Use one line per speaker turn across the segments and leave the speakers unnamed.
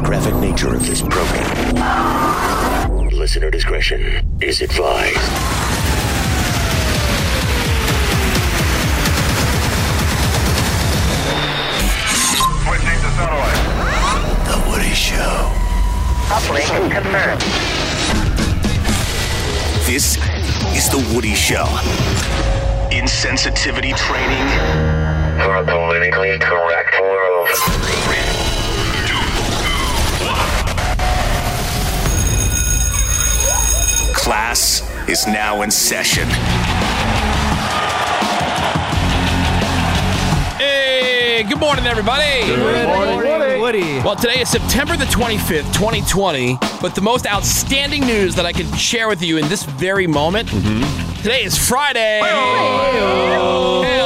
graphic nature of this program. Listener discretion is advised.
Switching to satellite.
The Woody Show.
Coupling confirmed.
This is The Woody Show. Insensitivity training
For a politically correct world.
class is now in session.
Hey, good morning, everybody. Well, today is September the 25th, 2020, but the most outstanding news that I can share with you in this very moment today is Friday. Hell yeah.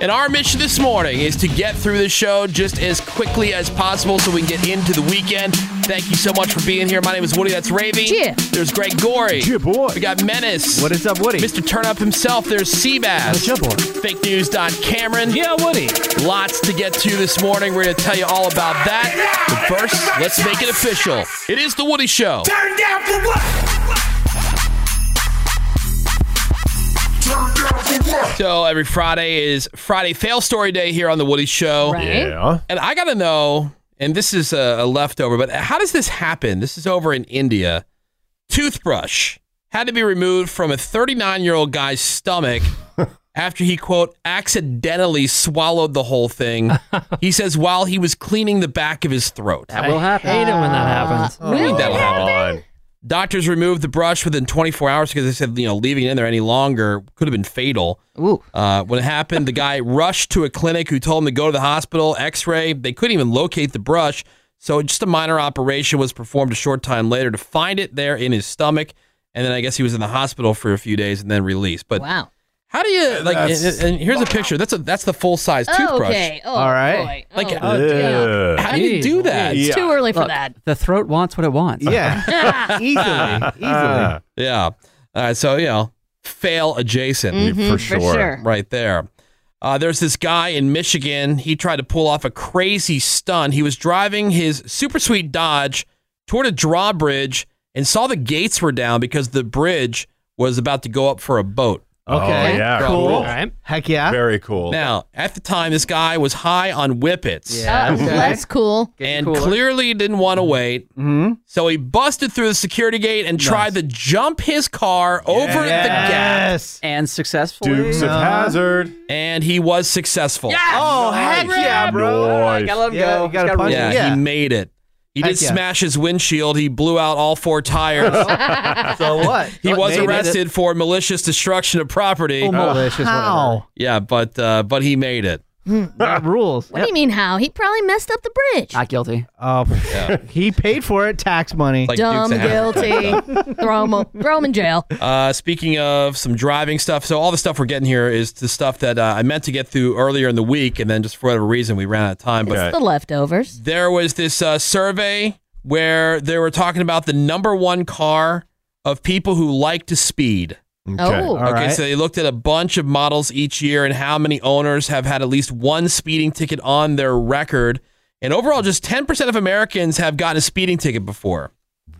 And our mission this morning is to get through the show just as quickly as possible so we can get into the weekend. Thank you so much for being here. My name is Woody, that's Ravy.
Yeah.
There's Greg Gorey. We got Menace.
What is up, Woody?
Mr. Turnup himself, there's Seabass.
What's up, Woody?
Fake news. Cameron.
Yeah, Woody.
Lots to get to this morning. We're going to tell you all about that. But first, let's make it official. It is The Woody Show.
Turn down for what? Turn down for what?
So every Friday is Friday Fail Story Day here on The Woody Show.
Right?
Yeah.
And I got to know, and this is a, a leftover, but how does this happen? This is over in India. Toothbrush had to be removed from a 39 year old guy's stomach after he, quote, accidentally swallowed the whole thing. he says while he was cleaning the back of his throat.
That will happen. hate it
Uh,
when that happens.
Really? That'll happen.
on.
Doctors removed the brush within 24 hours because they said, you know, leaving it in there any longer could have been fatal.
Ooh.
Uh, when it happened, the guy rushed to a clinic who told him to go to the hospital, x ray. They couldn't even locate the brush. So just a minor operation was performed a short time later to find it there in his stomach. And then I guess he was in the hospital for a few days and then released. But
Wow.
how do you, like, and,
That's-
and here's a picture. Uh, That's a that's the full size
Oh,
toothbrush.
okay. Oh,
All right.
Boy. Oh,
Like, uh,
oh, yeah.
How do you
Jeez
do that?
Louise.
It's
Yeah.
too early for
Look,
that.
The throat wants what it wants.
Yeah.
Uh,
easily. Easily.
Yeah. Uh, so, you know, fail adjacent.
Mhm, For sure.
right there. Uh, there's this guy in Michigan. He tried to pull off a crazy stunt. He was driving his super sweet Dodge toward a drawbridge and saw the gates were down because the bridge was about to go up for a boat.
Okay.
Okay.
yeah,
Cool.
All right.
Heck yeah.
Very cool.
Now, at the time, this guy was high on whippets
Oh, well, that's cool.
and clearly didn't want to wait.
Mhm.
So he busted through the security gate and tried to jump his car over the gap.
Yes.
And successfully.
Dukes of
Uh,
Hazard.
And he was successful.
Oh, heck yeah, bro.
Nice.
Gotta let him
Yeah,
go.
you gotta
Gotta
punch
run.
Yeah,
Yeah.
he made it. He
Heck
did
yeah.
smash his windshield. He blew out all four tires.
So what?
he
What
was
made it-
arrested for malicious destruction of property.
Oh, malicious.
How?
yeah, but uh, but he made it.
That rules.
What do you mean how? He probably messed up the bridge.
Not guilty.
Oh, he paid for it, tax money.
Like
Dumb,
Dukes of Hazzard.
guilty. throw, him, throw him in jail.
Uh, speaking of some driving stuff, so all the stuff we're getting here is the stuff that uh, I meant to get through earlier in the week, and then just for whatever reason we ran out of time. But
Okay.
The leftovers.
there was this uh, survey where they were talking about the number one car of people who like to speed.
Oh,
All
okay,
right.
so they looked at a bunch of models each year and how many owners have had at least one speeding ticket on their record. And overall, just 10% of Americans have gotten a speeding ticket before.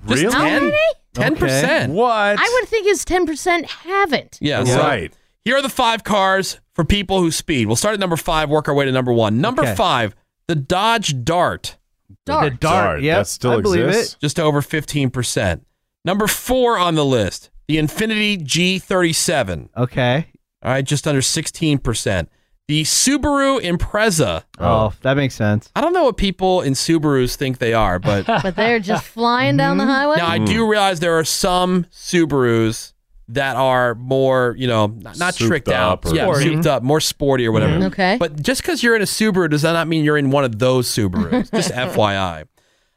Just
Really?
10, 10%.
What?
I would think his 10% haven't.
Yeah, so
Right.
here are the five cars for people who speed. We'll start at number five, work our way to number one. Number
Okay.
five, the Dodge Dart,
The
Dark.
dart.
Sorry,
Yep.
that still
I believe
exists.
just over 15%. Number four on the list, the Infinity G37.
it. Okay.
All right, just under 16%. The Subaru Impreza.
Oh, that makes sense.
I don't know what people in Subarus think they are, but now
But they're just flying down
Mm-hmm.
Mm-hmm.
the highway.
I
Mm.
do
Mm.
realize there are some Subarus that are more, you know, not, not
Souped
tricked
up
out,
or-
yeah,
Mm-hmm.
Sporty.
souped up, more sporty or whatever.
Okay.
But just because you're in a Subaru does that not mean you're in one of those Subarus. just FYI.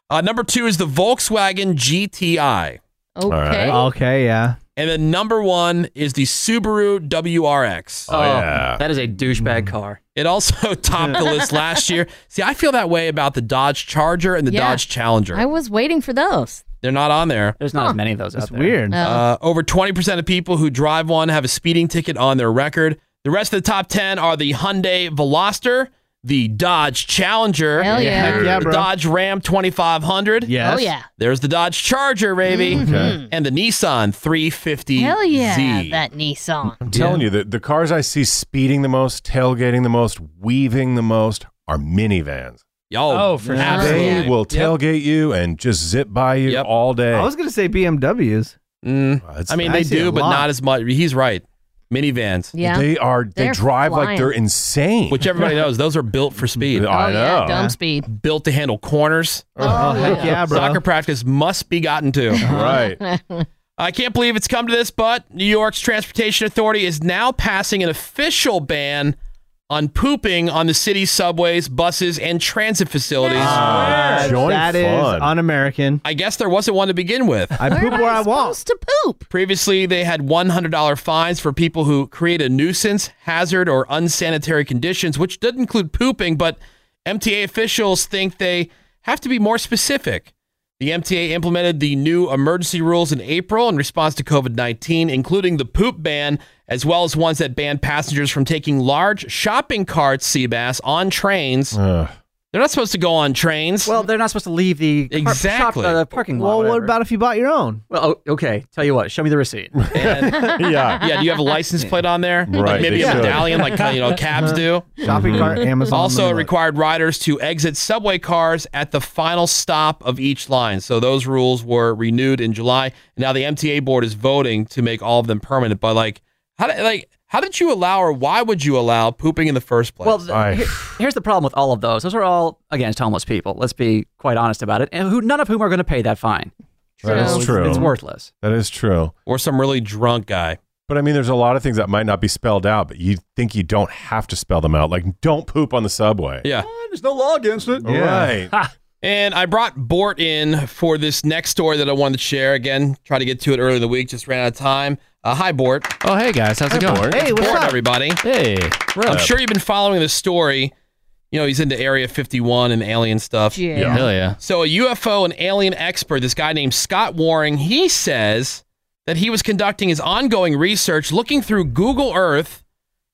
Uh, number two is the Volkswagen GTI,
okay.
Okay, yeah.
and then number one is the Subaru WRX.
Oh, yeah.
That is a douchebag car.
It also topped the list last year. See, I feel that way about the Dodge Charger and the
Yeah.
Dodge Challenger.
I was waiting for those.
They're not on there.
There's not as many of those
That's
out there.
weird.
Oh.
Uh, over 20% of people who drive one have a speeding ticket on their record. The rest of the top 10 are the Hyundai Veloster, the Dodge Challenger.
Hell yeah.
Heck yeah,
The
bro.
Dodge Ram 2500.
Yes.
Oh, yeah.
There's the Dodge Charger, baby. And the Nissan 350Z.
Hell yeah, that Nissan.
I'm telling you, the, the cars I see speeding the most, tailgating the most, weaving the most are minivans.
Yo,
Oh, for sure.
absolutely.
They will tailgate you and just zip by you
Yep.
all day.
I was gonna say BMWs.
Mm.
Wow, it's-
I mean,
I
they
see
do,
a
but
lot.
not as much. He's right. Minivans,
Yeah.
they are. They
They're
drive like
flying.
they're insane.
which everybody knows, those are built for speed.
oh,
I know.
yeah. Dumb speed.
Built to handle corners.
Oh, heck yeah, bro.
Soccer practice must be gotten to.
Right.
I can't believe it's come to this, but New York's Transportation Authority is now passing an official ban on pooping on the city's subways, buses, and transit facilities.
Uh, join
Ah, That is
fun.
un-American.
I guess there wasn't one to begin with.
I poop
am
where I want.
supposed to poop?
Previously, they had $100 fines for people who create a nuisance, hazard, or unsanitary conditions, which did include pooping, but MTA officials think they have to be more specific. The MTA implemented the new emergency rules in April in response to COVID 19, including the poop ban, as well as ones that ban passengers from taking large shopping carts, Seabass, on trains.
Ugh.
They're not supposed to go on trains.
Well, they're not supposed to leave the car- shop,
Exactly.
uh, parking lot.
Well, what
whatever.
about if you bought your own?
Well, oh, okay. Tell you what. Show me the receipt.
And-
yeah.
yeah, do you have a license plate on there? Like
Right,
maybe
they
a
should. Mm-hmm.
medallion, like you know, cabs do.
Shopping cart, Amazon.
Also, it
Limited.
required riders to exit subway cars at the final stop of each line. So those rules were renewed in July. Now the MTA board is voting to make all of them permanent. But like, how did like how did you allow or why would you allow pooping in the first place?
Well, th-
I-
here- here's the problem with all of those. Those are all against homeless people. Let's be quite honest about it, and who none of whom are going to pay that fine.
That
So
is
it's,
true.
It's worthless.
That is true.
or some really drunk guy.
But I mean, there's a lot of things that might not be spelled out, but you think you don't have to spell them out. Like, don't poop on the subway.
Yeah.
There's no law against it.
Right.
And I brought Bort in for this next story that I wanted to share. Again, tried to get to it earlier in the week, just ran out of time. Uh, hi, Bort.
Oh, hey guys, how's it going?
Hey, what's
Bort,
up?
everybody.
Hey,
I'm sure you've been following this story. You know, he's into Area 51 and alien stuff.
Yeah.
hell yeah.
So, a UFO and alien expert, this guy named Scott Waring, he says that he was conducting his ongoing research looking through Google Earth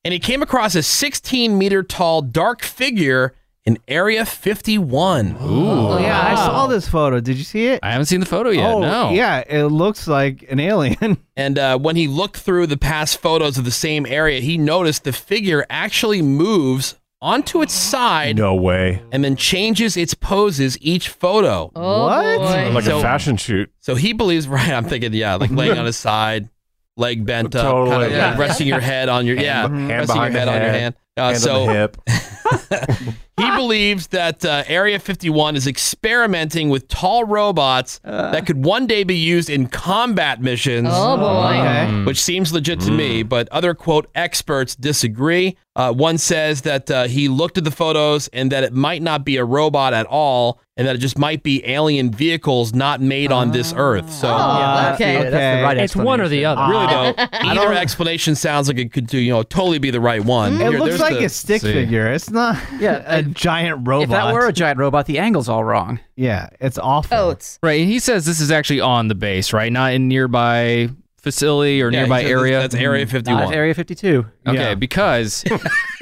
and he came across a 16 meter tall dark figure in Area 51.
Ooh,
Oh, yeah, I saw this photo. Did you see it?
I haven't seen the photo yet.
oh,
no.
yeah. It looks like an alien.
And uh, when he looked through the past photos of the same area, he noticed the figure actually moves onto its side
No way.
and then changes its poses each photo.
Oh,
What?
boy.
Like
So-
a fashion shoot.
So he believes, right? I'm thinking, yeah, like laying on his side, leg bent up,
Totally.
kind of
Yeah.
like resting your head on your yeah,
hand
resting your
behind the
head on your
head,
hand. Uh,
Hand
so
on the hip.
Ah.
he believes that uh, Area 51 is experimenting with tall robots
Ah.
that could one day be used in combat missions.
Oh, boy.
Okay.
Which seems legit to me, but other quote experts disagree. Uh, one says that uh, he looked at the photos and that it might not be a robot at all, and that it just might be alien vehicles not made on
Ah.
this Earth. So,
Oh,
Yeah,
okay.
that's the right
It's one or the
explanation.
other.
Really though, either explanation sounds like it could do you know totally be the right one.
It
Here,
looks
there's
like
the-
a stick
see.
figure. It's not
Yeah,
a
I-
giant robot.
If that were a giant robot, the angle's all wrong.
yeah, it's awful.
Oats.
Right. And he says this is actually on the base, right? Not in nearby facility or
yeah,
nearby
so this-
area. Mm.
That's Area 51.
Not at Mm-hmm. Area 52.
Okay,
Yeah.
because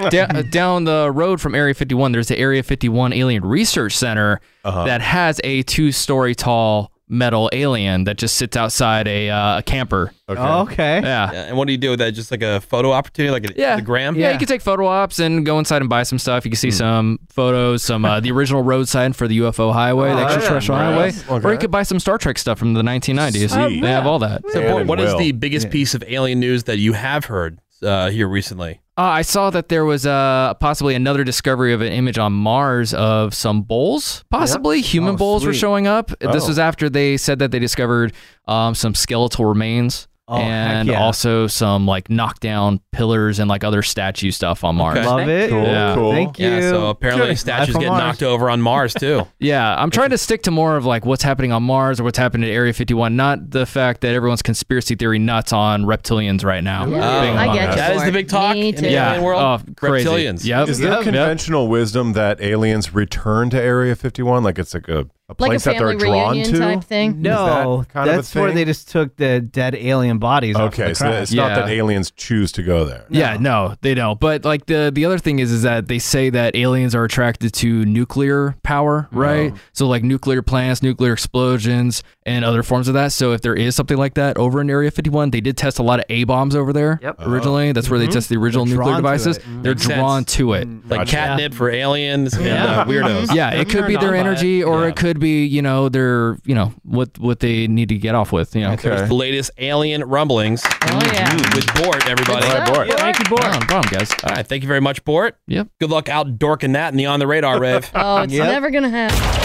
da- down the road from Area 51, there's the Area 51 Alien Research Center
Uh-huh.
that has a two-story tall metal alien that just sits outside a, uh, a camper.
Okay.
Okay.
Yeah.
Yeah, and what do you do with that? Just like a photo opportunity, like a,
Yeah.
the gram. Hmm.
Yeah, you can take photo ops and go inside and buy some stuff. You can see some photos, some uh, the original road sign for the UFO highway, the
Oh,
extraterrestrial
yeah.
highway,
Nice.
or
Okay.
you could buy some Star Trek stuff from the 1990s.
Oh,
Sweet.
They have all that.
So,
Yeah,
Bort,
they
what is
will.
the biggest piece of alien news that you have heard uh, here recently?
Uh, I saw that there was uh, possibly another discovery of an image on Mars of some bowls, possibly human
Oh,
bowls were
sweet.
showing up. This
Oh.
was after they said that they discovered um, some skeletal remains
Oh, heck
and
yeah.
also some like knockdown pillars and like other statue stuff on Mars.
Okay.
Love it.
Cool,
Yeah.
cool.
Thank you.
Yeah, so apparently statues
Life on
get
Mars.
knocked over on Mars too.
Yeah, I'm trying to stick to more of like what's happening on Mars or what's happening at Area 51, not the fact that everyone's conspiracy theory nuts on reptilians right now.
Yeah.
Big
I
among
get
us.
you.
That is the big talk
Me
in
too.
the
Yeah,
alien world.
Oh, crazy.
Reptilians.
Yep.
Is there
Yep.
conventional wisdom that aliens return to Area 51? Like it's like a
like
A
a
place that
family
they're drawn
reunion
to.
type thing.
No,
Is that kind of a
that's where
thing?
they just took the dead alien bodies. off of
Okay,
the
so
craft.
it's not that
Yeah.
aliens choose to go there.
Yeah, no, they don't. But like the the other thing is is that they say that aliens are attracted to nuclear power, right? So like nuclear plants, nuclear explosions, and other forms of that. So if there is something like that over in Area 51, they did test a lot of A bombs over there.
Yep.
Originally, that's where they test the original nuclear
drawn to
devices.
it.
They're
Makes
drawn
sense.
to it.
Like catnip for aliens and uh, weirdos.
Yeah, it could be
turned
their
on by it.
energy, or it could be you know their you know what what they need to get off with. You know,
There's the latest alien rumblings Mm-hmm.
Oh yeah.
with Bort, everybody.
All right, Bort.
thank you, Bort. No problem, guys.
All right, thank you very much, Bort.
Yep.
Good luck out dorking that in the on the radar, Rev.
Oh, it's never gonna happen.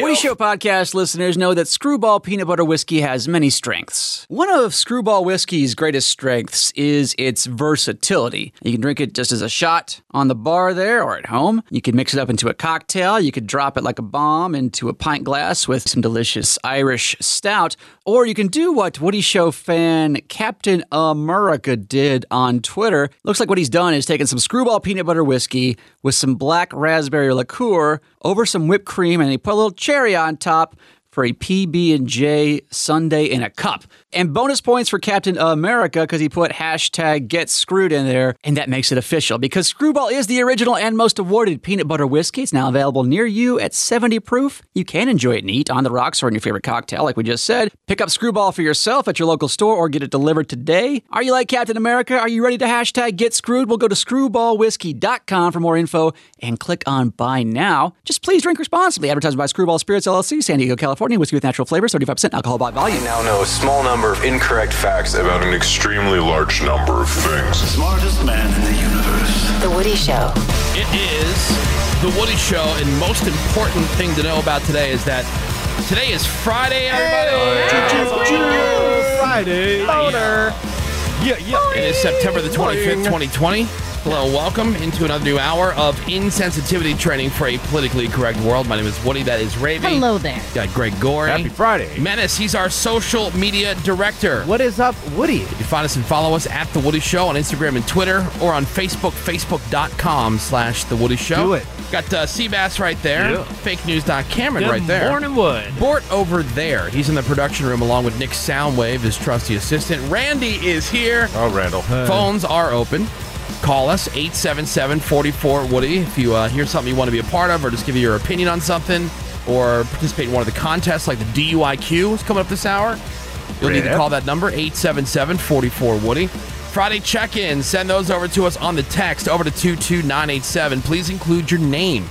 Woody Show podcast listeners know that Screwball Peanut Butter Whiskey has many strengths. One of Screwball Whiskey's greatest strengths is its versatility. You can drink it just as a shot on the bar there or at home. You can mix it up into a cocktail. You could drop it like a bomb into a pint glass with some delicious Irish stout. Or you can do what Woody Show fan Captain America did on Twitter. Looks like what he's done is taken some Screwball Peanut Butter Whiskey with some black raspberry liqueur over some whipped cream and he put a little cherry on top for a PB&J Sunday in a cup. And bonus points for Captain America because he put hashtag get screwed in there and that makes it official because Screwball is the original and most awarded peanut butter whiskey. It's now available near you at 70 proof. You can enjoy it neat on the rocks or in your favorite cocktail like we just said. Pick up Screwball for yourself at your local store or get it delivered today. Are you like Captain America? Are you ready to hashtag get screwed? We'll go to screwballwhiskey.com for more info and click on buy now. Just please drink responsibly. Advertised by Screwball Spirits LLC, San Diego, California. Whiskey with natural flavors, 35% alcohol by volume.
now know a small number of incorrect facts about an extremely large number of things.
Smartest man in the universe.
The Woody Show.
It is the Woody Show, and most important thing to know about today is that today is Friday, everybody.
Friday.
Yeah, yeah. It is September the 25th, 2020. Hello, welcome into another new hour of insensitivity training for a politically correct world. My name is Woody, that is Ravy.
Hello there.
Got Greg Gorey.
Happy Friday.
Menace, he's our social media director.
What is up, Woody?
You can find us and follow us at The Woody Show on Instagram and Twitter or on Facebook, facebook.com slash The Woody Show.
Do it.
Got uh, Seabass right there,
Yeah.
fake news Doc Cameron right there.
Morning Wood.
Bort over there. He's in the production room along with Nick Soundwave, his trusty assistant. Randy is here.
Oh, Randall.
Phones are open. Call us 877-44-WOODY if you uh, hear something you want to be a part of or just give you your opinion on something or participate in one of the contests like the DUIQ is coming up this hour. You'll need to
Yeah.
call that number 877-44-WOODY. Friday check-in. Send those over to us on the text over to 22987. Please include your name.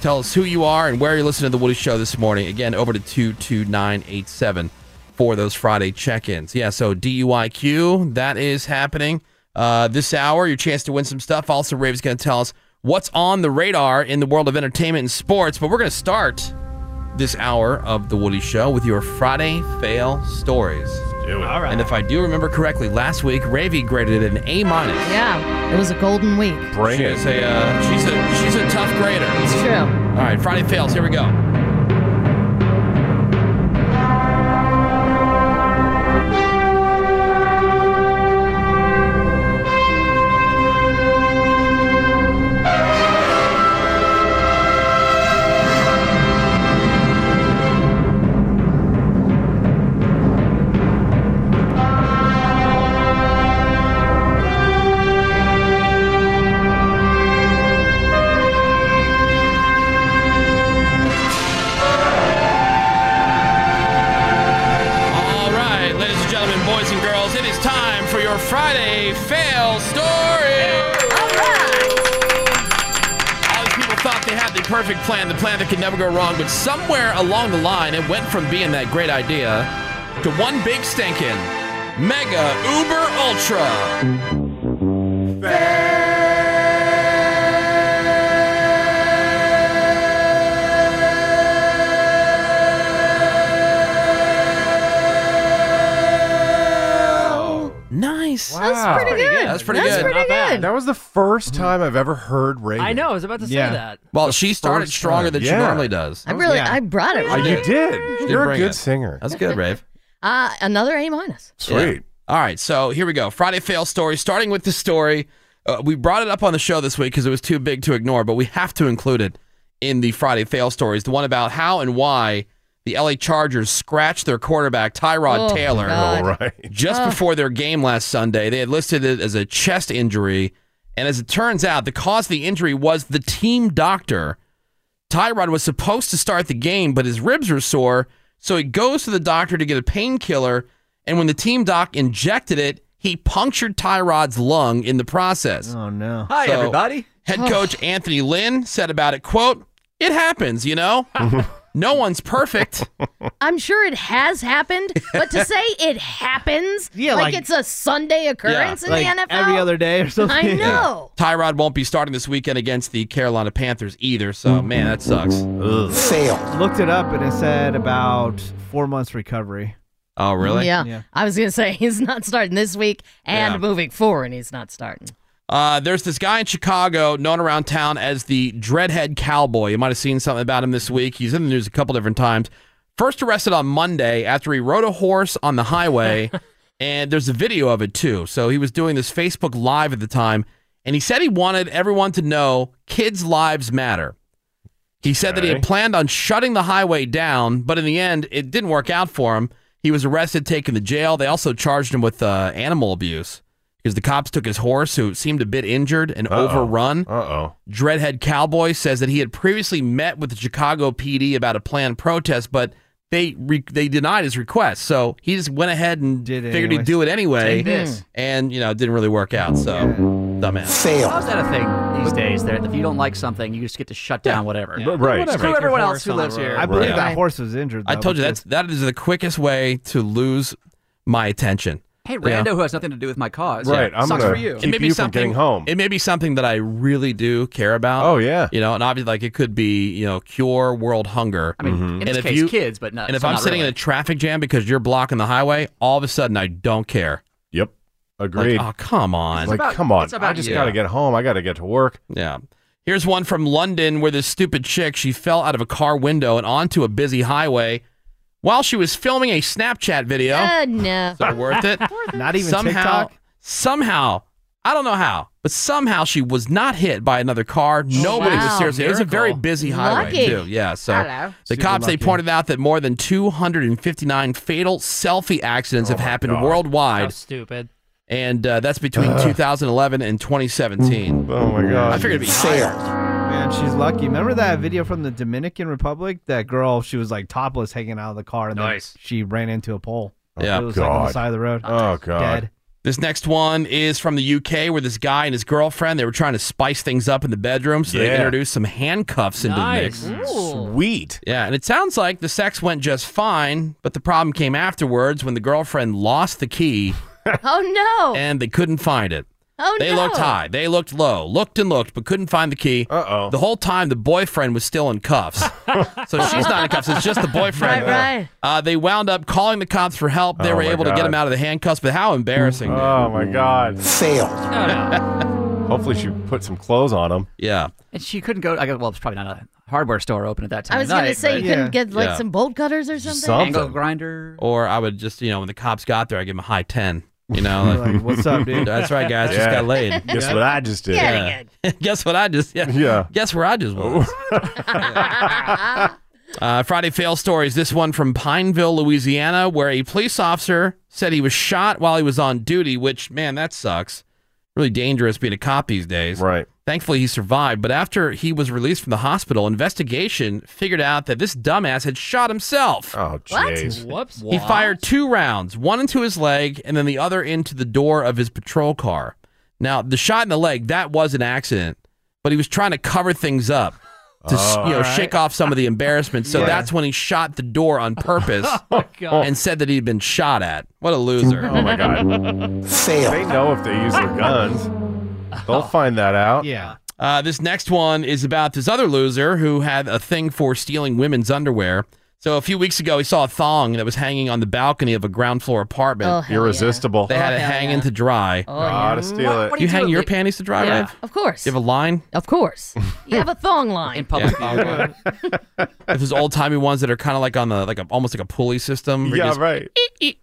Tell us who you are and where you're listening to The Woody Show this morning. Again, over to 22987 for those Friday check ins. Yeah, so DUIQ, that is happening uh, this hour. Your chance to win some stuff. Also, Rave's going to tell us what's on the radar in the world of entertainment and sports. But we're going to start this hour of The Woody Show with your Friday fail stories.
All right.
And if I do remember correctly, last week, Ravy graded it an A minus.
Yeah. It was a golden week.
Bring it.
She's a, uh, she's a, she's a tough grader.
It's true.
All right, Friday fails. Here we go. All right, ladies and gentlemen, boys and girls, it is time for your Friday fail story. All these people thought they had the perfect plan, the plan that could never go wrong, but somewhere along the line, it went from being that great idea to one big stinking mega uber ultra. Oh Nice.
Wow.
That's pretty good.
That's pretty good.
That's
Not
pretty
bad.
good.
That was the first time I've ever heard Ray.
I know. I was about to say
Yeah.
that.
Well, she started
first
stronger
time.
than she
Yeah.
normally does.
I really,
yeah.
I brought it.
Oh,
Right.
you did. You're a
bring
good
it.
singer.
That's good, Rave.
Uh, another A minus.
Sweet.
All right, so here we go. Friday fail story. Starting with the story, uh, we brought it up on the show this week because it was too big to ignore, but we have to include it. in the Friday fail stories. The one about how and why the LA Chargers scratched their quarterback Tyrod
Oh,
Taylor
God. All right.
just
Ah.
before their game last Sunday. They had listed it as a chest injury, and as it turns out, the cause of the injury was the team doctor. Tyrod was supposed to start the game, but his ribs were sore, so he goes to the doctor to get a painkiller. And when the team doc injected it, he punctured Tyrod's lung in the process.
Oh no!
Hi, everybody. Head coach Anthony Lynn said about it, "quote It happens, you know. no one's perfect."
I'm sure it has happened, but to say it happens,
Yeah,
like,
like-
it's a Sunday occurrence
Yeah.
in the NFL.
day or
I know.
Tyrod won't be starting this weekend against the Carolina Panthers either. So man, that sucks.
Fail. Looked it up and it said about four months recovery.
Oh really?
Yeah. I was gonna say he's not starting this week, and
Yeah.
moving forward, he's not starting.
Uh, there's this guy in Chicago known around town as the Dreadhead Cowboy. You might have seen something about him this week. He's in the news a couple different times. First arrested on Monday after he rode a horse on the highway, and there's a video of it too. So he was doing this Facebook Live at the time, and he said he wanted everyone to know kids' lives matter. He said that he had
Okay.
planned on shutting the highway down, but in the end, it didn't work out for him. He was arrested, taken to jail. They also charged him with uh, animal abuse because the cops took his horse, who seemed a bit injured and overrun. Uh oh. Dreadhead Cowboy says that he had previously met with the Chicago PD about a planned protest, but they re- they denied his request. So he just went ahead and figured
anyways.
he'd do it anyway.
Take this.
And, you know, it didn't really work out. So, dumbass.
How's that a thing these days? That if you don't like something, you just get to shut down whatever. Screw everyone else who lives here.
I believe
Right.
that horse was injured.
Hmm. I
though,
told you
because-
that's that is the quickest way to lose my attention.
Hey,
Yeah.
rando who has nothing to do with my cause.
Right, I'm
Sucks
gonna
for you.
It may be something home. It may be something that I really do care about. Oh yeah, you know, and obviously, like it could be you know cure world hunger. I mean,
Mm-hmm.
in this case, kids, but not-
And if
so
I'm
not
sitting in
really.
a traffic jam because you're blocking the highway, all of a sudden I don't care. Yep,
Agreed.
Like, oh come on!
Like, come on. I just got to get home. I got to get to work.
Yeah. Here's one from London where this stupid chick, she fell out of a car window and onto a busy highway while she was filming a Snapchat video.
Uh, no.
So worth it.
Not even
somehow,
TikTok?
somehow, I don't know how, but somehow she was not hit by another car. Nobody
wow.
was seriously. It was a very
Miracle.
busy highway
Lucky.
too. Yeah. So
Hello.
the
Super
cops
lucky.
they pointed out that more than 259 fatal selfie accidents have happened worldwide.
How stupid.
And uh, that's between 2011 and 2017.
Oh my
I figured it'd be higher.
Man, she's lucky. Remember that video from the Dominican Republic? That girl, she was like topless hanging out of the car, and then she ran into a pole.
Oh, Yeah.
it was like on the
God.
side of the road.
Oh god.
Dead.
This next one is from the UK, where this guy and his girlfriend they were trying to spice things up in the bedroom, so they
Yeah.
introduced some handcuffs into
Nice.
the mix.
Sweet.
Yeah, and it sounds like the sex went just fine, but the problem came afterwards when the girlfriend lost the key
Oh no.
and they couldn't find it.
Oh
They
no.
looked high, they looked low, looked and looked, but couldn't find the key. Uh oh. The whole time, the boyfriend was still in cuffs. so she's not in cuffs, it's just the boyfriend.
Right, right.
Uh, they wound up calling the cops for help. They
Oh,
were
my
able to get
God.
him out of the handcuffs, but how embarrassing.
Oh my god.
Failed.
Hopefully she put some clothes on him.
Yeah.
And she couldn't go. I go. Well, it's probably not a hardware store open at that time.
I
of
was gonna
night,
say
but-
you couldn't get like some bolt cutters or something.
Oh,
Angle grinder.
Or I would just, you know, when the cops got there, I give them a high 10. You know, like,
what's up, dude?
That's right, guys. Just
Yeah.
got laid.
Guess what I just did. Yeah,
Yeah. Guess what I just, yeah. Guess where I just was. Uh, Friday fail stories. This one from Pineville, Louisiana, where a police officer said he was shot while he was on duty, which, man, that sucks. Really dangerous being a cop these days. Right. Thankfully, he survived. But after he was released from the hospital, investigation figured out that this dumbass had shot himself.
Oh, jeez.
Whoops.
He fired two rounds, one into his leg and then the other into the door of his patrol car. Now, the shot in the leg, that was an accident, but he was trying to cover things up to s
Oh.
you know,
All right.
shake off some of the embarrassment. So
Yeah.
that's when he shot the door on purpose
Oh,
my God.
and said that he'd been shot at. What a loser.
Oh, my
God. They know if they use their guns.
Oh.
They'll find that out.
Yeah.
Uh, this next one is about this other loser who had a thing for stealing women's underwear. So a few weeks ago, he saw a thong that was hanging on the balcony of a ground floor apartment.
Oh, hell
Irresistible.
They had it hanging to dry.
Oh, yeah.
steal it.
do you hang your panties to dry,
Yeah.
Rev?
Of course.
Do you have a line?
of course. You have a thong line.
Public
If there's old timey ones that are kind of like on the like a, almost like a pulley system. where you
Yeah,
just-
right.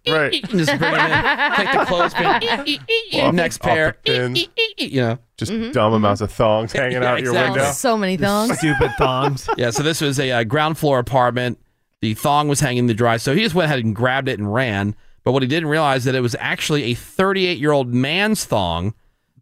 right.
you Just bring 'em in, take the clothespin,
Off-
next
off the
pair.
pins.
You know.
Just dumb amounts of thongs hanging
Yeah,
out your
exactly.
window.
Oh, So many thongs.
Stupid thongs.
Yeah, so this was a uh, ground floor apartment. The thong was hanging to dry, so he just went ahead and grabbed it and ran. But what he didn't realize that it was actually a 38 year old man's thong.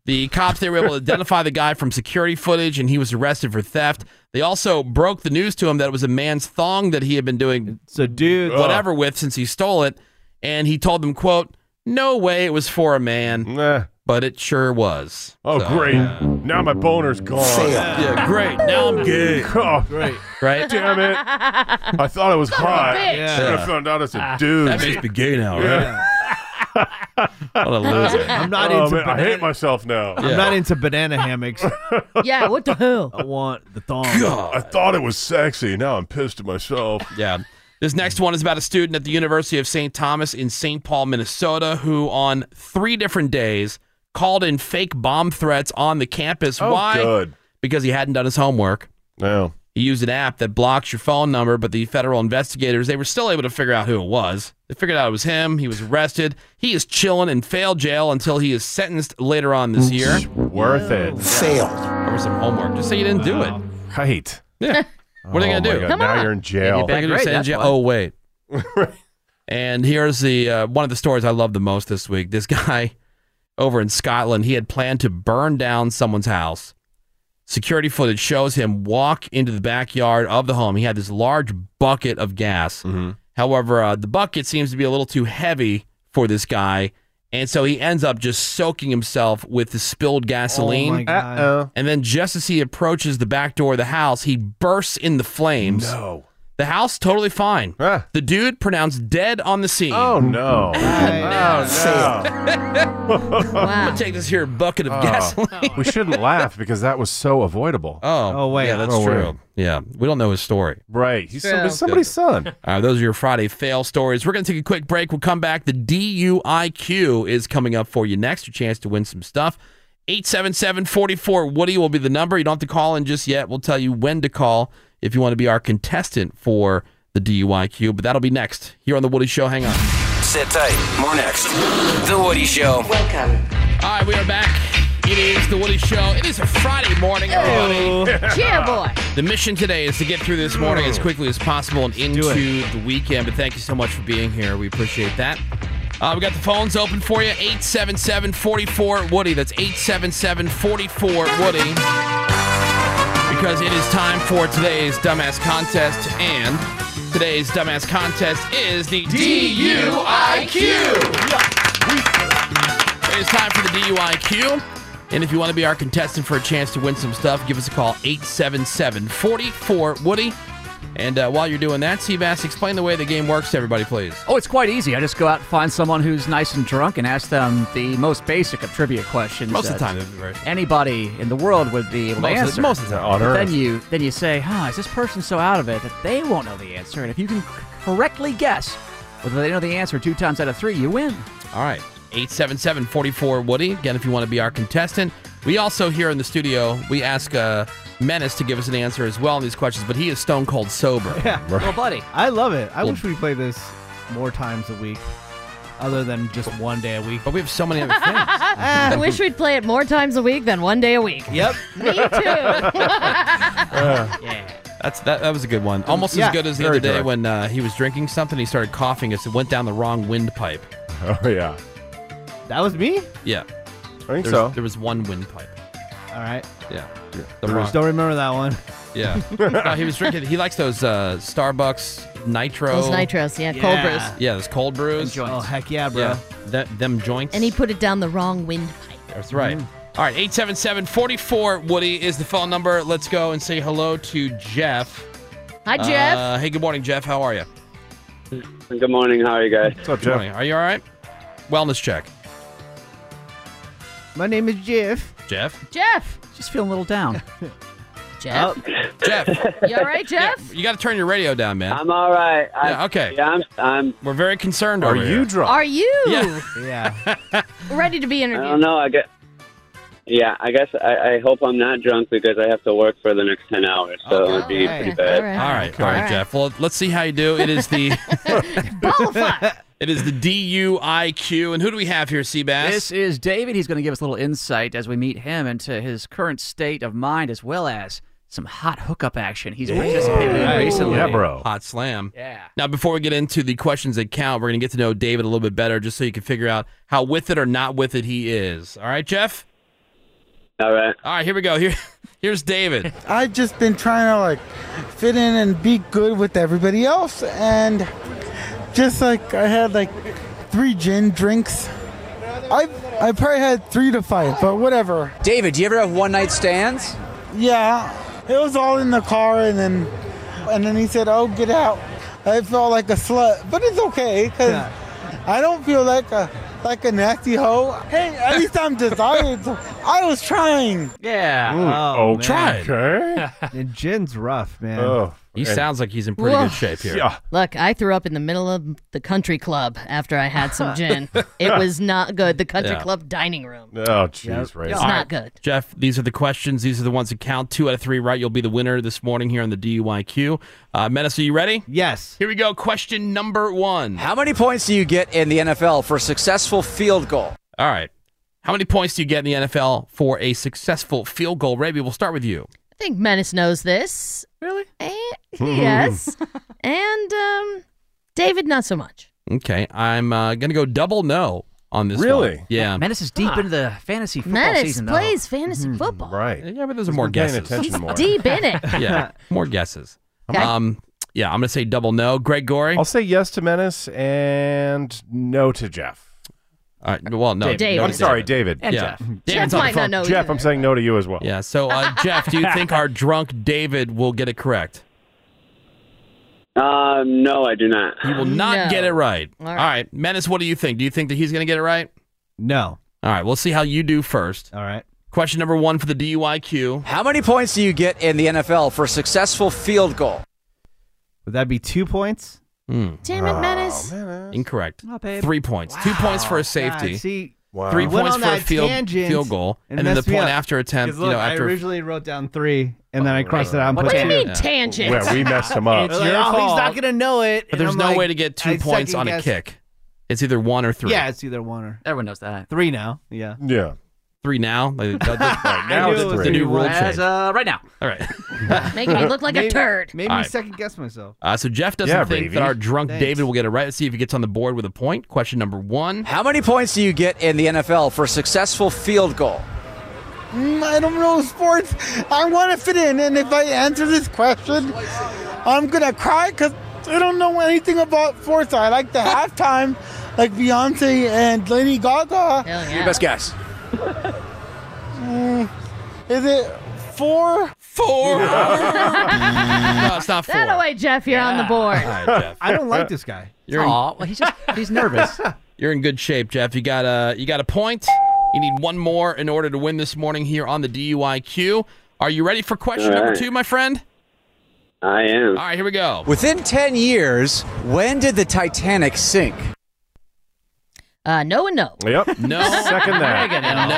The cops they were able to identify the guy from security footage, and he was arrested for theft. They also broke the news to him that it was a man's thong that he had been doing
So, dude, uh,
whatever with since he stole it, and he told them, "quote No way it was for a man,
Nah.
but it sure was."
Oh,
So,
great. Now my boner's gone.
Yeah, great. Now I'm gay.
Oh, great.
Right?
Damn it. I thought it was hot.
bitch.
Should have found out it's a dude.
Ah. That makes me gay now, right? what a loser.
I'm not
Oh,
into.
man, I
banana-
hate myself now.
Yeah.
I'm not into banana hammocks.
Yeah, what the hell?
I want the thong.
I thought it was sexy. Now I'm pissed at myself.
Yeah. This next one is about a student at the University of St. Thomas in St. Paul, Minnesota, who on three different days called in fake bomb threats on the campus.
Oh,
Why?
good.
Because he hadn't done his homework.
No.
He used an app that blocks your phone number, but the federal investigators, they were still able to figure out who it was. They figured out it was him. He was arrested. He is chilling in fail jail until he is sentenced later on this year.
Worth it.
Over some homework. Just say you didn't do it.
Right.
Yeah. What are they
Oh
going to
my
do?
God,
Come
now
on.
you're in jail.
Yeah,
Back in
Great,
San
that's
Jose-
why.
Oh wait. and here's the uh, one of the stories I love the most this week. This guy over in Scotland, he had planned to burn down someone's house. Security footage shows him walk into the backyard of the home. He had this large bucket of gas.
Mm-hmm.
However, uh, the bucket seems to be a little too heavy for this guy, and so he ends up just soaking himself with the spilled gasoline.
Oh my god.
And then just as he approaches the back door of the house, he bursts in the flames.
No.
The house totally fine.
Ah.
The dude pronounced dead on the scene.
Oh, no.
Hey,
Oh,
Oh.
Wow.
take this here bucket of gasoline.
no. Oh. we shouldn't laugh because that was so avoidable.
Oh,
Oh, wait.
yeah, that's
Oh,
true.
wait.
Yeah, we don't know his story.
Right. He's some-
True.
somebody's son.
Uh, those are your Friday fail stories. We're gonna take a quick break. We'll come back. The DUIQ is coming up for you next. Your chance to win some stuff. 877-44 Woody will be the number. You don't have to call in just yet. We'll tell you when to call if you want to be our contestant for the DUIQ. But that'll be next here on the Woody Show. Hang on.
Sit tight. More next. The Woody Show.
All right, we are back. It is the Woody Show. It is a Friday morning, everybody.
Yeah, boy.
The mission today is to get through this morning as quickly as possible and
do
into the weekend. But thank you so much for being here. We appreciate that. Uh, we got the phones open for you 877 44 Woody. That's 877 44 Woody. Because it is time for today's Dumbass Contest. And today's Dumbass Contest is the DUIQ. It is time for the DUIQ. And if you want to be our contestant for a chance to win some stuff, give us a call 877 44 Woody. And uh, while you're doing that, Seabass, explain the way the game works to everybody, please.
Oh, it's quite easy. I just go out and find someone who's nice and drunk and ask them the most basic of trivia questions.
Most of the
that
time, that'd be right.
Anybody in the world would be able to
Most of
answer.
the, most of the time.
On
But
earth.
then you then you say, huh, is this person so out of it that they won't know the answer? And if you can c- correctly guess whether they know the answer two times out of three, you win.
All right. 877 44 Woody. Again, if you want to be our contestant. We also, here in the studio, we ask uh, Menace to give us an answer as well on these questions, but he is stone cold sober.
Well, buddy,
I love it. I wish we played this more times a week, other than just one day a week.
But we have so many other things.
I wish we'd play it more times a week than one day a week.
Yep.
Me too.
That's that, that was a good one. Almost
Yeah.
as good as the
Very
other day
direct.
when uh, he was drinking something, he started coughing as it went down the wrong windpipe.
Oh, yeah.
That was me.
Yeah.
I think
There's,
so.
There was one windpipe.
All right.
Yeah. The
There
wrong-
Just don't remember that one.
yeah. No, he was drinking. He likes those uh, Starbucks nitro.
Those nitros, yeah, cold
Yeah.
brews.
Yeah, those cold brews.
Enjoy.
Oh heck yeah, bro.
Yeah. Th- them joints.
And he put it down the wrong windpipe.
That's right.
Mm-hmm.
All right. 877 44 Woody is the phone number. Let's go and say hello to Jeff.
Hi, Jeff.
Uh, hey, good morning, Jeff. How are you?
Good morning. How are you guys?
What's up,
Good
Jeff?
morning. Are you all right? Wellness check.
My name is Jeff.
Jeff?
Jeff.
just feeling a little down.
Jeff?
Oh.
Jeff.
You all right, Jeff?
You got to turn your radio down, man.
I'm all right. I,
yeah, okay.
Yeah, I'm, I'm.
We're very concerned.
Are
over
you
here.
drunk?
Are you
Yeah.
ready to be
I
interviewed?
don't know. I get. Yeah, I guess I, I hope I'm not drunk because I have to work for the next ten hours, so it would be pretty bad.
All right, all right, Jeff. Well, let's see how you do. It is the It is the DUIQ, and who do we have here, Seabass?
This is David. He's going to give us a little insight as we meet him into his current state of mind as well as some hot hookup action he's participated in recently.
Hot slam.
Yeah.
Now, before we get into the questions that count, we're going to get to know David a little bit better just so you can figure out how with it or not with it he is. All right, Jeff?
All right.
All right, here we go. Here, Here's David.
I've just been trying to like fit in and be good with everybody else, and just like I had like three gin drinks. I I probably had three to five, but whatever.
David, do you ever have one night stands?
Yeah, it was all in the car, and then and then he said, "Oh, get out." I felt like a slut, but it's okay because I don't feel like a like a nasty hoe. Hey, at least I'm desired. I was trying.
Yeah.
Oh, man.
tried.
Okay.
and Jen's rough, man.
Oh,
He
and-
sounds like he's in pretty
Whoa.
good shape here.
Yeah.
Look, I threw up in the middle of the country club after I had some gin. It was not good. The country
Yeah.
club dining room.
Oh, jeez, right.
It's
All
not
right.
good.
Jeff, these are the questions. These are the ones that count. Two out of three right. You'll be the winner this morning here on the DUIQ. Uh, Menace, are you ready?
Yes.
Here we go. Question number one.
How many points do you get in the NFL for successful field goal?
All right. How many points do you get in the NFL for a successful field goal? Raby, we'll start with you.
I think Menace knows this. Eh,
Really?
Hmm.
yes. and um, David, not so much.
Okay, I'm uh, gonna go double no on this.
Really?
one. Yeah.
Menace is deep into the fantasy football
Menace
season, though. Hmm.
plays fantasy football.
Right.
Yeah, but those are
He's
more
been paying
guesses.
attention more.
Deep in it.
yeah, more guesses.
Okay.
Um, yeah, I'm gonna say double no. Greg Gorey.
I'll say yes to Menace and no to Jeff.
All right, well, no.
David.
no
I'm
to
sorry, David.
And
Yeah.
Jeff.
Jeff
David's on the
might not
phone.
know
Jeff,
either.
I'm saying no to you as well.
Yeah. So, uh, Jeff, do you think our drunk David will get it correct?
Um, no, I do not.
He will not
No.
get it right.
All right.
All right, Menace. What do you think? Do you think that he's gonna get it right?
No.
All right, we'll see how you do first.
All right.
Question number one for the DUIQ.
How many points do you get in the NFL for successful field goal?
Would that be two points?
Hmm,
Damn
Oh,
it, Menace.
incorrect.
Oh, babe.
Three points. Two points for a safety.
God, see,
Wow.
Three
I went
points
on
for a
that
field,
tangent
field goal,
and
and, then the
messed me
point
up.
after attempt.
'Cause
you
look,
know,
I
after
originally wrote down three, and then I crossed it out. And
What
put
What do
two.
you mean
Yeah.
tangent?
Well, Oh, we messed him up.
They're like,
your
oh,
fault."
he's not gonna know it.
But
And
there's
I'm
no
like,
way to get two
I
points on a
second-guessed-
kick. It's either one or three.
Yeah, it's either one or
Everyone knows that.
three now. Yeah.
Yeah.
Three now. Like, that- that-
Right, now
knew
it's
it was
three.
the new rule
As,
change.
uh, right now.
All right.
Making me look like a
Maybe-
turd.
Maybe
All right.
second guess myself.
Uh, so Jeff doesn't
Yeah,
think
Ravy.
that our drunk
Thanks.
David will get it right. Let's see if he gets on the board with a point. Question number one.
How many points do you get in the NFL for successful field goal?
Mm, I don't know sports. I want to fit in, and if I answer this question, I'm gonna cry because I don't know anything about sports. I like the halftime, like Beyonce and Lady Gaga.
Hell
Your
yeah.
best guess.
Mm, Is it four?
Four. no, it's not four.
That away, Jeff. You're on the board.
All right, Jeff.
I don't like this guy.
You're in,
Aw, well, he's just he's nervous.
you're in good shape, Jeff. You got a you got a point. You need one more in order to win this morning here on the DUIQ. Are you ready for question
All
number
right.
two, my friend?
I am.
All right, here we go.
Within 10 years, when did the Titanic sink?
Uh, no and no.
Yep.
No.
Second that.
And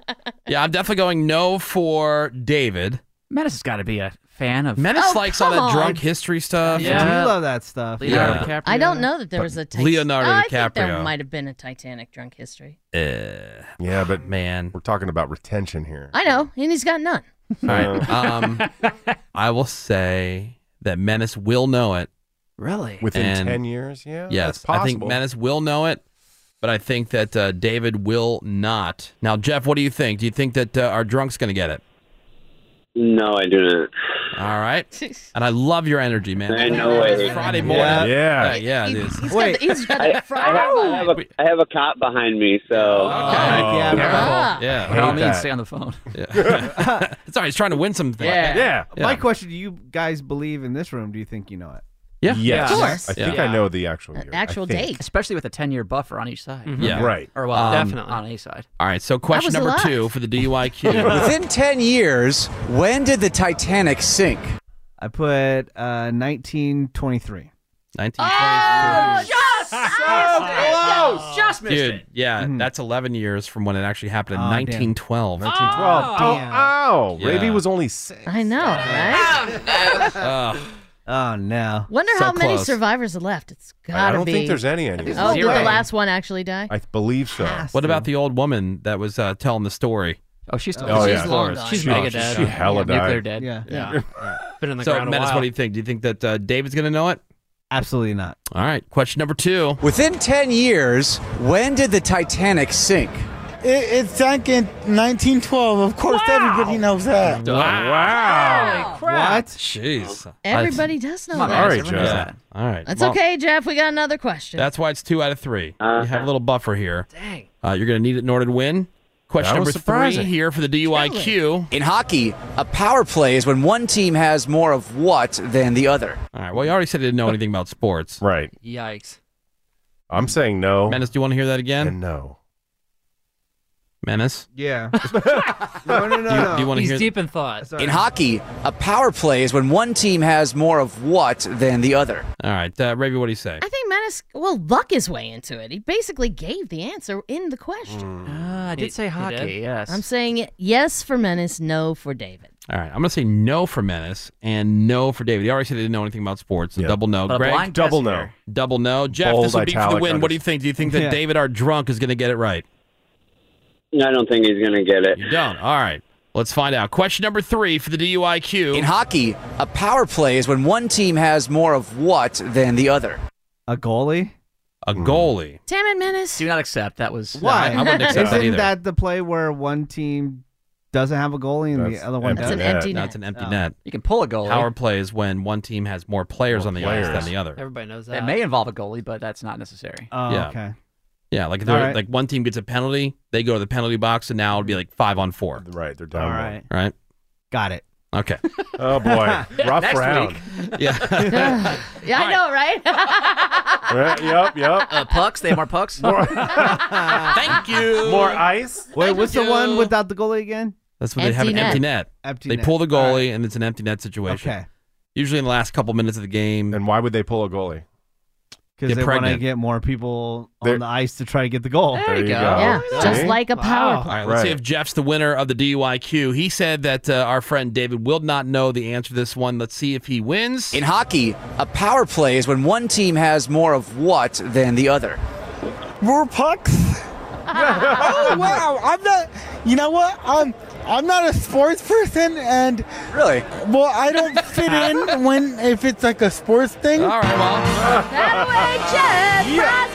no. Yeah, I'm definitely going no for David.
Menace has got to be a fan of
Menace
Oh,
likes all
come
that drunk
on.
history stuff.
I
Yeah.
do love that stuff.
Leonardo
Yeah.
DiCaprio.
I don't know that there was a Tit-
Leonardo
Oh, I think
DiCaprio.
there might have been a Titanic drunk history.
Eh,
Yeah, but
man.
we're talking about retention here.
I know, and he's got none.
All right. Um, I will say that Menace will know it.
Really?
Within
And-
10 years? Yeah.
Yes,
That's
I think
possible.
Menace will know it, but I think that uh, David will not. Now, Jeff, what do you think? Do you think that uh, our drunk's going to get it?
No, I do not.
All right. And I love your energy, man.
Ain't no way.
It's Friday morning.
Yeah.
Yeah.
Yeah, yeah, it is.
He's
Wait.
got the, he's got
I,
the
I have, I,
fry.
have a, I have a cop behind me, so
Okay.
yeah, bro.
Ah.
Oh, Yeah.
By all means,
that.
stay on the phone.
Yeah. it's all right. He's trying to win something.
Yeah.
Yeah.
My question: Do you guys believe in this room? Do you think you know it?
Yeah.
Yes. I
Sure.
think I know the actual year.
Uh, actual
I think.
date.
Especially with a 10 year buffer on each side.
Yeah. Right.
Or, well,
Um,
definitely on any side.
All right, so question
was
number
alive.
two for the DUIQ.
Within 10 years, when did the Titanic sink?
I put uh, 1923.
Ah!
1923.
Just
close.
Just missed
Dude, yeah,
Mm-hmm.
that's 11 years from when it actually happened in
Oh, damn.
1912.
1912. Oh, ow. Raby was only six.
I know, right?
Oh, no.
Wonder how many survivors are left. It's gotta
don't
be.
think there's any anymore.
Oh, did the
Zero.
last one actually die?
I believe so. What about the old woman that was uh, telling the story?
Oh, she's
still- Oh, she's yeah. long gone.
She's
Oh,
mega dead.
She hella
Yeah,
died.
nuclear dead. Yeah. Yeah. Been in the
so,
ground a
Menace,
while.
what do you think? Do you think that uh, David's going to know it?
Absolutely not.
All right. Question number two.
Within 10 years, when did the Titanic sink?
It, it sank in 1912. Of course, everybody knows that.
Wow.
crap.
Jeez.
Everybody does know
All
that.
right, Jeff. All right.
That's
Well,
okay, Jeff. We got another question.
That's why it's two out of 3 you have a little buffer here.
Dang.
Uh, you're going to need it in order to win. Question
That
number
was surprising.
three here for the DUIQ.
In hockey, a power play is when one team has more of what than the other.
All right. Well, you already said you didn't know anything about sports. Right.
Yikes.
I'm saying no. Menace, do you want to hear that again? no. Menace?
Yeah. no, no, no,
Do you-
no.
do you wanna He's hear-
deep
in thought.
In hockey, a power play is when one team has more of what than the other.
All right. Uh, Ravi, what do you say?
I think Menace, well, luck his way into it. He basically gave the answer in the
Mm.
question.
Ah,
I did say hockey, yes.
I'm saying yes for Menace, no for David.
All right. I'm going to say no for Menace and no for David. He already said he didn't know anything about sports. So double no.
But a
Greg?
blind guess Double no. here.
Double no. Jeff,
Bold,
this would be for the
italic,
win.
unders-
What do you think? Do you think that
Yeah.
David, our drunk, is going to get it right?
I don't think he's going to get it.
You don't. All right. Let's find out. Question number three for the DUIQ.
In hockey, a power play is when one team has more of what than the other.
A goalie?
A goalie.
Mm.
Damn it, Menace.
Do not accept. That was.
Why?
I wouldn't accept
Isn't
that either.
the play where one team doesn't have a goalie and the other one does?
That's an empty net.
Oh. You can pull a goalie.
Power play is when one team has more players on the ice
players.
than the other.
Everybody knows that. Uh, It may involve a goalie, but that's not necessary.
Oh,
yeah. Yeah, like if
All
they're-
right.
like one team gets a penalty, they go to the penalty box, and now it'll be like five on four. Right, they're down.
All one. right.
right,
got it.
Okay.
Oh, boy. Rough Next round.
Yeah.
Yeah, I know, right?
yep, yep.
Uh, pucks? They have more pucks?
Thank you.
More ice?
Wait, what's the one without the goalie again?
That's when they have an empty net.
Empty
they
net.
pull the goalie, and it's an empty net situation.
Okay.
Usually in the last couple minutes of the game. And why would they pull a goalie?
Because they want to
pregnant.
get more people on the ice to try to get the goal.
There you you go. go. Yeah,
just Uh-uh. like a power
All
play.
right, Oh, let's see if Jeff's the winner of the DUIQ. He said that uh, our friend David will not know the answer to this one. Let's see if he wins.
In hockey, a power play is when one team has more of what than the other.
More pucks? oh wow! I'm not. You know what? I'm. I'm not a sports person, and
really,
well, I don't fit in when if it's like a sports thing. All
right, well,
that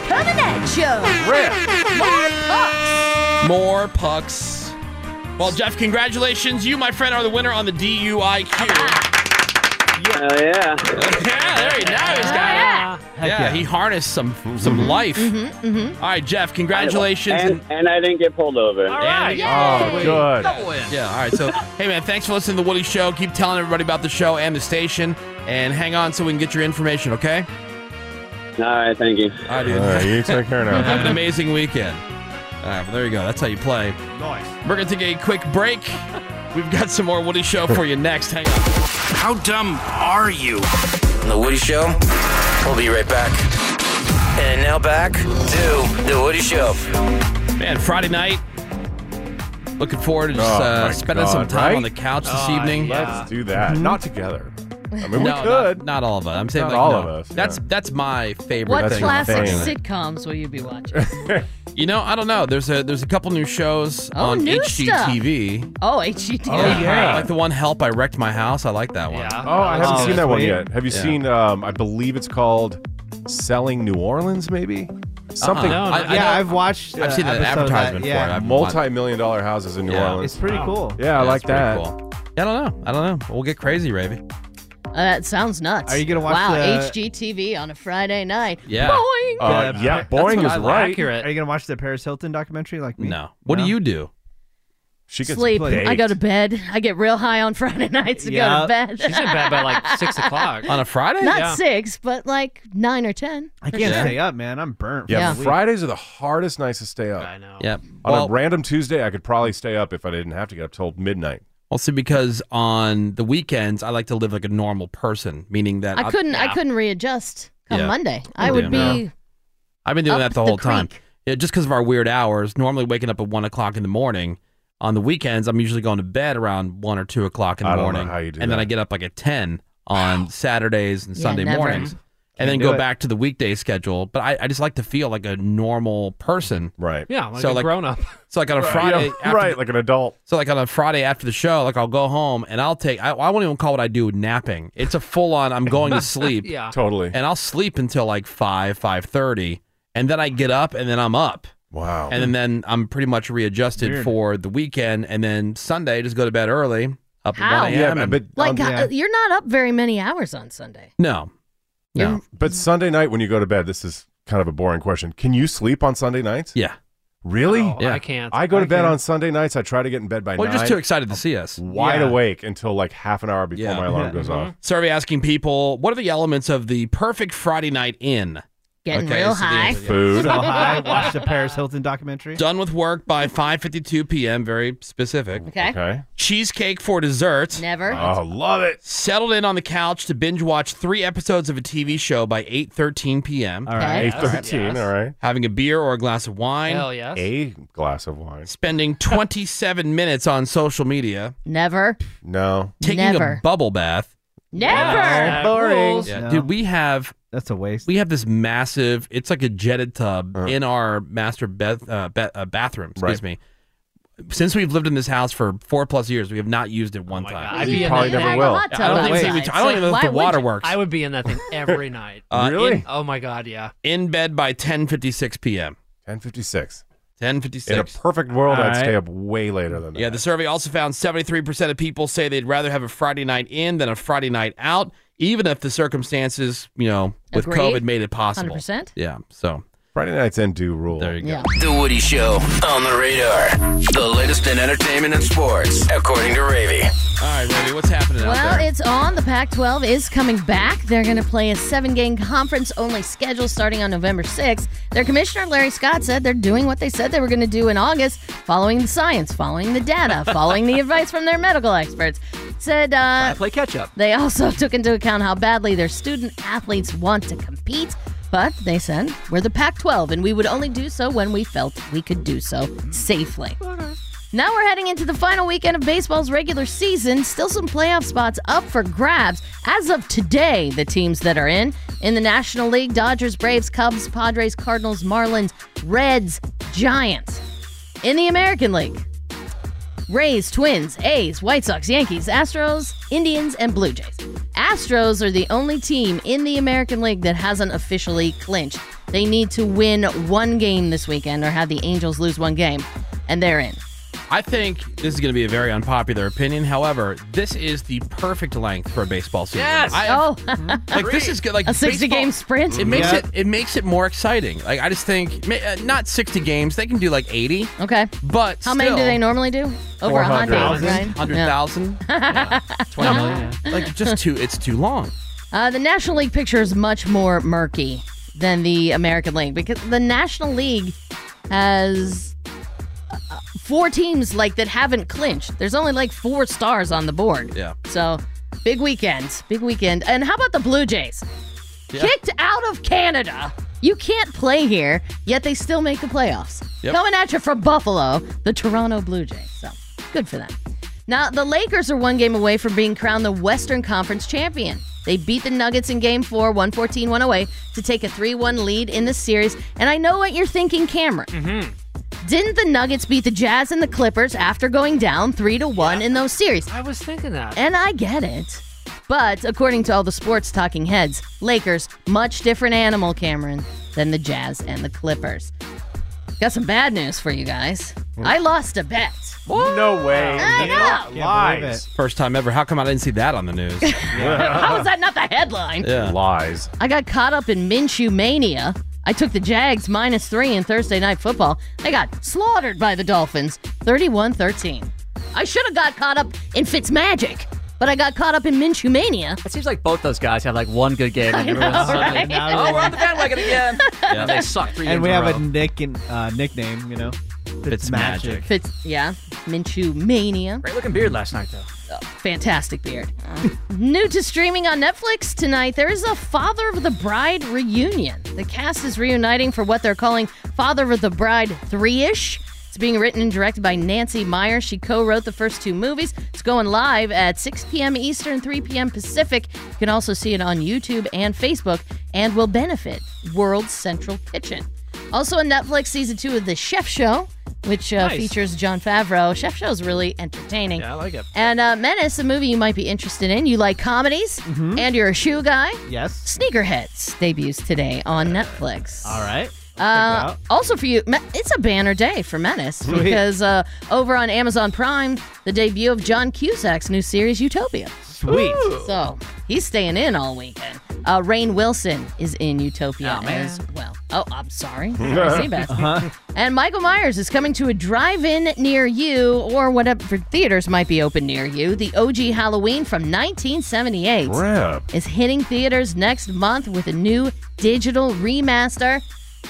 way, Jeff. Prize coming at you.
More pucks. Well, Jeff, congratulations. You, my friend, are the winner on the DUIQ.
Hell Oh, yeah.
yeah, there he now he's got
yeah.
it. Yeah,
yeah.
he harnessed some some life.
Mm-hmm.
All right, Jeff, congratulations.
And, and I didn't get pulled over.
All right.
Yay.
Oh,
good.
Yeah, all right. So, hey, man, thanks for listening to The Woody Show. Keep telling everybody about the show and the station. And hang on so we can get your information, okay?
All right, thank you.
All right, dude.
All right, you take care now.
Have an amazing weekend. All right, well, there you go. That's how you play. Nice. We're going to take a quick break. We've got some more Woody Show for you next. Hang on.
How dumb are you? The Woody Show. We'll be right back. And now back to The Woody Show.
Man, Friday night. Looking forward to just
Oh,
uh,
my
spending some
God,
time on the
right?
couch this
Oh,
evening.
yeah. Mm-hmm. Let's do that. Not together. I mean, we
No,
could.
Not, not all of us. I'm saying
Not
like,
all
no.
of us,
That's that's my favorite.
What
thing.
classic sitcoms will you be watching?
You know, I don't know. There's a there's a couple new shows
Oh,
on
new stuff.
HGTV.
Oh, HGTV.
I like the one Help I Wrecked My House. I like that one. Yeah.
Oh, I haven't seen that one yet. Have you seen? Um, I believe it's called "Selling New Orleans," maybe something.
No, no, Uh-uh. I- I
yeah,
know-
I've watched.
uh,
I've seen an advertisement for it. I've-
Multi-million dollar houses in New
Yeah.
Orleans.
It's pretty Wow. cool.
Yeah, I
Yeah,
like
it's pretty
that.
cool. I don't know. I don't know. We'll get crazy, Ravi.
Uh, that sounds nuts.
Are you gonna watch
Wow,
the-
HGTV on a Friday night.
Yeah.
Boing.
Uh, yeah, Boeing is right.
Are you gonna watch the Paris Hilton documentary like me?
No. What do you do?
She gets
Sleep.
baked.
I go to bed. I get real high on Friday nights and go to bed.
on a Friday.
Not six, but like nine or ten.
I
for
can't
sure.
stay up, man. I'm burnt.
Yeah,
Yeah.
Fridays are the hardest nights to stay up. I know.
Yeah.
On
Well-
a random Tuesday, I could probably stay up if I didn't have to get up till midnight.
Also, because on the weekends, I like to live like a normal person, meaning that
I couldn't. I couldn't readjust come
Yeah.
Monday. I
Yeah.
would be.
No. I've been doing
Up
that the
the
whole time. Yeah, just because of our weird hours. Normally waking up at one o'clock in the morning. On the weekends, I'm usually going to bed around one or two o'clock in the
I don't know
morning,
how you do
and then
that.
I get up like at ten on Saturdays and
Yeah,
Sunday
never.
mornings,
Can't
and then
do
go
it.
back to the weekday schedule. But I, I just like to feel like a normal person,
right?
Yeah, like a grown-up.
So like on a
Right,
Friday,
yeah, right,
like an adult.
So like on a Friday after the show, like I'll go home and I'll take. I, I won't even call what I do napping. It's a full on. I'm going to sleep.
Yeah.
Totally.
And I'll sleep until like five, five thirty, and then I get up and then I'm up.
Wow.
And then, then I'm pretty much readjusted
Weird.
for the weekend, and then Sunday just go to bed early, up
How?
at one
Yeah,
a.m. and-
but-
Like uh, you're not up very many hours on Sunday.
no, no.
But Sunday night when you go to bed, this is kind of a boring question. Can you sleep on Sunday nights?
Yeah.
Really?
Yeah. I can't.
I go to
I
bed
can't.
on Sunday nights. I try to get in bed by
Well,
nine.
you're just too excited to see us.
Wide
Yeah.
awake until like half an hour before my alarm goes off.
Survey asking people what are the elements of the perfect Friday night in?
Getting real
the
high.
answer-
Food.
So high. Watched the Paris Hilton documentary.
Done with work by 5:52 p.m. Very specific.
Okay. Okay.
Cheesecake for dessert.
Never.
Oh, love it.
Settled in on the couch to binge watch three episodes of a TV show by 8:13 p.m. All
right. Okay. 8:13, all right.
Having a beer or a glass of wine.
Hell yes.
A glass of wine.
Spending 27 minutes on social media.
Never.
No.
Taking
Never.
a bubble bath.
Never.
Yeah.
No.
Dude, we have
that's a waste.
We have this massive. It's like a jetted tub
Uh-huh.
in our master bed, uh, be, uh, bathroom. Excuse me. Since we've lived in this house for four plus years, we have not used it one time.
Oh God. I'd You be in probably that never thing. will.
I
Hot tub
don't, think
outside,
we would- I don't
so
even know
why
if the
would
water
you?
works.
I would be in that thing every night.
Uh, Really?
in- oh my god, yeah.
in bed by 10:56 p.m.
10:56.
10:56.
In a perfect world, I'd stay up way later than that.
Yeah, the survey also found 73% of people say they'd rather have a Friday night in than a Friday night out, even if the circumstances, you know, with
Agreed.
COVID made it possible.
100%.
Yeah, so.
Friday nights end do rule. There
you
go.
The Woody Show on the radar. The latest in entertainment and sports, according to Ravy.
All right, Ravy, what's happening
Well, it's on. The Pac 12 is coming back. They're going to play a seven game conference only schedule starting on November 6th. Their commissioner, Larry Scott, said they're doing what they said they were going to do in August following the science, following the data, following the advice from their medical experts. Said, uh,
play catch up.
they also took into account how badly their student athletes want to compete, but they said, we're the Pac 12 and we would only do so when we felt we could do so safely. Now we're heading into the final weekend of baseball's regular season. Still some playoff spots up for grabs. As of today, the teams that are in in the National League Dodgers, Braves, Cubs, Padres, Cardinals, Marlins, Reds, Giants. In the American League, Rays, Twins, A's, White Sox, Yankees, Astros, Indians, and Blue Jays. Astros are the only team in the American League that hasn't officially clinched. They need to win one game this weekend or have the Angels lose one game, and they're in.
I think this is going to be a very unpopular opinion. However, this is the perfect length for a baseball season. I-
oh.
like this is good. Like
a sixty-game sprint.
It makes it it makes it more exciting. Like I just think ma- uh, not 60 games, they can do like 80.
Okay.
But
How many do
still-
they normally do? Over a hundred, right? Uh-huh.
100,000. No, like just too it's too long.
Uh, the National League picture is much more murky than the American League because the National League has uh, four teams like that haven't clinched. There's only like four stars on the board.
Yeah.
So big weekend, big weekend. And how about the Blue Jays?
Yeah.
Kicked out of Canada. You can't play here, yet they still make the playoffs.
Yep.
Coming at you from Buffalo, the Toronto Blue Jays. So good for them. Now, the Lakers are one game away from being crowned the Western Conference champion. They beat the Nuggets in game four, 114 108, to take a 3 1 lead in the series. And I know what you're thinking, Cameron. Didn't the Nuggets beat the Jazz and the Clippers after going down 3 to 1 in those series?
I was thinking that.
And I get it. But according to all the sports talking heads, Lakers, much different animal, Cameron, than the Jazz and the Clippers. Got some bad news for you guys. I lost a bet.
No way.
I know.
Lies.
First time ever. How come I didn't see that on the news?
How is that not the headline?
Yeah.
Lies.
I got caught up in Minshew mania I took the Jags minus three in Thursday night football. They got slaughtered by the Dolphins, 31 13. I should have got caught up in Fitz Magic, but I got caught up in Minshew Mania.
It seems like both those guys have like one good game.
I
And everyone's
know,
like,
right?
oh, we're on the bandwagon again. And they suck three games
And we
in
have
a
a nick and uh, nickname, you know. It's magic.
Fitz, yeah, Minshew Mania.
Great looking beard last night, though.
Fantastic beard. Uh, new to streaming on Netflix tonight, there is a Father of the Bride reunion. The cast is reuniting for what they're calling Father of the Bride 3 ish. It's being written and directed by Nancy Meyer. She co wrote the first two movies. It's going live at 6 p.m. Eastern, 3 p.m. Pacific. You can also see it on YouTube and Facebook and will benefit World Central Kitchen. Also on Netflix, season two of The Chef Show, which uh,
Nice.
features John Favreau. Chef Show is really entertaining.
Yeah, I like it.
And uh, Menace, a movie you might be interested in. You like comedies,
Mm-hmm.
and you're a shoe guy.
Yes.
Sneakerheads debuts today on Netflix.
All right.
Uh, also for you, Me- it's a banner day for Menace
Sweet.
because uh, over on Amazon Prime, the debut of John Cusack's new series Utopia.
Sweet.
So he's staying in all weekend. Uh, Rain Wilson is in Utopia
Oh, man.
as well. Oh, I'm sorry. Seabass.
Uh-huh.
Uh-huh.
And Michael Myers is coming to a drive-in near you, or whatever theaters might be open near you. The OG Halloween from 1978
Crap.
is hitting theaters next month with a new digital remaster.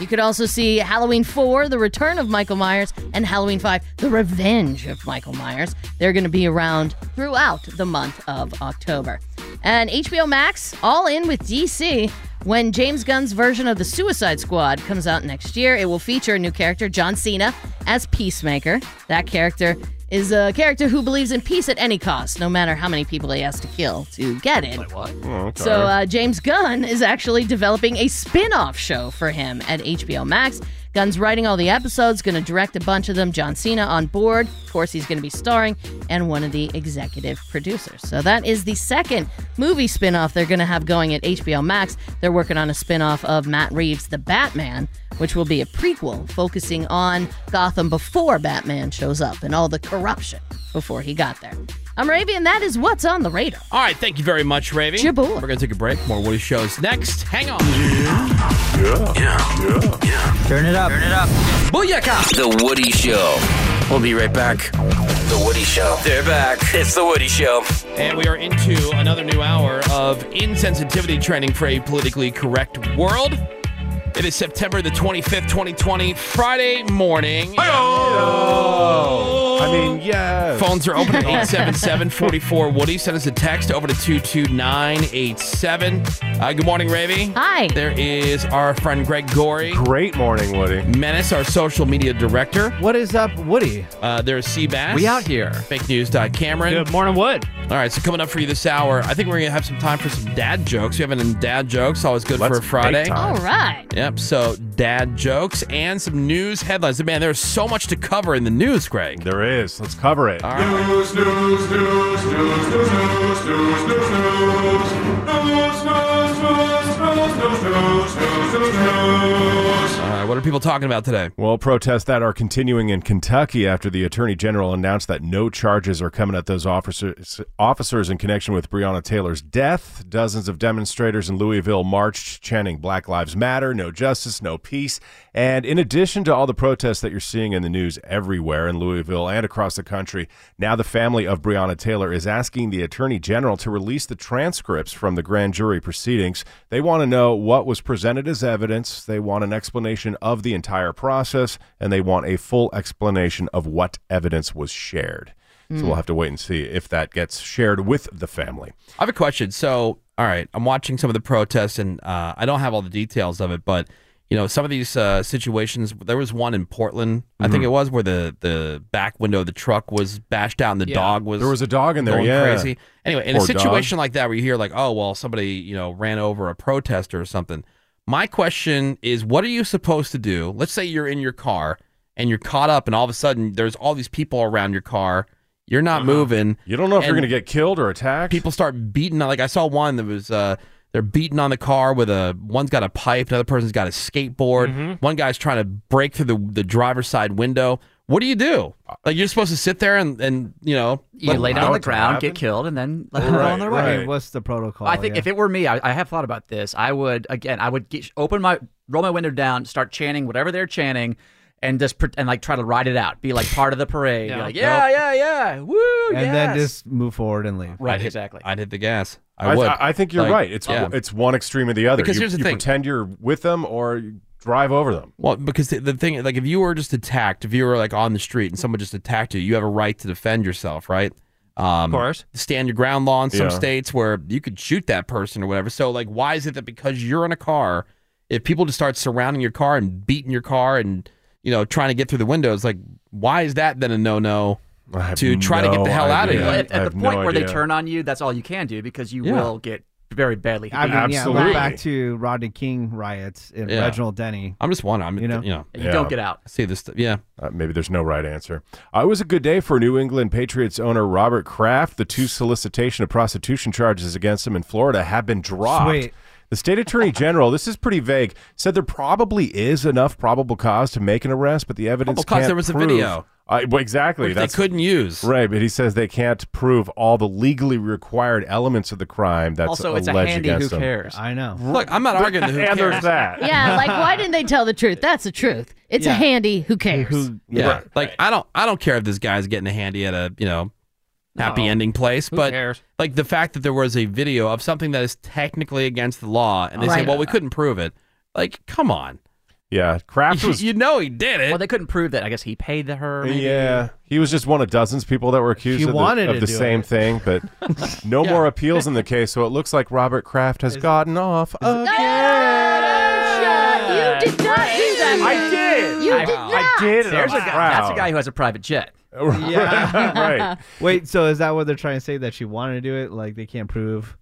You could also see Halloween 4, The Return of Michael Myers, and Halloween 5, The Revenge of Michael Myers. They're going to be around throughout the month of October. And HBO Max, all in with DC. When James Gunn's version of The Suicide Squad comes out next year, it will feature a new character, John Cena, as Peacemaker. That character is a character who believes in peace at any cost, no matter how many people he has to kill to get it.
Oh,
So uh, James Gunn is actually developing a spin-off show for him at HBO Max. Gunn's writing all the episodes, going to direct a bunch of them. John Cena on board. Of course, he's going to be starring and one of the executive producers. So that is the second movie spin-off they're going to have going at HBO Max. They're working on a spin-off of Matt Reeves' The Batman, which will be a prequel focusing on Gotham before Batman shows up and all the corruption before he got there. I'm Ravi, and that is what's on the radar.
All right, thank you very much, Ravy. We're going to take a break. More Woody shows next. Hang on. Yeah. Yeah. Yeah.
Turn it up. Turn it up. Booyaka! The Woody Show. We'll be right back. The Woody Show. They're back. It's The Woody Show.
And we are into another new hour of insensitivity training for a politically correct world. It is September the 25th, 2020, Friday morning.
I mean, yeah.
Phones are open at 877 44 Woody. Send us a text over to 22987. Uh, good morning, Ravy.
Hi.
There is our friend Greg Gorey.
Great morning, Woody.
Menace, our social media director.
What is up, Woody?
Uh, there's Seabass.
We out
here. Fake news. Cameron.
Good
morning, Wood. All right, so coming up for you this hour, I think we're going to have some time for some dad jokes. We have an dad jokes, always good for a Friday.
All right.
Yep. So dad jokes and some news headlines. Man, there's so much to cover in the news, Greg.
There is. Let's cover it.
News, news, news, news, news, news, news, news, news. News, news, news, news, news, news, news, news, news.
All right, what are people talking about today?
Well, protests that are continuing in Kentucky after the attorney general announced that no charges are coming at those officers officers in connection with Breonna Taylor's death. Dozens of demonstrators in Louisville marched chanting Black Lives Matter, no justice, no peace. And in addition to all the protests that you're seeing in the news everywhere in Louisville and across the country, now the family of Breonna Taylor is asking the attorney general to release the transcripts from the grand jury proceedings. They want to know what was presented as evidence. They want an explanation of the entire process, and they want a full explanation of what evidence was shared. So
Mm.
we'll have to wait and see if that gets shared with the family.
I have a question. So, all right, I'm watching some of the protests, and uh, I don't have all the details of it, but you know, some of these uh, situations. There was one in Portland, I think
Mhm.
it was, where the the back window of the truck was bashed out, and the
Yeah.
dog was
There was a dog in there,
going
yeah.
crazy. Anyway, in a
Poor dog.
situation like that, where you hear like, oh well, somebody you know ran over a protester or something. My question is, what are you supposed to do? Let's say you're in your car and you're caught up, and all of a sudden there's all these people around your car. You're not moving.
Uh-huh. You don't know if you're
and-
going to get killed or attacked.
People start beating on. Like I saw one that was uh, they're beating on the car with a one's got a
Mm-hmm.
pipe, another person's got a skateboard. One guy's trying to break through the the driver's side window. What do you do? Like you're supposed to sit there and, and you know
You
let-
lay down on the
What's
ground,
happened?
get killed, and then let them roll on their way.
What's the protocol?
I think if it were me, I, I have thought about this. I would again, I would get, open my roll my window down, start chanting whatever they're chanting, and just pre- and like try to ride it out, be like part of the parade. Be like, yeah, yeah, yeah, woo,
and
yes."
then just move forward and leave.
Right, exactly.
I'd hit the gas.
I, th- I think you're right. It's
yeah.
it's one extreme or the other.
Because
you,
here's the
you
thing.
pretend you're with them or you drive over them.
Well, because the, the thing, like, if you were just attacked, if you were like on the street and someone just attacked you, you have a right to defend yourself, right? Um, of course. Stand your ground law in some
Yeah.
states where you could shoot that person or whatever. So, like, why is it that because you're in a car, if people just start surrounding your car and beating your car and you know trying to get through the windows, like, why is that then a no no to try to get the
no
hell out of
idea.
here?
I
At, at
have
the point
no
where they
idea.
turn on you, that's all you can do because you
Yeah.
will get very badly.
I mean,
hit.
yeah, look back to Rodney King riots and
Yeah.
Reginald Denny.
I'm just wondering. I'm, you know,
You don't get out.
See this? Yeah.
Uh, maybe there's no right answer. Uh, it was a good day for New England Patriots owner Robert Kraft. The two solicitation of prostitution charges against him in Florida have been dropped.
Sweet.
The state attorney general, this is pretty vague, said there probably is enough probable cause to make an arrest, but the evidence
Probable Oh, cause,
can't
there was a
prove-
video.
I- well, exactly.
Which they couldn't use.
Right, but he says they can't prove all the legally required elements of the crime that's
Also,
alleged
it's a handy who
against him.
cares.
I know.
Look, I'm not arguing the who
And there's
cares.
that.
Yeah, like why didn't they tell the truth? That's the truth. It's a
Yeah.
handy. Who cares?
Yeah. Like I don't I don't care if this guy's getting a handy at a, you know, happy
No.
ending place,
Who
but
cares?
like the fact that there was a video of something that is technically against the law and they say,
Right.
"Well, we couldn't prove it." Like, come on.
Yeah, Kraft was
you know he did it.
Well, they couldn't prove that. I guess he paid the her. maybe.
Yeah, he was just one of dozens of people that were accused
He
of
wanted
the, of
to
the
do
same
it.
thing, but no more appeals in the case. So it looks like Robert Kraft has gotten off.
Yeah, you did not do that.
I did.
You
I,
did
I
not.
did, and
There's
I'm
a guy,
proud.
That's a guy who has a private jet.
right.
Wait, so is that what they're trying to say that she wanted to do it? Like they can't prove.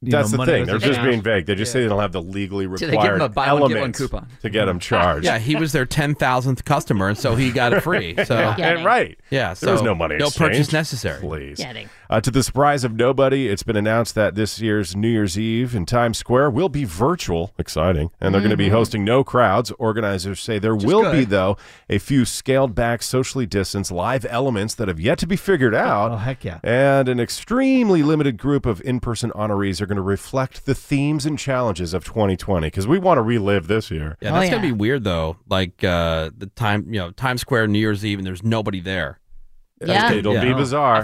you
That's
know,
the
money
thing.
was
They're just
involved?
being vague. They just say they don't have the legally
So
required
they give him a buy one, get one
elements
coupon.
to get him charged.
Yeah, he was their 10,000th customer and so he got it free. So
And right.
Yeah, so
there was no money.
No purchase
exchanged.
necessary.
Please.
Getting.
Uh, to the surprise of nobody, it's been announced that this year's New Year's Eve in Times Square will be virtual. Exciting. And they're going to be
Mhm.
hosting no crowds. Organizers say there
Which is
will
good.
be, though, a few scaled back, socially distanced live elements that have yet to be figured out.
Oh, heck yeah.
And an extremely limited group of in person honorees are going to reflect the themes and challenges of 2020 because we want to relive this year.
Oh, Yeah,
Oh,
that's going to be weird though. Like uh the time, you know, Times Square New Year's Eve and there's nobody there.
I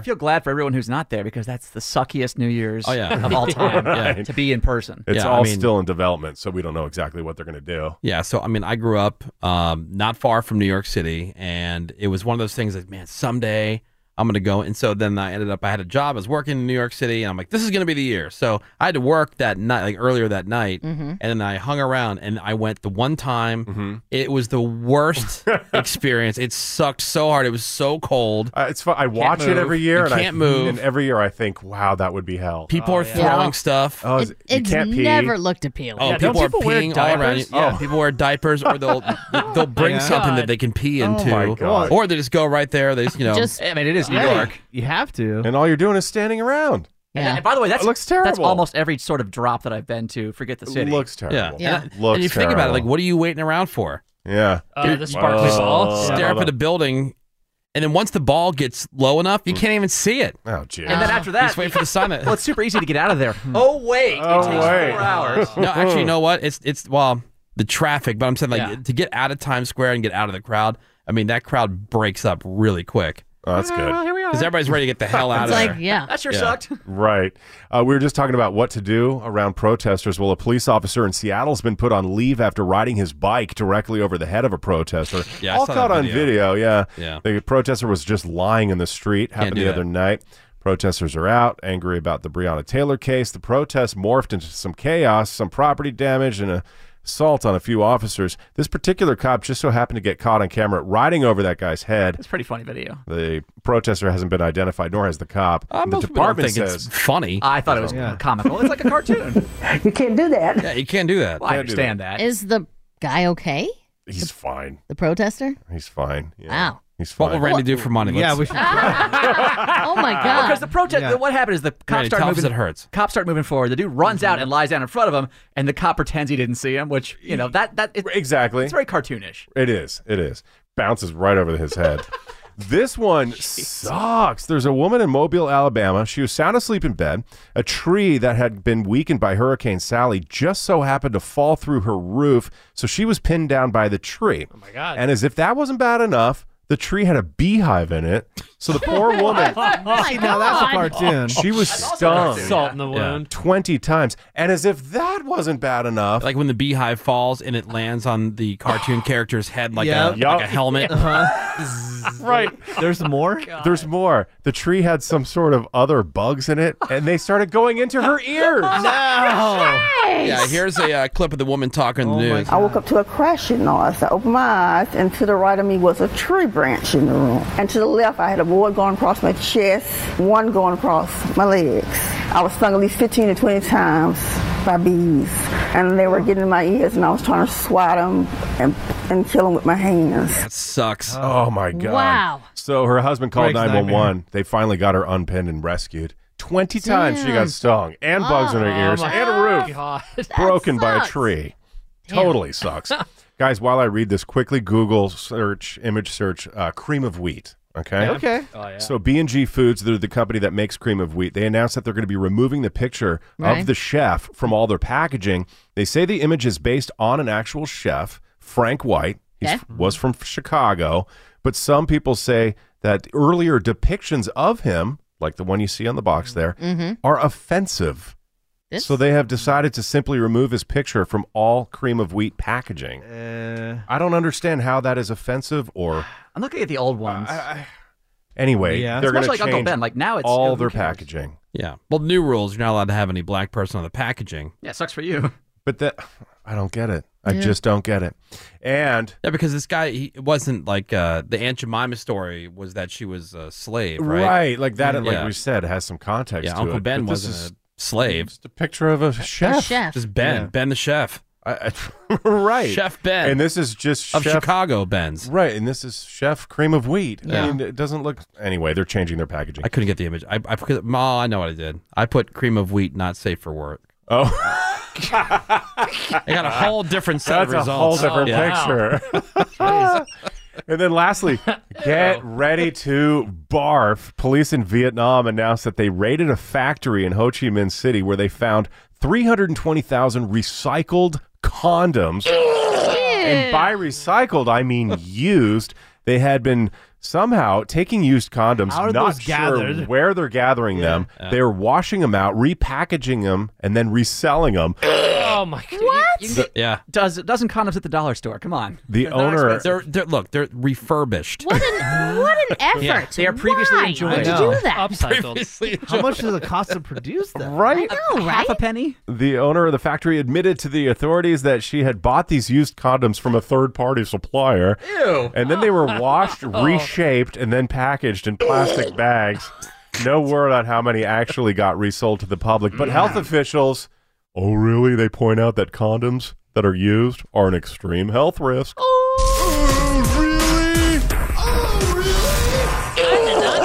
feel glad for everyone who's not there because that's the suckiest New Year's
Oh, yeah.
of all time
Right.
to be in person.
It's
Yeah, I
all
mean-
still in development, so we don't know exactly what they're going to do.
Yeah, so I mean, I grew up um, not far from New York City, and it was one of those things that, man, someday I'm going to go. And so then I ended up, I had a job, I was working in New York City, and I'm like, this is going to be the year. So I had to work that night, like earlier that night,
Mm-hmm.
Mm-hmm.
Mhm.
and then I hung around and I went the one time.
Mm-hmm.
It was the worst experience. It sucked so hard. It was so cold.
Uh, it's fun. I watch it every year.
You
and
can't
I,
move.
And every year I think, wow, that would be hell.
Oh,
People are throwing stuff.
Oh, is- you
It's
can't pee.
never looked appealing.
Oh, people, are peeing all around you. Yeah,
Oh.
people wear diapers, or they'll they'll bring
Yeah.
something that they can pee
Oh
into,
my God.
or they just go right there. They just you know.
Just- I mean, it is New
Yeah.
York. You have to.
And all you're doing is standing around.
And- And, by the way, that's
It looks
That's
terrible.
almost every sort of drop that I've been to. Forget the city.
looks terrible.
Yeah, And,
Looks
and you think about it,
terrible.
like, what are you waiting around for?
Yeah.
Uh,
You're-
Wow.
Stare up at a building, and then once the ball gets low enough, you can't even see it.
Hmm. Oh, gee.
And then after that,
just wait for the sun.
well, it's super easy to get out of there. Oh wait, it takes four hours.
no, actually, you know what? It's it's well the traffic, but I'm saying like
Yeah.
to get out of Times Square and get out of the crowd. I mean, that crowd breaks up really quick.
Oh, that's good.
here we are.
Because everybody's ready to get the hell out
It's
of
like,
there.
yeah,
that sure
Yeah.
sucked.
Right. Uh, we were just talking about what to do around protesters. Well, a police officer in Seattle's been put on leave after riding his bike directly over the head of a protester.
Yeah, I
All
saw
caught
that
on
video.
video. Yeah.
Yeah.
The protester was just lying in the street. Happened
do
the
that.
other night. Protesters are out, angry about the Breonna Taylor case. The protest morphed into some chaos, some property damage, and a assault on a few officers. This particular cop just so happened to get caught on camera riding over that guy's head.
It's a pretty funny video.
The protester hasn't been identified, nor has the cop. the
Uh, most people don't
department
think it's
says
funny.
I thought it was comical. It's like a cartoon.
You can't do that. Yeah, you can't do that.
Well, I Can't do understand that.
Is the guy okay?
He's fine.
The protester?
He's fine. Yeah.
Wow.
He's fine.
What will Randy do for money?
Yeah,
Let's-
we should-
Oh my
Well,
god.
Because the protest,
Yeah.
what happened is the cops
Randy,
start
tell us
moving.
it hurts.
Cops start moving forward. The dude runs
Mm-hmm.
out and lies down in front of him, and the cop pretends he didn't see him. Which you know that that it,
exactly.
It's very cartoonish.
It is. It is. bounces right over his head. This one sucks. There's a woman in Mobile, Alabama. She was sound asleep in bed. A tree that had been weakened by Hurricane Sally just so happened to fall through her roof, so she was pinned down by the tree. Oh my
God.
And as if that wasn't bad enough, the tree had a beehive in it. So the poor woman
Oh
See, now that's a cartoon.
she was stung.
Salt in the wound.
20 times. And as if that wasn't bad enough.
Like when the beehive falls and it lands on the cartoon character's head like,
Yep.
a,
Yup.
like a helmet.
Uh-huh.
right. There's more? There's more. The tree had some sort of other bugs in it, and they started going into her ears.
No.
Yeah, here's a uh, clip of the woman talking to the
Oh
news.
I woke up to a crashing noise. I opened my eyes, and to the right of me was a tree branch in the room. And to the left, I had a board going across my chest, one going across my legs. I was stung at least 15 to 20 times by bees, and they were getting in my ears, and I was trying to swat them and, and kill them with my hands.
That sucks.
Oh, my God.
Wow.
So her husband called
Greg's
911. They finally got her unpinned and rescued. 20 times she got stung, and bugs in her
Oh,
Oh,
ears, and a roof broken by a tree. Totally sucks. Guys, while I read this, quickly Google search, image search, uh, cream of wheat. Okay.
Okay. Oh, yeah.
So B and G Foods, they're the company that makes cream of wheat. They announced that they're going to be removing the picture
Right.
of the chef from all their packaging. They say the image is based on an actual chef, Frank White. He
Okay.
was from Chicago, but some people say that earlier depictions of him, like the one you see on the box there,
Mhm.
are offensive. So they have decided to simply remove his picture from all cream of wheat packaging.
Uh,
I don't understand how that is offensive or
I'm looking at the old ones.
anyway.
Yeah.
they're
It's much
gonna
like Uncle
change
Ben, like, now it's-
all
who
their
cares?
packaging.
Yeah. Well, new rules. You're not allowed to have any black person on the packaging.
Yeah, sucks for you.
But that I don't get it. I
Yeah.
just don't get it. And
yeah, because this guy, he it wasn't like uh, the Aunt Jemima story was that she was a slave, right?
like that. Like
Yeah.
we said, has some context.
Yeah,
to
Uncle
it,
Ben
but this
wasn't
is
a slave.
Just a picture of a chef.
chef. Just Ben. Ben the chef.
I, right.
Chef Ben.
And this is just
Of
chef,
Chicago Ben's.
Right, and this is Chef Cream of Wheat.
Yeah.
I mean, it doesn't look. Anyway, they're changing their packaging.
I couldn't get the image. I, I, because- Ma, Oh, I know what I did. I put cream of wheat not safe for work.
Oh.
I got a whole different set of
That's a whole
results.
Oh,
different
Yeah.
picture. Ah. and then lastly,
Oh.
get ready to barf. Police in Vietnam announced that they raided a factory in Ho Chi Minh City where they found 320,000 recycled condoms. and by recycled, I mean used. They had been somehow taking used condoms,
How are
not
those
sure
gathered?
where they're gathering them.
Yeah.
They're washing them out, repackaging them, and then reselling them.
Oh my god! What? You, you,
The-
yeah.
Does dozen condoms at the dollar store? Come on.
The
They're not
owner,
expensive.
They're, they're, look, they're refurbished.
What an effort.
Yeah.
They are previously
Why
enjoyed.
Would you do that?
How much does it cost to produce that?
Right?
No, right?
Half a penny.
The owner of the factory admitted to the authorities that she had bought these used condoms from a third party supplier.
Ew.
And then they were washed, reshaped, and then packaged in plastic bags. No word on how many actually got resold to the public, but health officials, oh, really? They point out that condoms that are used are an extreme health risk.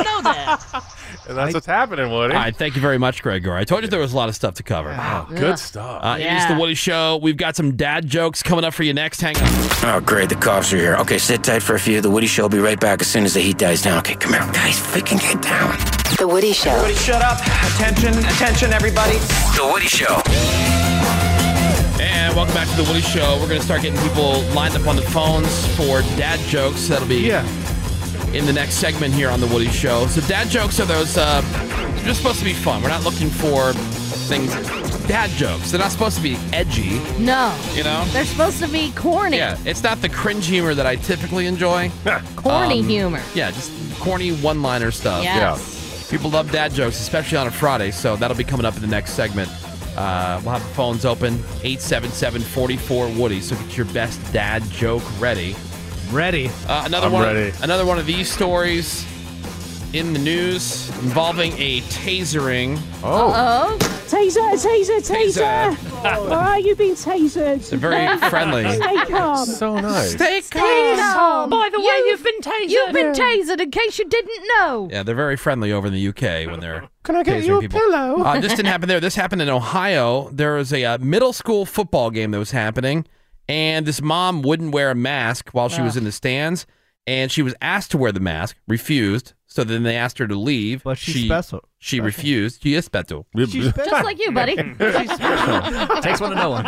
And that's what's happening, Woody.
All right, thank you very much, Gregor. I told you there was a lot of stuff to cover. Wow,
good Ugh. stuff.
Uh, It is the
Yeah.
Woody Show. We've got some dad jokes coming up for you next. Hang on.
Oh, great. The cops are here. Okay, sit tight for a few. The Woody Show will be right back as soon as the heat dies down. Okay, come here. Guys, freaking get down.
The Woody Show.
Woody, shut up. Attention, attention, everybody. The Woody Show.
And welcome back to the Woody Show. We're going to start getting people lined up on the phones for dad jokes. That'll be in the next segment here on the Woody Show. So dad jokes are those uh, they're just supposed to be fun. We're not looking for things. Dad jokes. They're not supposed to be edgy.
No.
You know?
They're supposed to be corny.
Yeah, it's not the cringe humor that I typically enjoy. Um,
Corny
um,
humor.
Yeah, just corny one-liner stuff.
Yes.
Yeah. People love dad jokes, especially on a Friday, so that'll be coming up in the next segment. Uh, we'll have the phones open, 877-44-WOODY, so get your best dad joke ready.
Ready.
Uh, another
I'm
one.
ready.
Another one of these stories in the news involving a tasering.
Oh.
Taser, taser, taser. oh, you've been tasered.
They're very friendly.
Stay calm.
So nice.
Stay
calm.
By the way, you've been
tasered.
tasered.
You've been tasered in case you didn't know.
Yeah, they're very friendly over in the UK when they're.
Can I get you
tasering
a
people.
pillow?
Uh, this didn't happen there. This happened in Ohio. There was a uh, middle school football game that was happening, and this mom wouldn't wear a mask while she was
Ugh.
in the stands. and she was asked to wear the mask, refused. So then they asked her to leave. But she's she,
special.
She refused. She is special.
Just like you, buddy.
special. Takes one to know
one.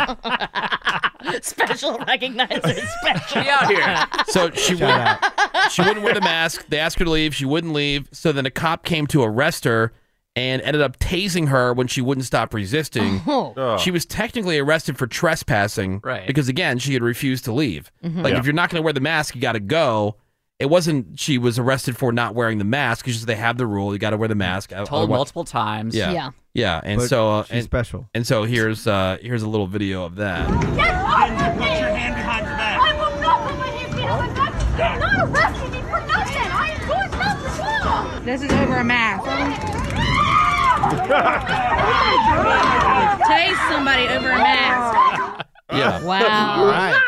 special recognizes special.
Get out here.
So she wouldn't, she wouldn't wear the mask. They asked her to leave. She wouldn't leave. So then a cop came to arrest her and ended up tasing her when she wouldn't stop resisting.
Oh. Oh.
She was technically arrested for trespassing
Right.
because, again, she had refused to leave.
Mm-hmm.
Mhm.
Like,
Yeah.
if you're not going to wear the mask, you got to go. It wasn't she was arrested for not wearing the mask. It's just they have the rule. You got to wear the mask.
Told
Otherwise-
multiple times.
Yeah. Yeah. And
But
so uh,
she's
and,
special.
And so here's uh here's a little video of that.
Get off of me! I will not put my hands behind my back. You're not arresting me for nothing. I am doing nothing wrong. This is over a mask.
Tase somebody over a mask.
Yeah.
Wow.
All right.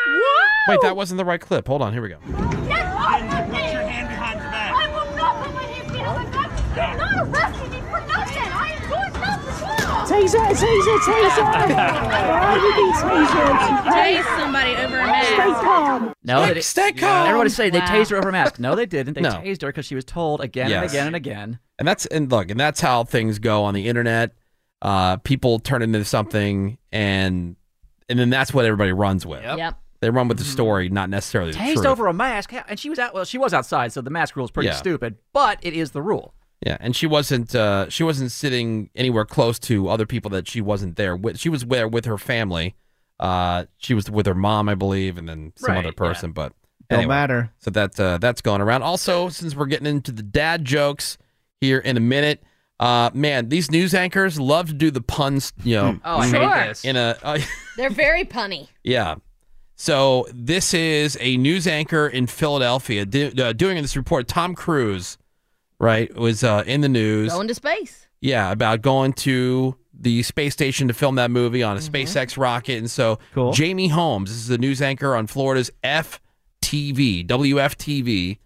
Wait, that wasn't the right clip. Hold on. Here we go.
Get off of me! I will not put my hands behind my back. You're not arresting me for nothing. I am doing nothing wrong.
Taser, taser, taser. Why are you being tasered? Tase somebody over a mask. Stay calm.
No, they,
stay
Yeah, everybody say they
Wow.
tased her over a mask. No, they didn't. They
No.
tased her because she was told again and
Yes.
again and again.
And that's and look, and that's how things go on the internet. Uh, people turn into something, and and then that's what everybody runs with.
Yep.
They run with the story, not necessarily the
Tased
truth.
over a mask, yeah, and she was out. Well, she was outside, so the mask rule is pretty
Yeah.
stupid, but it is the rule.
Yeah, and she wasn't uh, she wasn't sitting anywhere close to other people that she wasn't there with. She was there with her family. Uh, she was with her mom, I believe, and then some
Right,
other person. But
Don't
anyway.
matter.
So that uh, that's going around. Also, since we're getting into the dad jokes here in a minute, uh, man, these news anchors love to do the puns. You know,
Oh, I hate Sure. this.
In a uh,
They're very punny.
yeah. So this is a news anchor in Philadelphia do, uh, doing this report. Tom Cruise, right, was uh, in the news.
Going to space.
Yeah, about going to the space station to film that movie on a SpaceX rocket. And so Jamie Holmes, this is the news anchor on Florida's FTV, WFTV.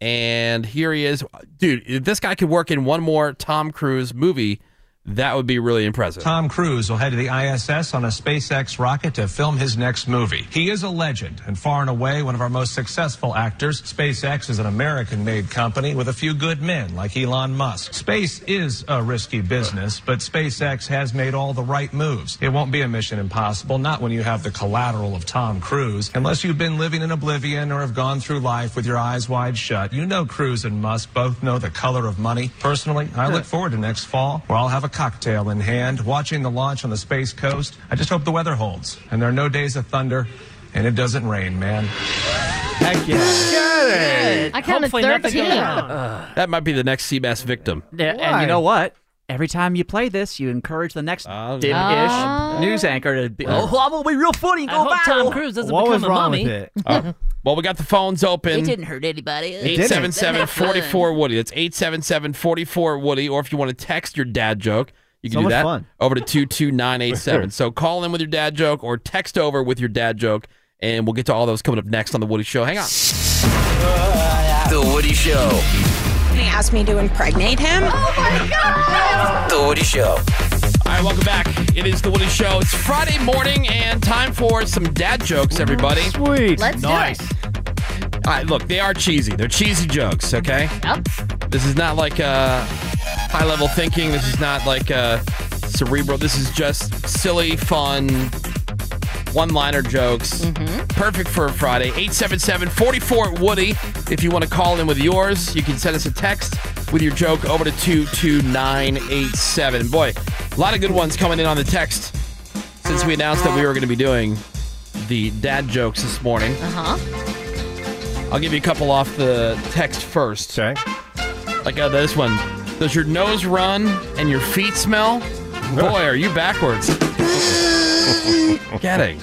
And here he is. Dude, if this guy could work in one more Tom Cruise movie, that would be really impressive.
Tom Cruise will head to the ISS on a SpaceX rocket to film his next movie. He is a legend and far and away one of our most successful actors. SpaceX is an American made company with a few good men like Elon Musk. Space is a risky business, but SpaceX has made all the right moves. It won't be a mission impossible, not when you have the collateral of Tom Cruise. Unless you've been living in oblivion or have gone through life with your eyes wide shut, you know Cruise and Musk both know the color of money. Personally, I look forward to next fall where I'll have a cocktail in hand watching the launch on the Space Coast. I just hope the weather holds and there are no days of thunder and it doesn't rain, man. Heck yeah.
I counted
Hopefully nothing goes
13.
wrong.
That might be the next CBS victim.
Yeah, And you know what? Every time you play this, you encourage the next dim-ish
Oh.
news anchor to be.
Yeah.
Oh, I'm gonna be real funny. and
I
Go
hope
viral.
Tom Cruise doesn't What become was a wrong mummy. with it? Uh, Well, we got the phones open.
hurt anybody.
877 44 Woody. That's 877 44 Woody. Or if you want to text your dad joke, you can
So
do
much
that
fun.
over to 22987. so call in with your dad joke or text over with your dad joke, and we'll get to all those coming up next on The Woody Show. Hang on.
The Woody Show.
He asked me to impregnate him. Oh my god!
The Woody Show.
All right, welcome back. It is The Woody Show. It's Friday morning and time for some dad jokes, everybody.
Sweet.
Let's do it.
nice. All right, look, they are cheesy. They're cheesy jokes, okay?
Yep.
This is not like uh, high level thinking. This is not like uh, cerebral. This is just silly, fun, one liner jokes. Perfect for a Friday. 877 44 Woody. If you want to call in with yours, you can send us a text with your joke over to 22987. Boy, a lot of good ones coming in on the text since we announced that we were going to be doing the dad jokes this morning.
Uh huh.
I'll give you a couple off the text first. Okay. Like uh, this one. Does your nose run and your feet smell? Boy, are you backwards. Getting.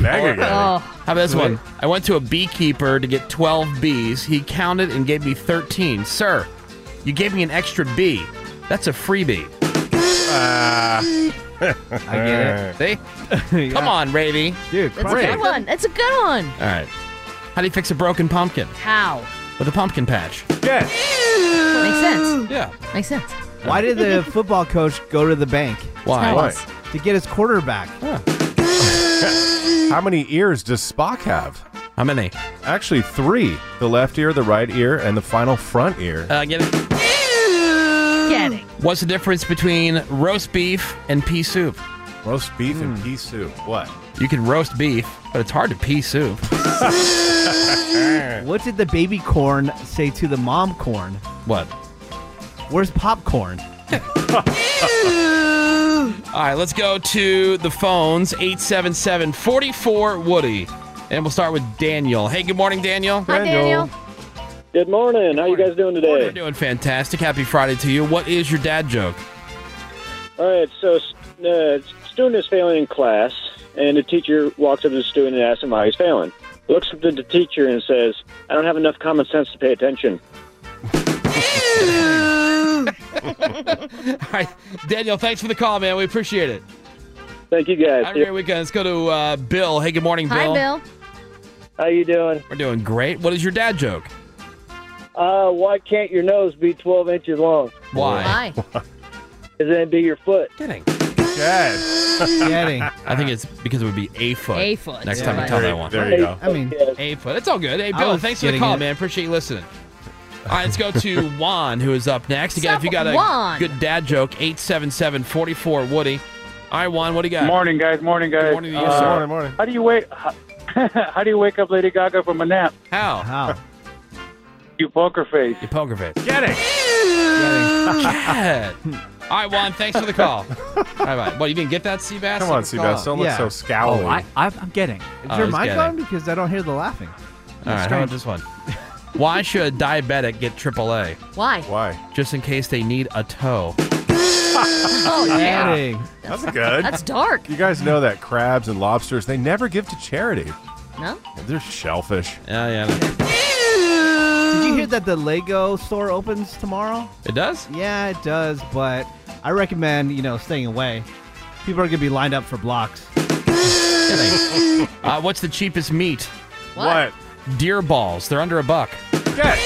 Mega getting.
How about this one? I went to a beekeeper to get 12 bees. He counted and gave me 13. Sir, you gave me an extra bee. That's a freebie.
I
get it. See? Come on, Ravy. Dude,
That's a good one. That's a good one.
All right. How do you fix a broken pumpkin?
How?
With a pumpkin patch.
Yeah.
Makes sense.
Yeah.
Makes sense.
Why did the football coach go to the bank?
Why?
Tell Why? us.
To get his quarterback.
How many ears does Spock have?
How many?
Actually, three the left ear, the right ear, and the final front ear.
Uh, get it?
Get it.
What's the difference between roast beef and pea soup? Hmm.
Roast beef and pea soup. What?
You can roast beef, but it's hard to pea soup.
what did the baby corn say to the mom corn?
What?
Where's popcorn?
All right, let's go to the phones 877 44 Woody. And we'll start with Daniel. Hey, good morning, Daniel.
Hi, Daniel.
Good morning. How you guys doing
We're
today?
doing fantastic. Happy Friday to you. What is your dad joke?
All right. So, uh, student is failing in class, and the teacher walks up to the student and asks him why he's failing. Looks up to the teacher and says, "I don't have enough common sense to pay attention."
All right, Daniel, thanks for the call, man. We appreciate it.
Thank you, guys.
Have a great weekend. Let's go to uh, Bill. Hey, good morning,
Hi,
Bill.
Bill.
How you doing?
We're doing great. What is your dad joke?
Uh, why can't your nose be 12 inches long?
Why?
Because then it'd be your foot.
Kidding.
Getting.
I think it's because it would be a foot.
A foot.
Next
Yeah.
time you tell
There-
that one.
there you go. I mean-
a foot. It's all good. Hey,
I
Bill,
was
thanks for the
getting
call,
it.
man. Appreciate you listening. All right, let's go to Juan, who is up next. Again, if you got a
Juan.
good dad joke, 877 44 Woody. All right, Juan, what do you got?
Morning, guys. Morning, guys.
Good morning to you,
Uh,
sir.
How do you wake? How, how do you wake up Lady Gaga from a nap?
How? How?
You poker face. You
poker face.
Get it.
Cat. All right, Juan, thanks for the call. All right, bye. Well, you didn't get that, Seabass?
Come on,
Good
Seabass,
call.
don't look Yeah. so scowly.
Oh, I, I, I'm getting.
Is
Oh,
your
he's
mic
getting it.
on? Because I don't hear the laughing.
All right, how about this one? Why should a diabetic get AAA?
Why?
Why?
Just in case they need a toe.
oh, yeah.
That's good.
That's dark.
You guys know that crabs and lobsters, they never give to charity.
No?
They're shellfish.
Yeah, yeah.
Did you hear that the Lego store opens tomorrow?
It does?
Yeah, it does, but I recommend, you know, staying away. People are going to be lined up for blocks.
uh, what's the cheapest meat?
What?
Deer balls. They're under a buck.
Get.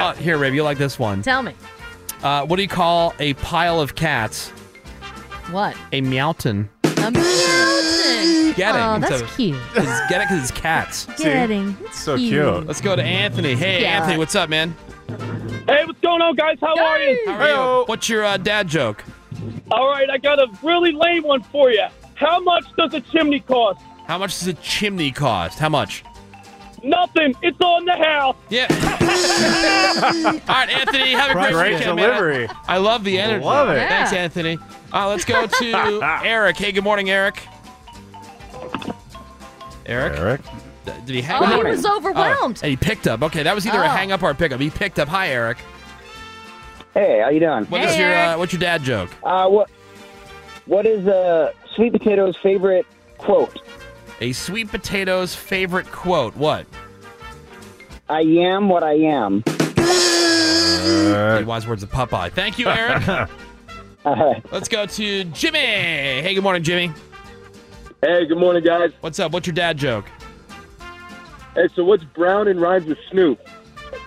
Uh, here, Rib, you like this one.
Tell me.
Uh, what do you call a pile of cats?
What?
A meowton.
A mountain.
Getting.
Oh, that's
instead of-
cute.
It's- Get it because it's cats.
See? Getting. It's So cute. cute.
Let's go to Anthony. Hey,
Yeah.
Anthony, what's up, man?
Hey, what's going on, guys? How are you?
How are you? What's your uh, dad joke?
All right, I got a really lame one for you. How much does a chimney cost?
How much does a chimney cost? How much?
Nothing. It's on the house.
Yeah. All right, Anthony, have a great,
Great
weekend,
delivery.
man. I, I love the energy.
Love it.
Thanks,
Yeah.
Anthony. All right, let's go to Eric. Hey, good morning, Eric. Eric?
Eric?
Did he hang
Oh,
up?
he was overwhelmed.
Oh, and he picked up. Okay, that was either a
Oh.
hang up or a pickup. He picked up. Hi, Eric.
Hey, how you doing?
What is your uh, what's your dad joke?
Uh, what what is uh, sweet potato's favorite quote?
A sweet potato's favorite quote. What?
I am what I am.
Hey, wise words of Popeye. Thank you, Eric. Let's go to Jimmy. Hey, good morning, Jimmy.
Hey, good morning, guys.
What's up? What's your dad joke?
Hey, so what's brown and rhymes with Snoop?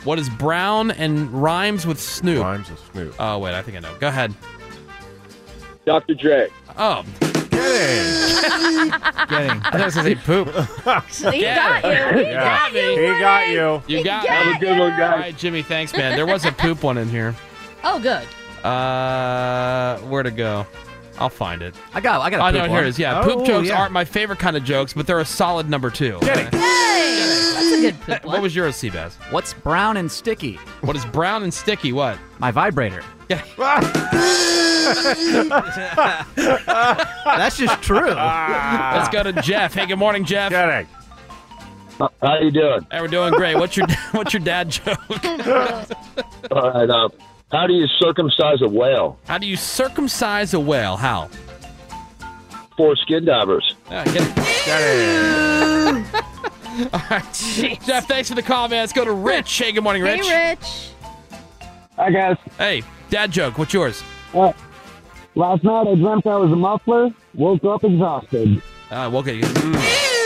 What is brown and rhymes with Snoop? Rhymes
with Snoop.
Oh wait, I think I know. Go ahead.
Dr. Dre.
Oh,
Getting.
I thought I was gonna say poop.
He got you. He got you, He Woody. got you.
You
He
got,
got Have a good one, you. guys.
All right, Jimmy. Thanks, man. There was a poop one in here.
Oh, good.
Uh, where to go? I'll find it.
I got. I got. A
oh
poop
no,
one.
here it is. Yeah, poop jokes aren't my favorite kind of jokes, but they're a solid number two. Get it.
That's a good poop
What was yours, Seabass?
What's brown and sticky?
What is brown and sticky? What?
My vibrator.
Yeah.
That's just true.
Let's go to Jeff. Hey, good morning, Jeff. Good
morning.
How you doing?
Hey, we're doing great. What's your What's your dad joke?
All right. Uh, how do you circumcise a whale?
How do you circumcise a whale? How?
For skin divers.
Uh, get All right, Jeff. Thanks for the call, man. Let's go to Rich. Hey, good morning,
Hey,
Rich.
Rich.
Hi, guys.
Hey, dad joke. What's yours?
Uh, last night I dreamt I was a muffler. Woke up exhausted.
Uh, well, okay. Yeah,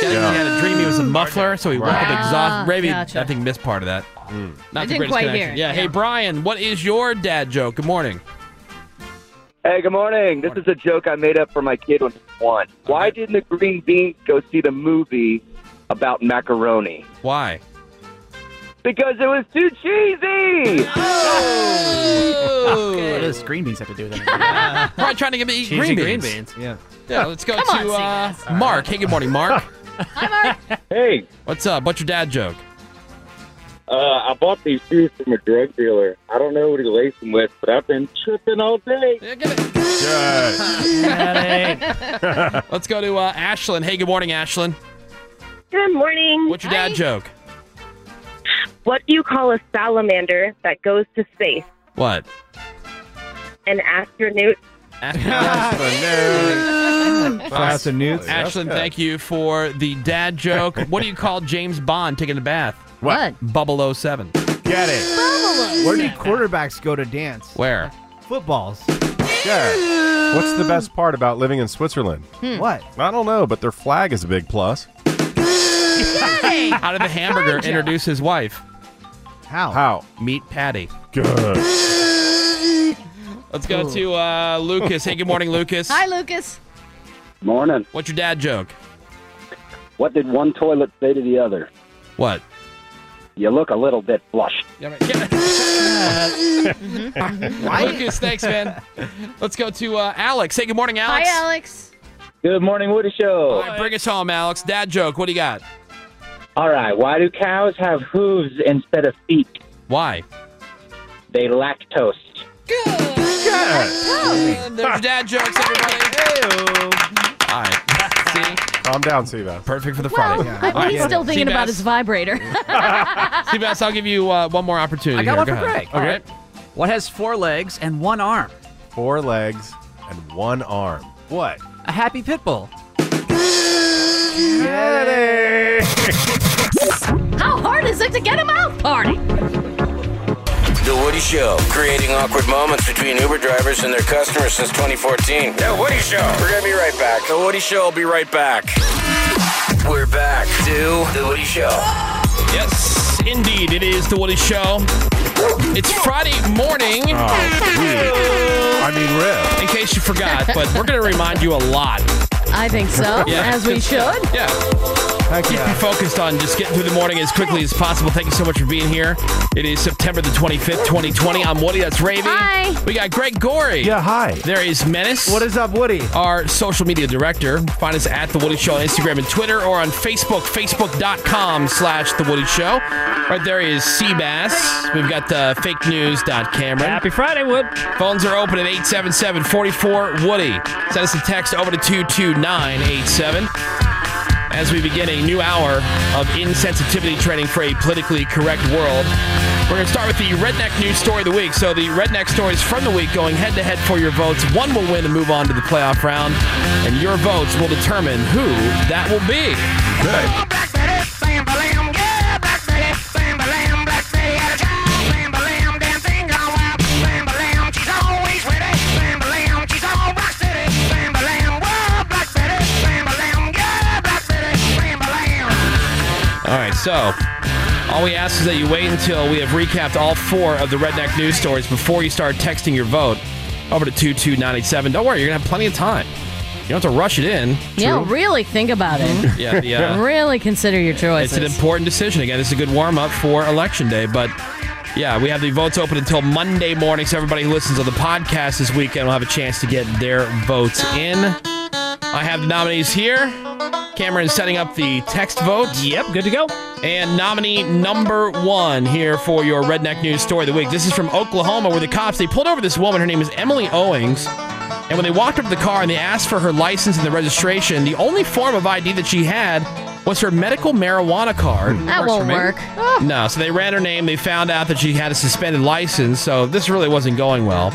He had a dream he was a muffler, so he woke up
Ah,
exhausted. Maybe
gotcha. Mm.
I think missed part of that.
I
Not the
didn't
greatest
quite hear
connection.
it,
yeah. Hey,
yeah.
Brian. What is your dad joke? Good morning.
Hey, good morning. This is a joke I made up for my kid when he was one. Why didn't the green beans go see the movie about macaroni.
Why?
Because it was too cheesy.
What does green beans have to do with that?
Uh,
Probably trying to get me to eat
Cheesy
green beans.
green beans.
Yeah.
Yeah, let's go
Come on,
to uh, Mark. Hey, good morning, Mark.
Hey.
What's up? What's your dad joke?
Uh, I bought these shoes from a drug dealer. I don't know what he laced them with, but I've been tripping all day.
let's go to uh, Ashlyn. Hey, good morning, Ashlyn.
Good morning.
What's your dad joke?
What do you call a salamander that goes to space?
What?
An astronaut?
Ashlyn.
Class of newts.
Ashlyn, thank you for the dad joke. What do you call James Bond taking a bath?
What?
Bubble 07.
Get it. Where do quarterbacks go to dance?
Where?
Footballs.
Yeah. What's the best part about living in Switzerland?
What?
I don't know, but their flag is a big plus.
How did the hamburger
Gotcha.
introduce his wife?
How?
How?
Meet Patty.
Good.
Let's go to uh, Lucas. Hey, good morning, Lucas.
Hi, Lucas.
Morning.
What's your dad joke?
What did one toilet say to the other?
What?
You look a little bit flushed.
Lucas, thanks, man. Let's go to uh, Alex. Hey, good morning, Alex.
Hi, Alex.
Good morning, Woody Show.
All right, bring us home, Alex. Dad joke. What do you got?
All right, why do cows have hooves instead of feet?
Why?
They lactose.
And there's your dad jokes, everybody. All right. See?
Calm down, Seabass.
Perfect for the
Well,
Friday.
I-
All right.
he's still thinking about
Seabass-
his vibrator.
Seabass, I'll give you uh, one more opportunity.
I got
here.
one
Go
for
ahead.
Greg.
Okay.
What has four legs and one arm?
Four legs and one arm. What?
A happy pit bull.
How hard is it to get him out, party?
The Woody Show, creating awkward moments between Uber drivers and their customers since 2014. The Woody Show. We're going to be right back. The Woody Show will be right back. We're back to The Woody Show.
Yes, indeed. It is The Woody Show. It's Friday morning.
I mean, real.
In case you forgot, but we're going to remind you a lot.
I think so,
Yeah,
as we
good stuff.
should.
Yeah. Keep you focused on just getting through the morning as quickly as possible. Thank you so much for being here. It is September the 25th, 2020. I'm Woody. That's Ravy. Hi. We got Greg Gorey. Yeah,
hi.
There is Menace.
What is up, Woody?
Our social media director. Find us at The Woody Show on Instagram and Twitter or on Facebook, facebook.com slash The Woody Show. Right there is Seabass. We've got the fake news dot Cameron. Happy
Friday, Wood.
Phones are open at 877-44-WOODY. Send us a text over to 22987 as we begin a new hour of insensitivity training for a politically correct world. We're going to start with the redneck news story of the week. So, the redneck stories from the week going head to head for your votes. One will win and move on to the playoff round, and your votes will determine who that will be. All right, so all we ask is that you wait until we have recapped all four of the redneck news stories before you start texting your vote over to 22987. Don't worry, you're going to have plenty of time. You don't have to rush it in.
Yeah, really think about it.
Yeah, the, uh,
really consider your choices.
It's an important decision. Again, it's a good warm up for election day. But yeah, we have the votes open until Monday morning. So everybody who listens to the podcast this weekend will have a chance to get their votes in. I have the nominees here. Cameron setting up the text vote. Yep, good to go. And nominee number one here for your redneck news story of the week. This is from Oklahoma, where the cops they pulled over this woman. Her name is Emily Owings. And when they walked up to the car and they asked for her license and the registration, the only form of ID that she had was her medical marijuana card.
Hmm. That
Works for
won't
me. Ah.
work.
No, so they ran her name. They found out that she had a suspended license, so this really wasn't going well.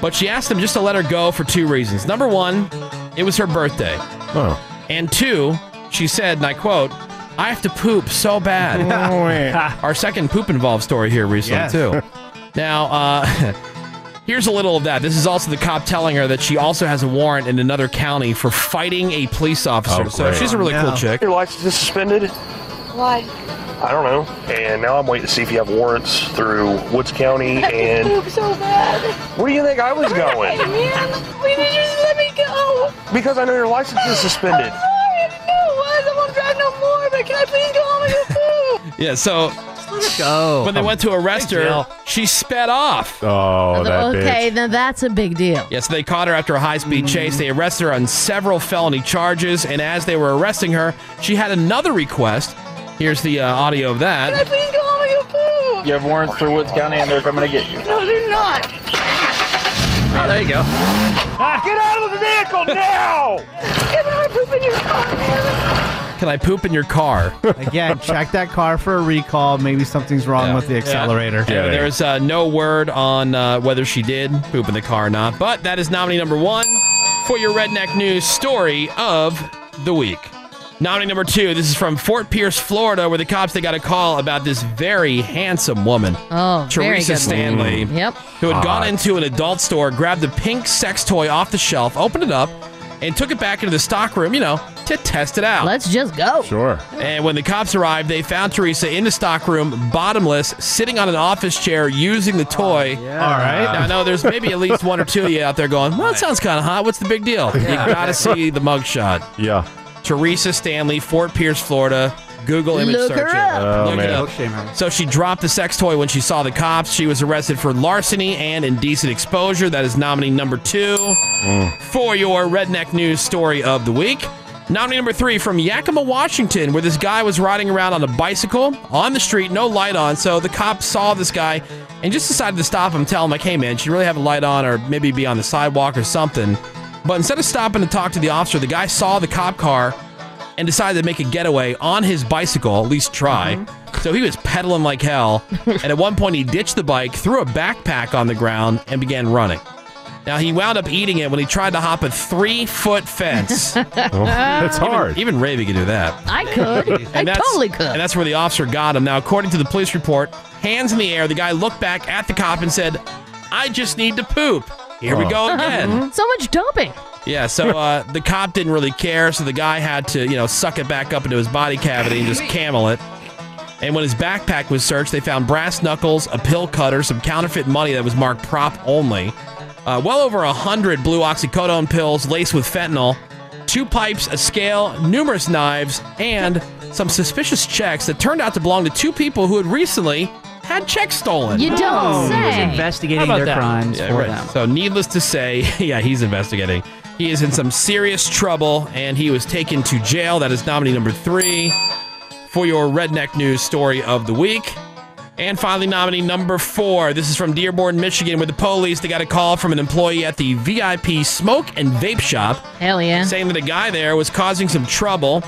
But she asked them just to let her go for two reasons. Number one, it was her birthday.
Oh.
And two, she said, and I quote, I have to poop so bad. Our second poop involved story here recently,
Yes.
too. Now, uh, here's a little of that. This is also the cop telling her that she also has a warrant in another county for fighting a police officer.
Oh,
so
great.
she's a really
Oh, no.
cool chick.
Your license is suspended?
Why?
I don't know. And now I'm waiting to see if you have warrants through Woods County and.
so bad.
Where do you think I was
Hey,
going?
man, will you just let me go?
Because I know your license is suspended.
Sorry, I didn't know it was. I won't drive no more, but mother, can I please go home and get food?
Yeah, so
let go.
when they went to arrest her, she sped off.
Oh,
okay, now that's a big deal.
Yes, they caught her after a high speed
Mm-hmm.
chase. They arrested her on several felony charges, and as they were arresting her, she had another request. Here's the uh, audio of
Can I
that.
please go home and get food?
You have warrants for Woods County, and they're coming to get you.
No, they're not.
Oh, there you go.
Ah, Get out of the vehicle now! Get out of poop in your car, man.
Can I poop in your car?
Again, check that car for a recall. Maybe something's wrong with the accelerator.
Yeah. And There's uh, no word on uh, whether she did poop in the car or not, but that is nominee number one for your redneck news story of the week. Nominee number two, this is from Fort Pierce, Florida, where the cops they got a call about this very handsome woman.
Oh, very
Teresa
good
Stanley.
one. Yep.
Who
Uh-huh.
had gone
Hot.
into an adult store, grabbed the pink sex toy off the shelf, opened it up, and took it back into the stockroom, you know, to test it out.
Let's just go.
Sure.
And when the cops arrived, they found Teresa in the stockroom, bottomless, sitting on an office chair using the toy.
Oh,
All right.
Now, I know there's maybe at least one or two of you out there going, well, that sounds kind of hot. What's the big deal?
Yeah.
You got to see the mugshot.
Yeah.
Teresa Stanley, Fort Pierce, Florida. Google image
Look
search
her
it.
up.
Oh,
Look
man.
it up. So she dropped the sex toy when she saw the cops. She was arrested for larceny and indecent exposure. That is nominee number two for your redneck news story of the week. Nominee number three from Yakima, Washington, where this guy was riding around on a bicycle on the street, no light on. So the cops saw this guy and just decided to stop him, tell him, like, hey, man, you should really have a light on or maybe be on the sidewalk or something. But instead of stopping to talk to the officer, the guy saw the cop car and decided to make a getaway on his bicycle, at least try.
Uh-huh.
So he was pedaling like hell. and at one point, he ditched the bike, threw a backpack on the ground, and began running. Now, he wound up eating it when he tried to hop a three foot fence.
Oh, that's
Even-
hard.
Even, Ravy could do that.
I could. I
that's-
totally could.
And that's where the officer got him. Now, according to the police report, hands in the air, the guy looked back at the cop and said, I just need to poop. Here we go again.
so much dumping.
Yeah, so uh, the cop didn't really care, so the guy had to, you know, suck it back up into his body cavity and just camel it. And when his backpack was searched, they found brass knuckles, a pill cutter, some counterfeit money that was marked prop only, uh, well over a hundred blue oxycodone pills laced with fentanyl, two pipes, a scale, numerous knives, and some suspicious checks that turned out to belong to two people who had recently had checks stolen.
You don't Oh. say. He was investigating
How about
their
that?
crimes for them.
So, needless to say, yeah, he's investigating. He is in some serious trouble, and he was taken to jail. That is nominee number three for your redneck news story of the week. And finally, nominee number four. This is from Dearborn, Michigan, where the police they got a call from an employee at the VIP smoke and vape shop.
Hell yeah!
Saying that a guy there was causing some trouble.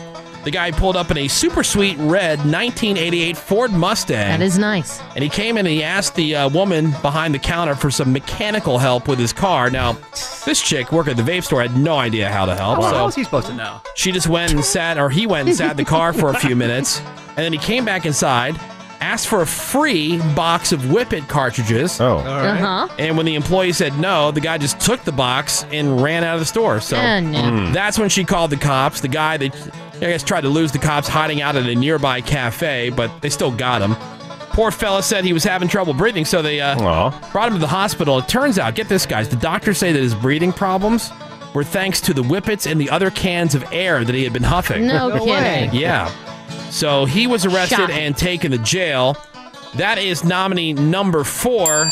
The guy pulled up in a super sweet red 1988 Ford Mustang.
That is nice.
And he came in and he asked the uh, woman behind the counter for some mechanical help with his car. Now, this chick working at the vape store had no idea how to
Oh,
help.
How,
so
how is he supposed to know?
she just went and sat, or he went and sat in the car for a few minutes, and then he came back inside, asked for a free box of Whippet cartridges. Oh,
right. Uh-huh.
And when the employee said no, the guy just took the box and ran out of the store. So
Oh, no. Mm.
that's when she called the cops. The guy that I guess tried to lose the cops, hiding out at a nearby cafe, but they still got him. Poor fella said he was having trouble breathing, so they uh, brought him to the hospital. It turns out, get this, guys, the doctors say that his breathing problems were thanks to the whippets and the other cans of air that he had been huffing.
No No kidding. way.
Yeah. So he was arrested
Shocking.
and taken to jail. That is nominee number four.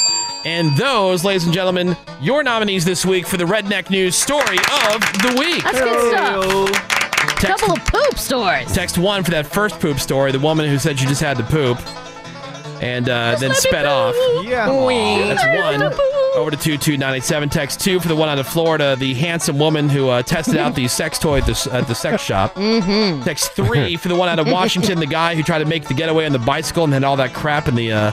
And those, ladies and gentlemen, your nominees this week for the Redneck News Story of the Week.
That's good stuff. Couple of poop stories.
Text one for that first poop story, the woman who said she just had to poop and uh, then sped off.
Yeah.
That's one. Over to 22987. Text two for the one out of Florida, the handsome woman who uh, tested out the sex toy at the, s- at the sex shop. Mm-hmm. Text three for the one out of Washington, the guy who tried to make the getaway on the bicycle and had all that crap in the, uh,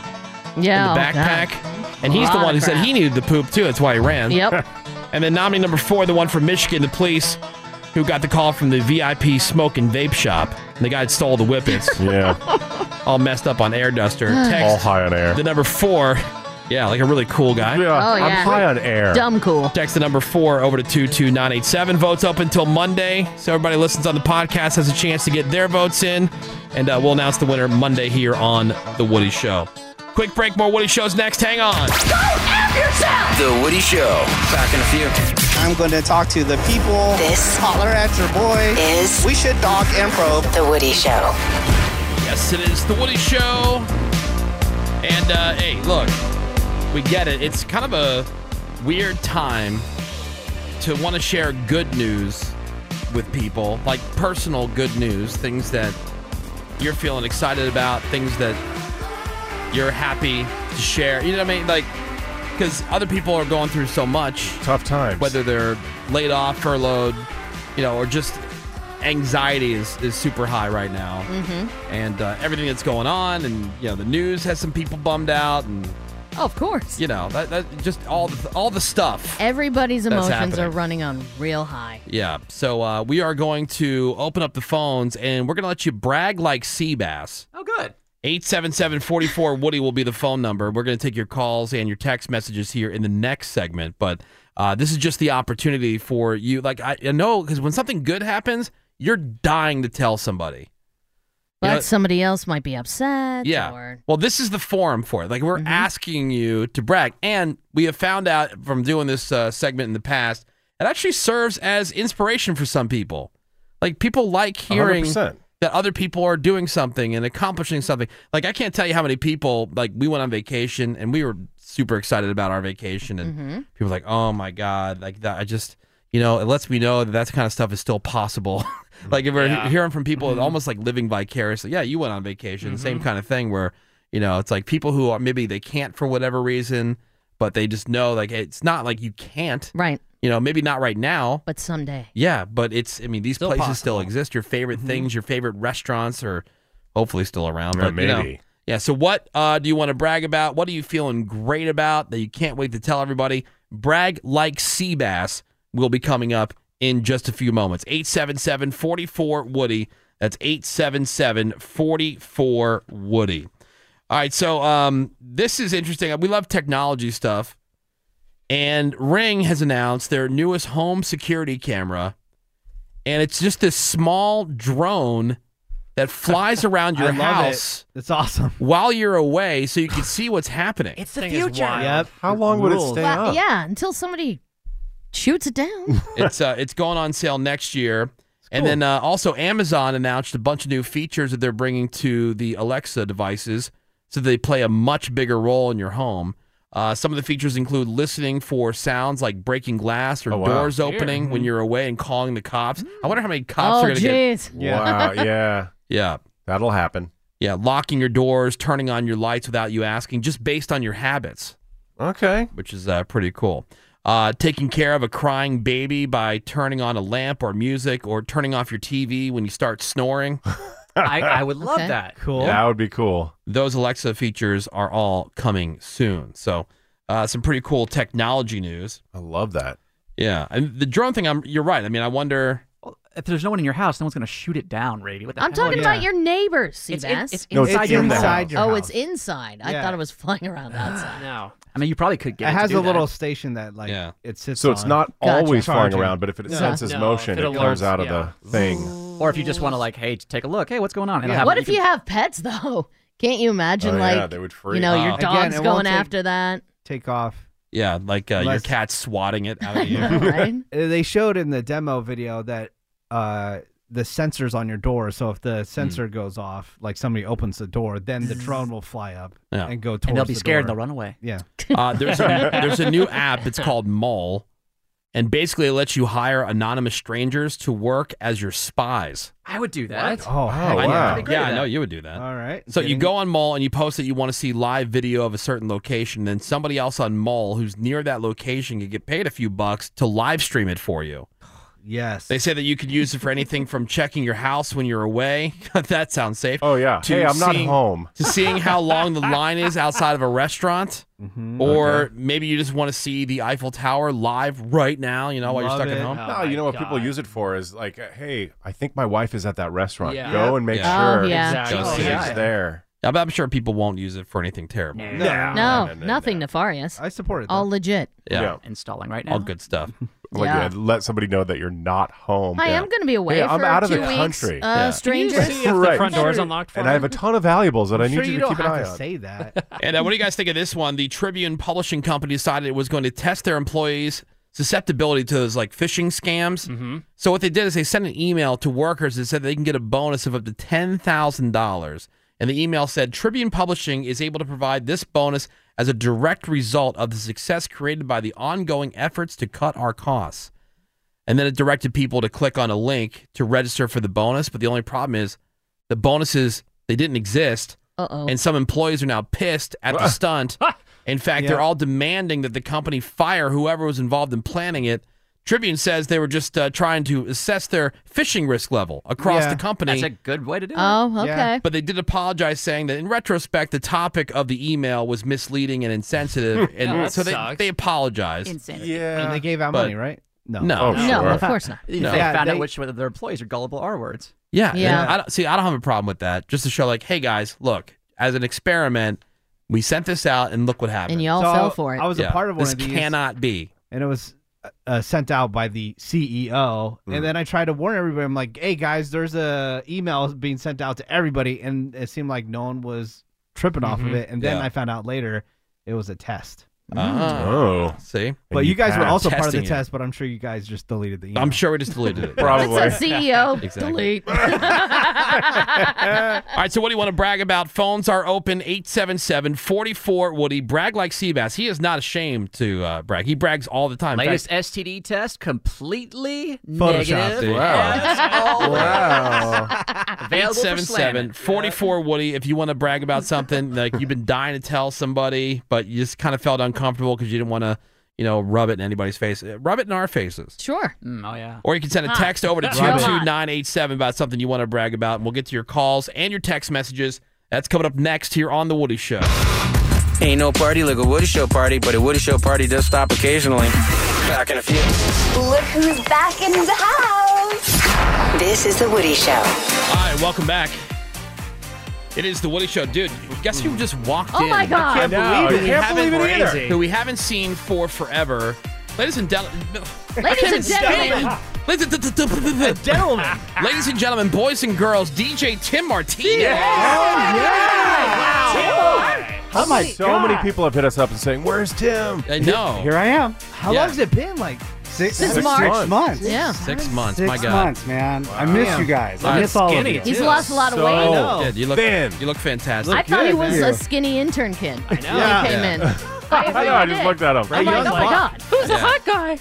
Yeah.
in the
oh, God.
backpack. And he's the
Lot
one who
of
said
crap.
he needed the poop too. That's why he ran.
Yep.
and then nominee number four, the one from Michigan, the police who got the call from the VIP smoke and vape shop. And the guy had stole the whippets. yeah. All messed up on air duster. Text
All high on air.
the number four. Yeah, like a really cool guy. Yeah,
Oh, I'm yeah. high on air. Dumb cool.
Text the number four over to 22987. Votes up until Monday. So everybody listens on the podcast has a chance to get their votes in. And uh, we'll announce the winner Monday here on The Woody Show. Quick break, more Woody Shows next. Hang on.
The Woody Show. Back in a few.
I'm going to talk to the people. This holler at your boy. Is we should dog and probe the Woody Show.
Yes, it is the Woody Show. And uh, hey, look, we get it. It's kind of a weird time to want to share good news with people, like personal good news, things that you're feeling excited about, things that you're happy to share. You know what I mean? Like, because other people are going through so much
tough times,
whether they're laid off, furloughed, you know, or just anxiety is, is super high right now
Mm-hmm.
and uh, everything that's going on, and you know the news has some people bummed out, and
Oh, of course.
you know that, that just all the, all the stuff.
Everybody's
That's
emotions
happening.
are running on real high.
Yeah, so uh, we are going to open up the phones, and we're gonna let you brag like Seabass.
Oh, good.
877-44 Woody will be the phone number. We're going to take your calls and your text messages here in the next segment, but uh, this is just the opportunity for you. Like I, I know, because when something good happens, you're dying to tell somebody.
But
You know-
somebody else might be upset.
yeah. Well, this is the forum for it. Like we're asking you to brag, and we have found out from doing this uh, segment in the past, it actually serves as inspiration for some people. Like people like hearing
100%.
that other people are doing something and accomplishing something. Like I can't tell you how many people like we went on vacation and we were super excited about our vacation, and
Mhm.
Mm-hmm.
people were like, "Oh my god!" Like that. I just you know it lets me know that that kind of stuff is still possible. like if we're he-
Yeah.
hearing from people
Mm-hmm.
Mhm.
almost like living vicariously. Yeah, you went on vacation, same kind of thing where, you know, it's like people who are maybe they can't for whatever reason, but they just know like it's not like you can't.
Right.
You know, maybe not right now.
But someday. Mm-hmm.
Yeah, but it's I mean these places still exist. Your favorite things, your favorite restaurants are hopefully still around.
Yeah,
But you know.
maybe.
yeah. So what uh, do you want to brag about? What are you feeling great about that you can't wait to tell everybody? Brag like sea bass will be coming up in just a few moments. 877-44 Woody. That's 877-44 Woody. All right, so um, this is interesting. We love technology stuff. And Ring has announced their newest home security camera. And it's just this small drone that flies around your
I love
house
It. It's awesome.
while you're away so you can see what's happening.
It's the
future. wild. Yep. How long would it Rules. stay
Well,
up?
Yeah, until somebody shoots it down.
It's uh, it's going on sale next year. And then uh, also Amazon announced a bunch of new features that they're bringing to the Alexa devices, so they play a much bigger role in your home. Uh, some of the features include listening for sounds like breaking glass or
Oh,
wow.
doors
Here.
opening
Mm-hmm.
when you're away and calling the cops. I wonder how many cops are
Oh,
going to get.
jeez. Yeah.
Wow, Uh, yeah.
Yeah.
That'll happen.
Yeah, locking your doors, turning on your lights without you asking, just based on your habits.
Okay.
Which is uh, pretty cool. Uh, taking care of a crying baby by turning on a lamp or music or turning off your TV when you start snoring.
I, I would love that.
That would be cool.
Those Alexa features are all coming soon. So, uh, some pretty cool technology news.
I love that.
Yeah, and the drone thing. I'm. You're right. I mean, I wonder.
If there's no one in your house, no one's going to shoot it down, Brady. What the
I'm
Oh,
hell?
talking about your neighbors,
It's in-
Seabass.
it's No, it's inside your inside house. your
oh,
house.
it's inside. I
Yeah.
thought it was flying around outside.
no.
I mean, you probably could get
it
to
has
do
a little
that.
station that like it sits.
So it's
on.
not
Gotcha.
always
Charging.
flying around, but if it
No.
senses
No,
motion,
if
it,
it
comes
alerts,
out of
yeah.
the thing.
Or if you just want to, like, hey, take a look. Hey, what's going on? It'll have-
What if
can-
you have pets though? Can't you imagine
Oh, yeah,
like
they would
you
freak
know your
out.
Again,
dog's
it won't
going
take-
after that?
Take off.
Yeah, like uh, your
Unless-
cat's swatting it out of you.
Uh, they showed in the demo video that uh, the sensors on your door. So if
Hmm.
the sensor goes off, like somebody opens the door, then the drone will fly up
Yeah.
and go
And
towards.
they'll be
the
scared and
door.
they'll run away.
Yeah.
Uh, there's a there's a new app. It's called Mall, and basically it lets you hire anonymous strangers to work as your spies.
I would do that.
Oh, heck
I,
yeah.
yeah, I know you would do that.
All right.
So you go on Mall and you post that you want to see live video of a certain location. Then somebody else on Mall who's near that location could get paid a few bucks to live stream it for you.
Yes.
They say that you could use it for anything from checking your house when you're away. that sounds safe. Oh
yeah. Hey, I'm not home.
To seeing how long the line is outside of a restaurant, or maybe you just want to see the Eiffel Tower live right now. You know, while
Love
you're stuck
it.
at home.
no, you know what people use it for is like, uh, hey, I think my wife is at that restaurant.
Yeah.
Go and make
Yeah.
sure
Oh, yeah. Exactly.
she's
Oh, yeah.
there.
Yeah, but I'm sure people won't use it for anything terrible.
No.
No, nothing nefarious. I
support
it. All legit.
Yeah.
Installing right
All
now.
good stuff.
Like,
Yeah.
yeah, let somebody know that you're not home.
Hi, I'm going to be away
Hey,
for
I'm out of
two
the
weeks.
country.
Uh,
Yeah.
Strangers.
Right.
for
and I have a ton of valuables that i
I'm
need
sure
you,
you
to
don't
keep an
have
eye
to
on.
say that.
And uh, what do you guys think of this one? The Tribune Publishing Company decided it was going to test their employees' susceptibility to those like phishing scams. So what they did is they sent an email to workers that said they can get a bonus of up to ten thousand dollars. And the email said Tribune Publishing is able to provide this bonus as a direct result of the success created by the ongoing efforts to cut our costs. And then it directed people to click on a link to register for the bonus. But the only problem is the bonuses, they didn't exist.
Uh-oh.
And some employees are now pissed at the stunt. In fact, they're
Yeah.
all demanding that the company fire whoever was involved in planning it. Tribune says they were just uh, trying to assess their phishing risk level across
Yeah.
the company.
That's a good way to do it.
Oh, okay.
But they did apologize, saying that in retrospect, the topic of the email was misleading and insensitive, and
Yeah, that
so they,
sucks.
they apologized.
Yeah. And they gave out
Uh, But-
money, right? No.
No. Oh, No, sure. of course not.
They
No.
found
Yeah,
out
they-
which whether their employees are gullible R words.
Yeah,
Yeah.
yeah. I don't, see, I don't have a problem with that. Just to show, like, hey guys, look, as an experiment, we sent this out, and look what happened.
And y'all So fell for it.
I was a part of one
this
of these.
cannot be.
and it was uh, uh, sent out by the
E
CEO.
Hmm.
And then I tried to warn everybody. I'm like, "Hey guys, there's a email being sent out to everybody," and it seemed like no one was tripping off of
Mhm.
it. And then
Yeah.
I found out later it was a test.
Ah,
Oh.
see.
But Mm. Hmm. you guys were also part of the
Testing it.
test. But I'm sure you guys just deleted the email.
I'm sure we just deleted it.
That's a
E
E
CEO.
Exactly.
Delete.
All right, so what do you want to brag about? Phones are open 877 44 Woody. Brag like Seabass. He is not ashamed to uh, brag. He brags all the time. In
Latest
fact,
STD test completely
Photoshopped
negative.
it. Wow.
as always. Available for slamming.
877 44 Woody. If you want to brag about something, like you've been dying to tell somebody, but you just kind of felt uncomfortable because you didn't want to, you know, rub it in anybody's face, Uh, rub it in our faces.
Sure.
oh yeah.
Or you can send a
Huh.
text over to
Rub it.
22987 about something you want to brag about, and we'll get to your calls and your text messages. That's coming up next here on The Woody Show.
Ain't no party like a Woody Show party, but a Woody Show party does stop occasionally. Back in a few.
Look who's back in the house. This is The Woody Show.
All right, welcome back. It is the Woody Show, dude. Guess who just walked
Oh
in?
my God. I can't believe it.
Who we
Can't
haven't-
believe it either.
Who we haven't seen for forever, ladies and gentlemen.
Ladies and gentlemen.
Ladies and gentlemen. Ladies and gentlemen, boys and girls, DJ Tim Martinez. Oh,
Oh,
How my so many people have hit us up and saying, "Where's Tim?"
I know.
Here I am.
How
Yeah.
long's it been? Like
Six,
Since
six
March.
months. months.
Yeah. Six months,
Six
my God.
months, man. I miss you guys. I miss all of you.
He's lost a lot of weight. I know.
Dude, you look
Thin.
You look fantastic.
I thought he was
a
a skinny intern kid. I
know.
When
Yeah.
he came
Yeah.
in.
I know, I just
did.
looked at him.
I'm
Right,
like,
young
oh my
buck.
god, who's
Yeah.
a hot guy?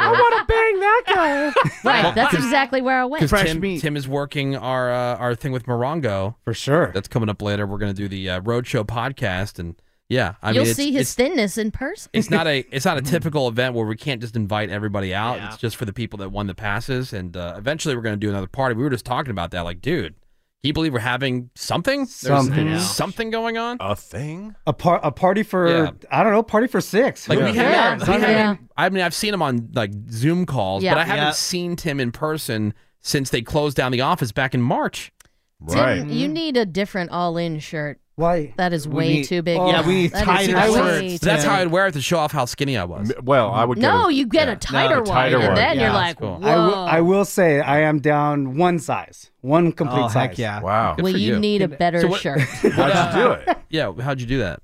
I
want to bang that guy.
Well,
right, that's
'cause-
exactly where I went.
Because Tim, Tim is working our uh, our thing with Morongo
for sure.
That's coming up later. We're going to do the uh, roadshow podcast, and yeah, I
You'll
mean, it's,
see his
it's,
thinness in person.
it's not a it's not a typical event where we can't just invite everybody out. It's just for the people that won the passes, and uh, eventually we're going to do another party. We were just talking about that, like, dude, can you believe we're having something?
Something.
There's something going on.
A thing.
A, par- a party for,
Yeah.
I don't know, party for six.
Like
Who
we
cares?
haven't, we
I mean,
haven't- I mean, I've seen him on like Zoom calls,
Yeah.
but I haven't
Yeah.
seen Tim in person since they closed down the office back in March.
Tim, you need a different all-in shirt.
Why?
That is
Mm-hmm. We
way
need- oh,
too big.
Yeah, we need
That is
tighter
way
shirts.
too
That's
big.
how I'd wear it to show off how skinny I was.
Well, I would.
No, you get a tighter, one, and then you're like, whoa.
I will, I will say I am down one size, one complete
Oh,
size.
heck yeah. Wow. Good
well,
for
you,
you.
need a better
So what-
shirt.
How'd you do it? Yeah, how'd you do that?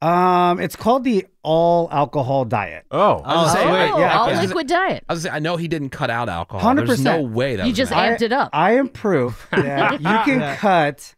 Um, it's called the all alcohol diet.
Oh,
I was gonna say, I-
yeah,
I
all
was gonna-
liquid diet.
I was gonna say, I know he didn't cut out alcohol.
Hundred
Oh, There's
percent.
no way that was an
I-
accident.
I am proof that you can
Yeah.
cut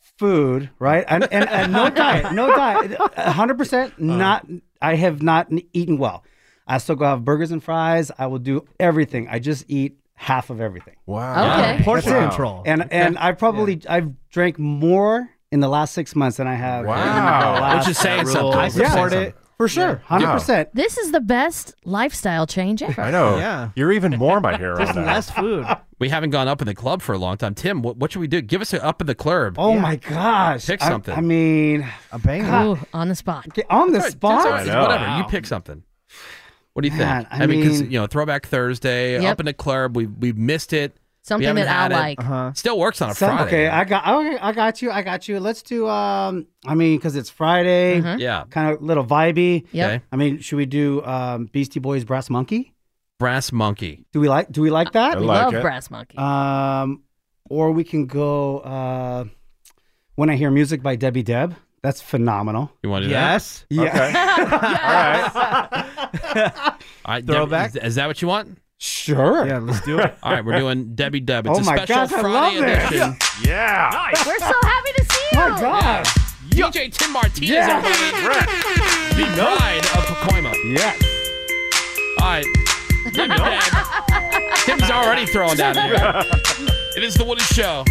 food right and and, and no diet, no diet, hundred
Oh.
percent. Not I have not n- eaten well. I still go have burgers and fries. I will do everything. I just eat half of everything.
Wow.
Okay. Yeah, portion control.
And and I probably I've drank more in the last six months than I have. in the last-
Which is saying something.
I
Which is saying
support
something.
it for sure, hundred percent.
This is the best lifestyle change ever.
I know.
Yeah.
You're even more my hero now.
food.
We haven't gone up in the club for a long time. Tim, what, what should we do? Give us an up in the club.
Oh my gosh!
Pick
I-
something.
I, mean,
a
God.
Ooh, on the spot.
on the
All right,
spot.
that's all right. Whatever. You pick something. What do you think?
Man, I
because
mean-
you know, Throwback Thursday,
Yep.
up in the club. We we missed it.
Something
we haven't
that I
had it.
like. Uh-huh.
Still works on a
Some-
Friday.
Okay, I got okay, I got you. I got you. Let's do um I mean cuz it's Friday.
Mm-hmm.
Mhm. Yeah.
Kind of little vibey.
Yep. Okay.
I mean, should we do um Beastie Boys Brass Monkey?
Brass Monkey.
Do we like do we like that?
I We like love it. Brass
Monkey.
Um or we can go uh When I Hear Music by Debbie Deb. That's phenomenal.
You want to do
Yes.
that? All right, Deb-
Throwback?
is- is that what you want?
Sure.
Yeah, let's do it.
All right, we're doing Debbie Deb. It's
Oh
a
my
special
gosh, I love
Friday
this.
edition.
Yeah.
We're so happy to see you.
My God. DJ Tim Martinez.
Yeah.
everybody. The pride of Pacoima.
Yes.
All right. Debbie Deb. Tim's already throwing down here. It is the Woody Show.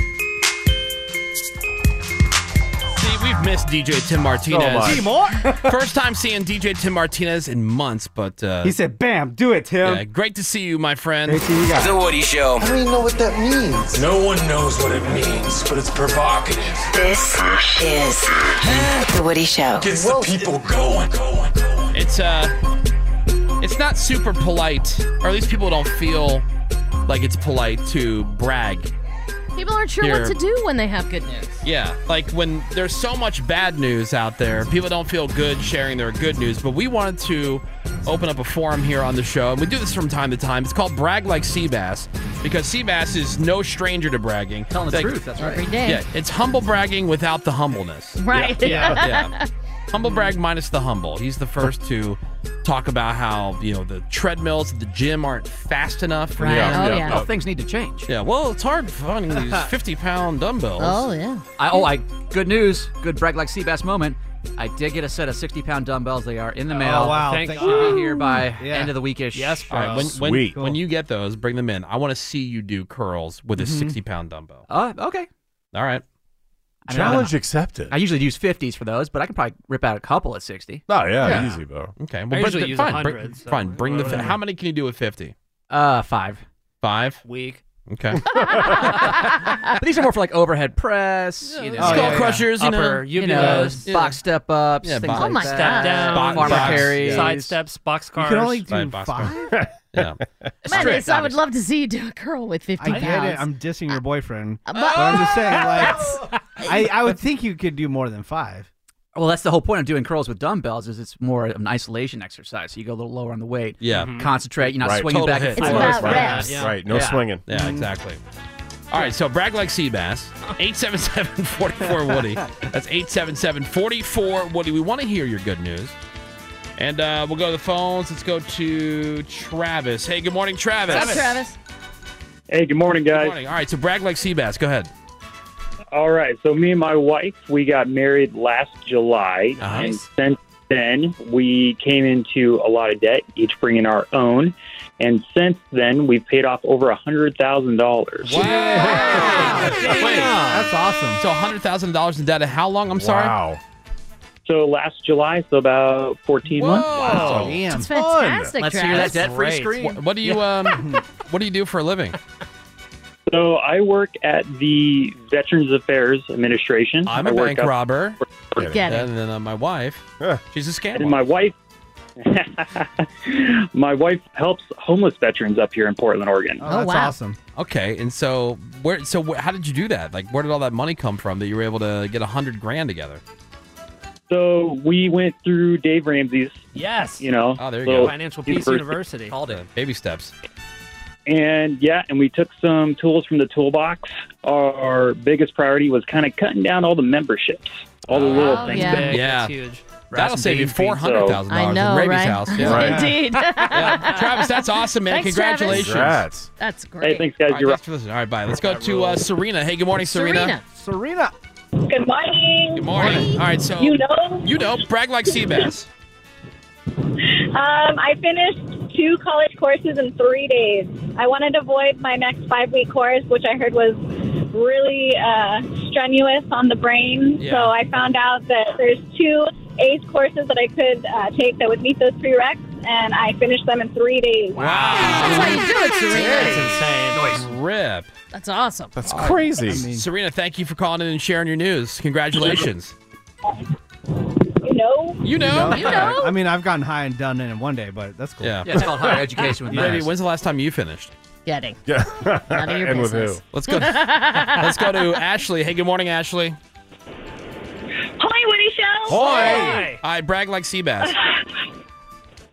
See, we've missed DJ Tim Martinez.
much. Timor?
First time seeing DJ Tim Martinez in months, but uh,
He said, "Bam, do it, Tim."
yeah, great to see you, my friend.
Great to see you guys. The
Woody Show.
I don't even know what that means.
No one knows what it means, but it's provocative.
This is The Woody Show.
Gets the people going.
It's uh, it's not super polite, or at least people don't feel like it's polite to brag.
People aren't sure
Here.
what to do when they have good news.
Yeah, like when there's so much bad news out there, people don't feel good sharing their good news. But we wanted to open up a forum here on the show, and we do this from time to time. It's called Brag Like Seabass because Seabass is no stranger to bragging. Telling
the truth, that's right. Every
day.
Yeah, it's humble bragging without the humbleness.
Right.
Yeah. yeah, yeah. Humble brag minus the humble. He's the first to talk about how you know the treadmills at the gym aren't fast enough.
Right. Yeah, Oh, yeah. yeah.
How
How things need to change.
Yeah. Well, it's hard finding these fifty-pound dumbbells.
yeah.
I, oh, I good news. Good brag like Seabass moment. I did get a set of 60 pound dumbbells. They are in the
Oh,
mail.
wow.
Thank
Thank
should
God.
be here by
Yeah.
end of the weekish. Yes,
All right, when, when, when you get those, bring them in. I want to see you do curls with a
Mhm.
60 pound dumbbell.
Uh, okay.
All right.
Challenge
accepted.
I usually use 50s for those, but I could probably rip out a couple at 60.
Oh, yeah, Yeah. easy, bro.
Okay.
I
Well, but
usually
th-
use
fine.
100,
bring,
so
fine. Bring the. fi-
whatever.
How many can you do with 50?
Uh, five.
Five?
Weak.
Okay.
but these are more for like overhead press, you know,
Skull crushers, you know.
upper, you
You
know,
know, yeah.
box step ups,
Yeah,
things
box-
like
Oh my
that.
God. Step down,
farmer
box-
carries,
side
steps, box
You can only do five? yeah.
Man,
Strict,
Lisa, I would love to see you do a curl with 50
I
pounds.
get it. I'm dissing your boyfriend.
Uh, Oh.
but I'm just saying, like,
but-
I, I would think you could do more than five.
Well, that's the whole point of doing curls with dumbbells is it's more of an isolation exercise. So you go a little lower on the weight.
Yeah. Mhm.
Concentrate. You're not
Right.
swinging
Total
back
hit.
and
It's
forth. Mm-hmm.
about Right. reps. Yeah.
Right, no
Yeah.
swinging.
Mm.
Yeah, exactly. All right, so brag like Seabass, 877 44 Woody. That's 877 44 Woody. We want to hear your good news. And uh, we'll go to the phones. Let's go to Travis. Hey, good morning, Travis.
What's up, Travis?
Hey, good morning,
Good
guys.
morning. All right, so brag like Seabass. Go ahead.
All right, so me and my wife, we got married last July, and since then we came into a lot of debt, each bringing our own, and since then we've paid off over a hundred thousand dollars.
That's
awesome.
So $100,000 in debt. And How long? I'm sorry.
Wow. So last July, so about fourteen months.
Wow.
That's fantastic,
Let's
Travis.
hear that debt-free scream. What, what do you um, what do you do for a living?
So I work at the Veterans Affairs Administration.
I'm
a
a bank robber.
Get it.
And then uh, my wife, she's a scammer.
And my wife, my wife helps homeless veterans up here in Portland, Oregon.
Oh,
awesome.
Okay, and so where? So wh- how did you do that? Like, where did all that money come from that you were able to get a hundred grand together?
So we went through Dave Ramsey's.
Yes.
You know.
Oh, there you
little
go.
Financial Peace University.
Called it. Baby steps.
And yeah, and we took some tools from the toolbox. Our biggest priority was kind of cutting down all the memberships, all the little things.
Oh, yeah.
that-
Yeah.
huge.
That'll save you four hundred thousand
I
dollars
know,
in Raby's
right?
house. Yeah.
Right.
Indeed.
Travis, that's awesome, man.
Thanks, Travis.
Congratulations.
Congrats. That's great. Hey, thanks, guys.
All right,
You're
thanks for listening. All right, bye. Let's go to uh, Serena. Hey, good morning, Serena.
Serena.
Good morning.
Good morning. All right, so
You know?
you know, brag like Seabass.
Um, I finished two college courses in three days. I wanted to avoid my next five week course, which I heard was really uh, strenuous on the brain. Yeah. So I found out that there's two ACE courses that I could uh, take that would meet those prereqs, and I finished them in three days.
Wow.
That's how you do it, Serena.
That's Ah. insane. Rip.
That's awesome.
That's
crazy.
Serena, thank you for calling in and sharing your news. Congratulations.
You know.
You know. You know.
I mean, I've gotten high and done in one day, but that's cool.
Yeah.
Yeah.
Debbie, when's the last time you finished?
Getting.
Yeah.
None
of your And with business. who?
Let's go. Let's go to Ashley. Hey, good morning, Ashley.
Hoi, Woody Show.
I brag like Seabass.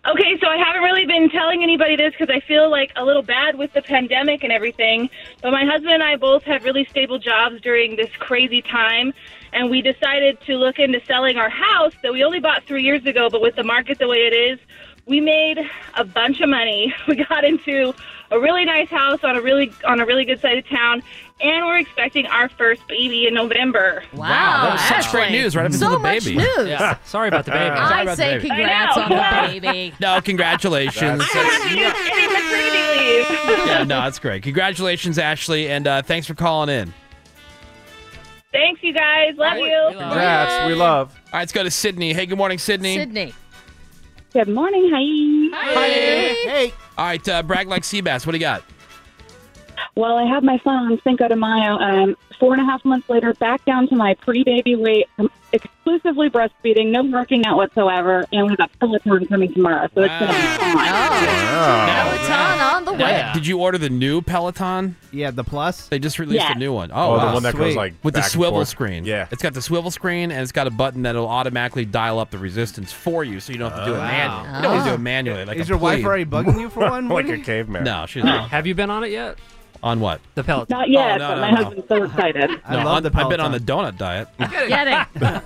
Okay, so I haven't really been telling anybody this because I feel like a little bad with the pandemic and everything. But my husband and I both have really stable jobs during this crazy time. And we decided to look into selling our house that we only bought three years ago. But with the market the way it is, we made a bunch of money. We got into a really nice house on a really on a really good side of town, and we're expecting our first baby in November.
Wow, that was such great news right after
So
the
much
baby.
news.
Yeah. Sorry about the baby.
I
Sorry about
say
the baby.
congrats on the baby.
No, congratulations. yeah, no, that's great. Congratulations, Ashley, and uh, thanks for calling in.
Thanks, you guys. Love you.
Congrats. We love.
All right, let's go to Sydney. Hey, good morning, Sydney.
Sydney.
Good morning. Hi. Hi.
Hey. All right, uh, brag like Seabass. What do you got?
Well, I had my son on Cinco de Mayo. Um, four and a half months later, back down to my pre-baby weight, um, exclusively breastfeeding, no working out whatsoever, and we've got Peloton coming tomorrow. So it's gonna be fun.
Peloton
on the
way. Did you order the new Peloton?
Yeah, the Plus.
They just released
Yeah.
a new one.
Oh,
Oh,
the
wow.
one that goes,
Sweet.
like,
with the
back and
swivel
forth.
screen. Yeah, it's got the swivel screen and it's got a button that'll automatically dial up the resistance for you, so you don't have to do it
Oh.
manually.
Wow.
You don't have to do
Ah.
Oh.
it manually. Like
Is
a
your wife
plebe.
already bugging you for one, Like
Woody? a caveman.
No, she's
Oh.
not.
Have you been on it yet?
On what? Oh,
The pellet.
Not yet,
no,
but
no,
my
no.
husband's so excited.
No, on- I've been on the donut diet.
Get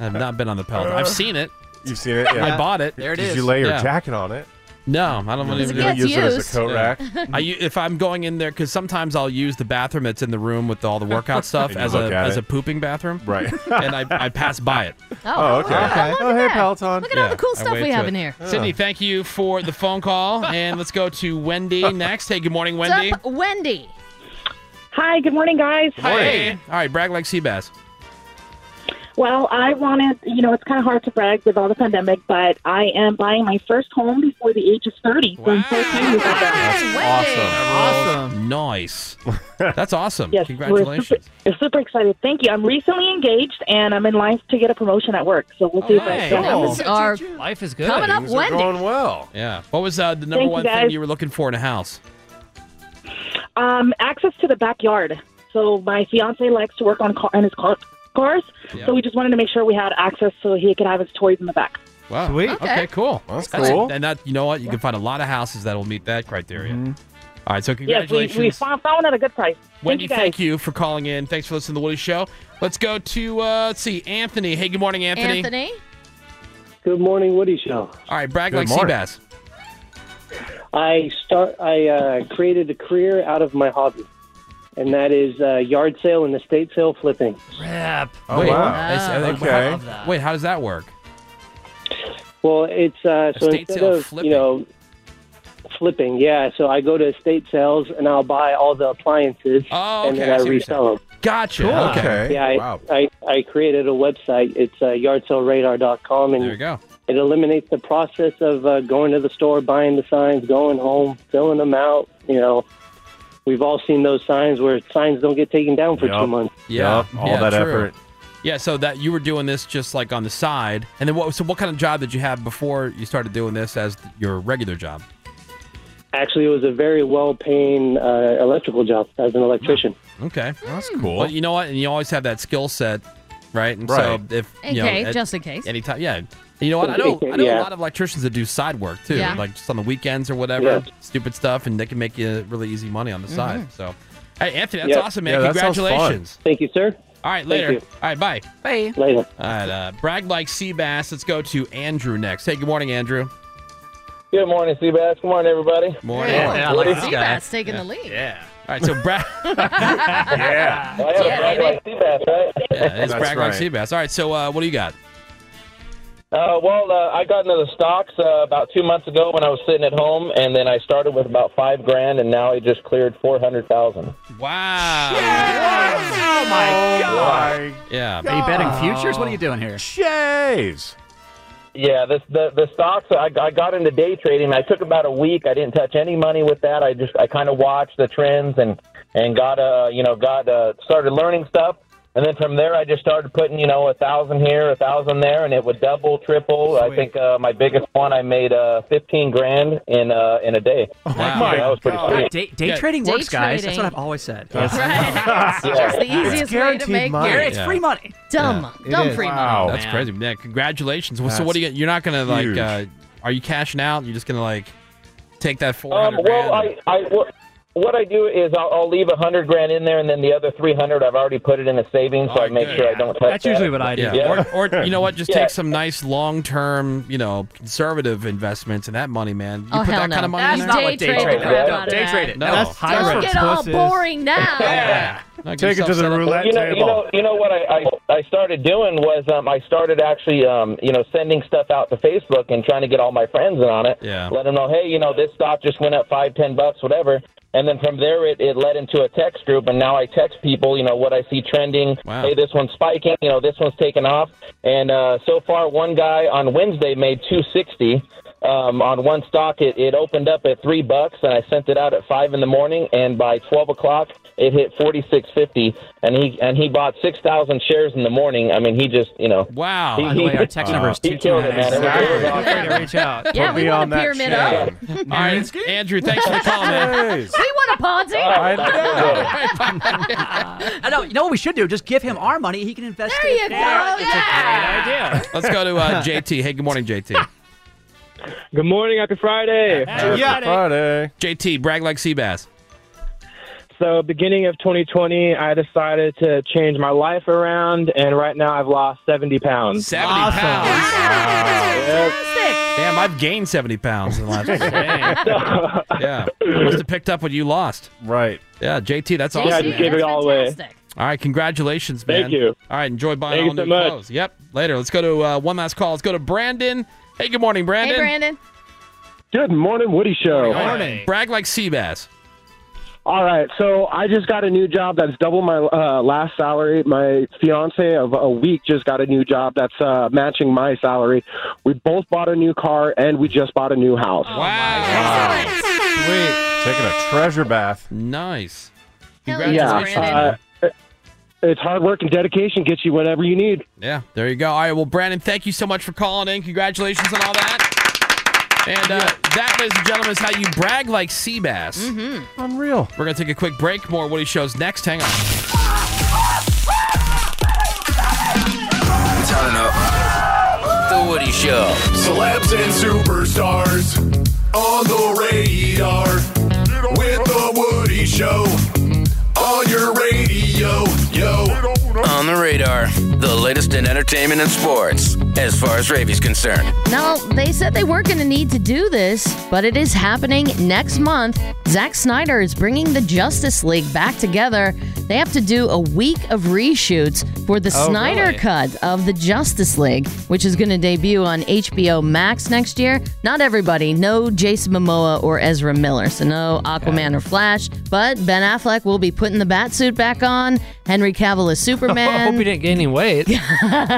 I've not been on the Peloton. I've seen it.
You've seen it. Yeah.
I bought it.
There it Did is. you lay your jacket on it?
No, I don't want to
Does
even
it get Use it as a used? coat rack?
I, u- if I'm going in there, because sometimes I'll use the bathroom that's in the room with all the workout stuff
And you
as a
look at
as
it.
a pooping bathroom.
Right.
and I, I pass by it.
Oh, okay.
Okay.
Oh, hey, Peloton.
Yeah, I wave to it. Sydney, thank you for the phone call, and let's go to Wendy next. Hey, good morning, Wendy.
What's up, Wendy?
Hi. Good morning, guys.
Hey. All right, brag like Seabass.
Well, I wanted, you know, it's kind of hard to brag with all the pandemic, but I am buying my first home before the age of 30. So I'm so excited about that.
Awesome. Awesome. Nice. That's awesome.
We're super,
Congratulations.
we're super excited. Thank you. I'm recently engaged and I'm in line to get a promotion at work. So we'll see if I can.
Our
life is good.
coming up
Oh, Things are
Wendy.
going well. Yeah. What was uh, the number
Thank you,
one
guys.
thing you were looking for in a house?
Um, access to the backyard. So my fiance likes to work on car in his car cars.
Yeah.
So we just wanted to make sure we had access so he could have his toys in the back.
Wow.
Sweet.
Okay,
Okay.
cool.
That's
cool.
And that you know what? You can find a lot of houses that will meet that criteria. All right, so
Yes, we,
congratulations.
we found, found one at a good price. Thank
Wendy,
you guys.
thank you for calling in. Thanks for listening to the Woody Show. Let's go to uh, let's see, Anthony. Hey, good morning, Anthony.
Anthony.
Good morning, Woody Show.
All right, brag
Good
like
morning.
Seabass.
I start. I uh, created a career out of my hobby, and that is uh, yard sale and estate sale flipping.
Rap.
Oh, wow.
That's-
Wow.
uh,
Okay.
wait, how- Wait, how does that work?
Well, it's uh, so
Estate
instead
sale
of you know flipping, yeah. So I go to estate sales and I'll buy all the appliances
oh,
and
okay,
then
I
I,
see what you're
resell them.
Gotcha. Cool. Okay.
Yeah. I,
Wow.
I, I created a website. It's uh, yardsalradar.com, and
There you go.
It eliminates the process of uh, going to the store, buying the signs, going home, filling them out. You know, we've all seen those signs where signs don't get taken down for two months.
Yeah.
Yup, all
yeah,
that
true.
effort.
Yeah, so that you were doing this just like on the side, and then what? So what kind of job did you have before you started doing this as your regular job?
Actually, it was a very well-paying uh, electrical job as an electrician.
Okay, that's
cool.
But you know what? And you always have that skill set, right? And
Right.
so if
In
you know,
case,
at
just in case.
anytime, yeah. And you know what? I know I know a
Yeah.
lot of electricians that do side work too,
Yeah.
like just on the weekends or whatever, stupid stuff, and they can make you really easy money on the
Mhm.
Mm-hmm.
side. So, hey, Anthony, that's
Yeah.
awesome, man!
Yeah, that sounds fun.
Congratulations.
Thank you, sir.
All right,
Thank
later.
you.
All right, bye. Bye.
Later.
All right, uh, brag like Seabass. Let's go to Andrew next. Hey, good morning, Andrew.
Good morning, Seabass. Good morning, everybody.
Morning.
Yeah, I like this guy.
Seabass taking the lead.
Yeah. All right, so brag. yeah.
I had a brag like Seabass, right?
Yeah, it's
That's
brag like
right.
Seabass. All right, so uh, what do you got?
Uh, well, uh, I got into the stocks uh, about two months ago when I was sitting at home, and then I started with about five grand, and now I just cleared four hundred thousand.
Wow.
Oh my god.
Yeah.
Are you betting futures? What are you doing here?
Shaves. Yeah, this, the the stocks. I, I got into day trading. I took about a week. I didn't touch any money with that. I just I kind of watched the trends and and got uh you know got uh started learning stuff. And then from there, I just started putting you know a thousand here, a thousand there, and it would double, triple. I think uh, my biggest one I made uh fifteen grand in uh in a day. Oh
my
that was pretty sweet.
Day, day trading works, guys. That's what I've always said.
That's-
Right.
It's just the It's
easiest way to make money.
Gary, It's
Yeah.
free money.
Dumb. Dumb free money.
That's
man.
crazy. Man, congratulations. Well, so
That's
what do you? You're not gonna
huge.
like uh, Are you cashing out? You're just gonna like take that four
Um,
hundred
well, I, I what, what I do is I'll, I'll leave a hundred grand in there, and then the other three hundred I've already put it in a savings, so I make sure I don't touch. that.
Yeah. Or, or you know what? Just
Yeah.
take some nice long term, you know, conservative investments and that money, man. You
Oh,
put
hell
that
no.
kind of money
That's
in
not
there.
what day Day trade trade the crap it. out of Day that. trade it.
No,
That's
high
Don't
risk.
get all boring now.
Like
Take it to the roulette
you know,
table.
You know, you know what I, I, I started doing was um, I started actually um, you know sending stuff out to Facebook and trying to get all my friends in on it.
Yeah.
Let them know, hey, you know, this stock just went up five, ten bucks, whatever. And then from there, it, it led into a text group, and now I text people, you know, what I see trending. Hey, this one's spiking. You know, this one's taking off. And uh, so far, one guy on Wednesday made two sixty. Um, on one stock, it, it opened up at three bucks, and I sent it out at five in the morning. And by twelve o'clock, it hit forty six fifty, and he and he bought six thousand shares in the morning. I mean, he just you know.
Wow.
He,
By the way, our text
he-
number is
he killed it, man. It was- it was awesome.
reach out.
Yeah, Put we me want on a that
pyramid up.
All right, Andrew, thanks for the call, man.
We want a Ponzi.
I know.
I know. You know what we should do? Just give him our money. He can invest
there
it.
you go.
idea. Let's go to uh, JT. Hey, good morning, JT.
Good morning. Happy Friday.
Friday. JT, brag like Seabass.
So, beginning of 2020, I decided to change my life around, and right now I've lost 70 pounds.
70 pounds. Damn, I've gained 70 pounds in the last Yeah. I must have picked up what you lost. Right. Yeah, JT, that's
Yeah, I
awesome.
just gave it all away. Fantastic.
All right, congratulations, man.
Thank you.
All right, enjoy buying
Thank you
all
so
new
much.
clothes. Yep. Later. Let's go to uh, one last call. Let's go to Brandon. Hey, good morning, Brandon.
Hey, Brandon.
Good morning, Woody Show.
All right. Brag like Seabass.
All right, so I just got a new job that's double my uh, last salary. My fiance of a week just got a new job that's uh, matching my salary. We both bought a new car and we just bought a new house.
Oh. Sweet. Taking a treasure bath.
Nice.
yeah, uh, it's hard work and dedication gets you whatever you need.
Yeah, there you go. All right, well, Brandon, thank you so much for calling in. Congratulations on all that. And uh, that, ladies and gentlemen, is how you brag like Seabass. Mm-hmm. Unreal. We're going to take a quick break. More Woody shows next. Hang on.
It's on and up. The Woody Show.
Celebs and superstars on the radar with the Woody Show on your radio. Yo.
On the radar, the latest in entertainment and sports, as far as Ravi's concerned.
Now, they said they weren't going to need to do this, but it is happening next month. Zack Snyder is bringing the Justice League back together. They have to do a week of reshoots for the
Oh,
Snyder
really?
cut of the Justice League, which is going to debut on HBO Max next year. Not everybody, no Jason Momoa or Ezra Miller, so no Aquaman or Flash, but Ben Affleck will be putting the Batsuit back on. Henry Cavill is Superman.
I hope he didn't gain any weight.
Gal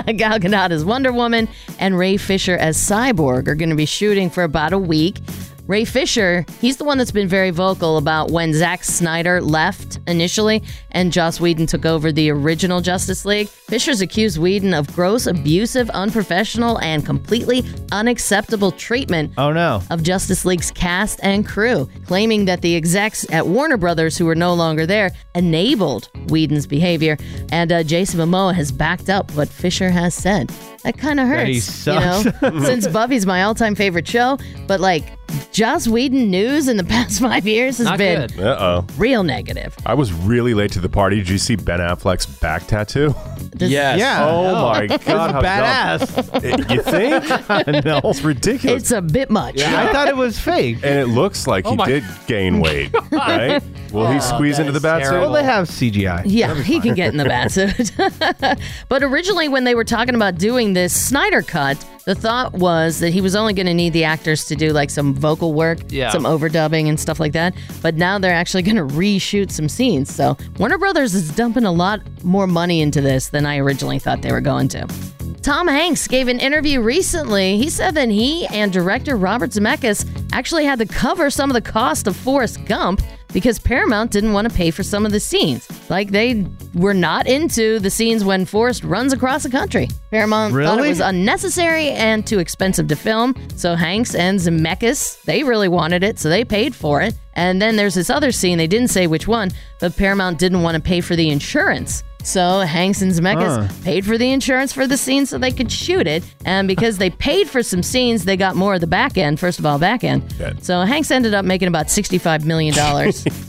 Gadot as Wonder Woman and Ray Fisher as Cyborg are going to be shooting for about a week. Ray Fisher, he's the one that's been very vocal about when Zack Snyder left initially and Joss Whedon took over the original Justice League. Fisher's accused Whedon of gross, abusive, unprofessional, and completely unacceptable treatment
oh, no.
of Justice League's cast and crew, claiming that the execs at Warner Brothers, who were no longer there, enabled Whedon's behavior. And uh, Jason Momoa has backed up what Fisher has said. That kind of
That he
hurts, you know. Since Buffy's my all-time favorite show, but like Joss Whedon news in the past five years has been
Uh oh.
real negative.
I was really late to the party. Did you see Ben Affleck's back tattoo?
Yes.
Yeah,
Oh
no.
my
It's
god, how dumb. It- you think? no, it's ridiculous.
It's a bit much.
I
thought it was fake.
And it looks like
Oh
he
my-
did gain weight, right? Will he
Oh,
squeeze
that
into the
is
bat suit?
terrible. Well, they
have CGI.
Yeah, he can get in the batsuit. but originally, when they were talking about doing this Snyder cut, the thought was that he was only going to need the actors to do like some vocal work,
Yeah.
some overdubbing and stuff like that. But now they're actually going to reshoot some scenes. So Warner Brothers is dumping a lot more money into this than I originally thought they were going to. Tom Hanks gave an interview recently. He said that he and director Robert Zemeckis actually had to cover some of the cost of Forrest Gump because Paramount didn't want to pay for some of the scenes. Like they were not into the scenes when Forrest runs across the country. Paramount thought it
Really?
was unnecessary and too expensive to film. So Hanks and Zemeckis, they really wanted it, so they paid for it. And then there's this other scene, they didn't say which one, but Paramount didn't want to pay for the insurance. So Hanks and Zemeckis
Huh.
paid for the insurance for the scene so they could shoot it. And because they paid for some scenes, they got more of the back end, first of all, back end. So Hanks ended up making about $65 million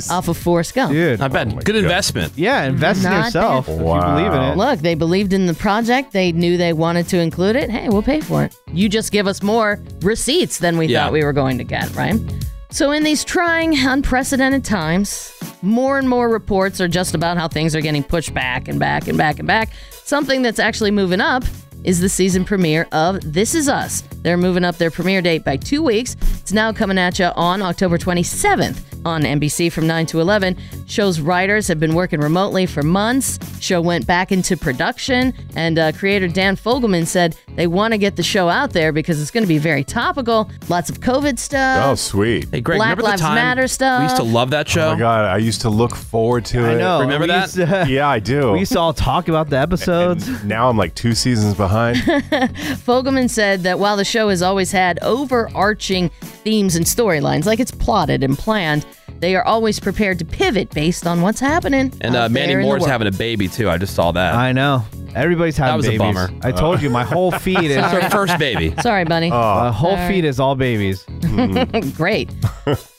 off of Forrest Gump.
I bet. Good investment.
Oh Yeah, invest in
Not
yourself if you
Wow.
believe in it.
Look, they believed in the project. They knew they wanted to include it. Hey, we'll pay for it. You just give us more receipts than we
Yeah.
thought we were going to get, right? So, in these trying, unprecedented times, more and more reports are just about how things are getting pushed back and back and back and back. Something that's actually moving up is the season premiere of This Is Us. They're moving up their premiere date by two weeks. It's now coming at you on October 27th on NBC from 9 to 11. Show's writers have been working remotely for months. Show went back into production, and uh, creator Dan Fogelman said they want to get the show out there because it's going to be very topical. Lots of COVID stuff.
Oh, sweet.
Hey, Greg, Black remember the Lives time Matter stuff?
We used to love that show.
Oh my god, I used to look forward to
I
it.
know. Remember We that? used
yeah, I do.
We used to all talk about the episodes.
now I'm like two seasons behind.
Fogelman said that while the show has always had overarching themes and storylines, like it's plotted and planned, they are always prepared to pivot based on what's happening.
And uh,
out
Mandy
there in the
Moore's
world.
having a baby too. I just saw that.
I know. Everybody's having
That was
babies.
a bummer.
I told you, my whole feed is
It's her first baby.
Sorry, buddy.
My whole
Sorry.
feed is all babies.
Great.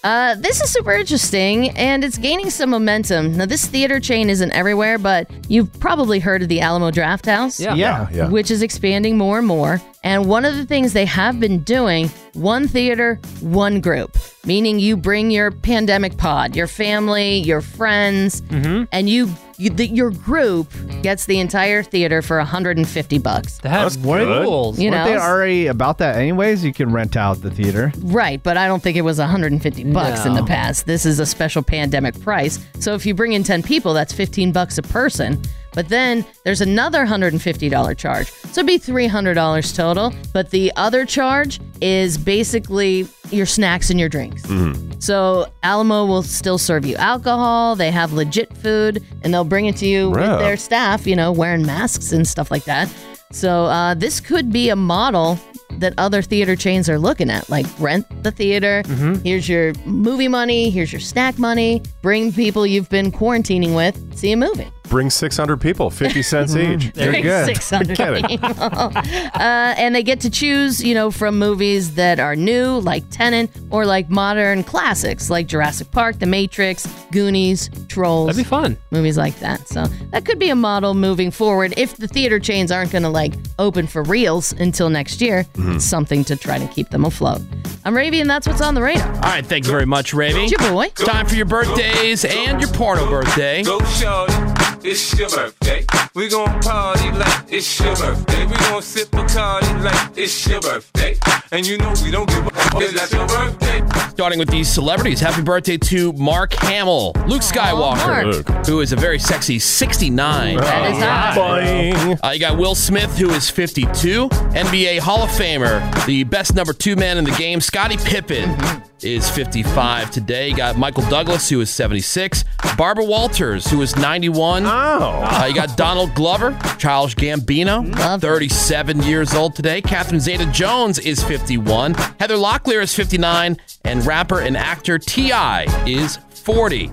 Uh, this is super interesting and it's gaining some momentum. Now, this theater chain isn't everywhere, but you've probably heard of the Alamo Draft House.
Yeah. Yeah, yeah.
Which is expanding more and more. And one of the things they have been doing one theater, one group, meaning you bring your pandemic pod, your family, your friends, and you. You, the, your group gets the entire theater for 150 bucks. You know,
Weren't they already about that anyways? You can rent out the theater.
Right, but I don't think it was 150 bucks in the
No.
past. This is a special pandemic price. So if you bring in 10 people, that's 15 bucks a person. But then there's another $150 charge. So it'd be $300 total, but the other charge is basically your snacks and your drinks.
Mm-hmm.
So Alamo will still serve you alcohol. They have legit food, and they'll bring it to you
Bruh.
with their staff. You know, wearing masks and stuff like that. So uh, this could be a model that other theater chains are looking at, like rent the theater. Here's your movie money. Here's your snack money. Bring people you've been quarantining with. See a movie.
Bring 600 people, 50 cents
Mm-hmm.
each.
Bring 600
Forget it.
people. uh, and they get to choose, you know, from movies that are new, like Tenet, or like modern classics, like Jurassic Park, The Matrix, Goonies, Trolls. That'd be
fun.
Movies like that. So that could be a model moving forward if the theater chains aren't going to like open for reals until next year.
Mhm.
It's something to try to keep them afloat. I'm Ravi, and that's what's on the radar.
All right, thanks very much, Ravy.
It's your boy.
Time for your birthdays and your porno birthday.
Go shorty, it's your birthday. We gon' party like it's your birthday. We gon' sip a party like it's your birthday. And you know we don't give a fuck. It's not your birthday.
Starting with these celebrities. Happy birthday to Mark Hamill, Luke Skywalker,
Mark.
who is a very sexy 69.
That is hot. Boing.
Uh, you got Will Smith, who is 52. NBA Hall of Famer, the best number two man in the game, Scottie Pippen. Is 55 today. You got Michael Douglas, who is 76. Barbara Walters, who is 91. Oh. Uh, you got Donald Glover, Charles Gambino, 37 years old today. Catherine Zeta Jones is 51. Heather Locklear is 59. And rapper and actor T.I. is 40.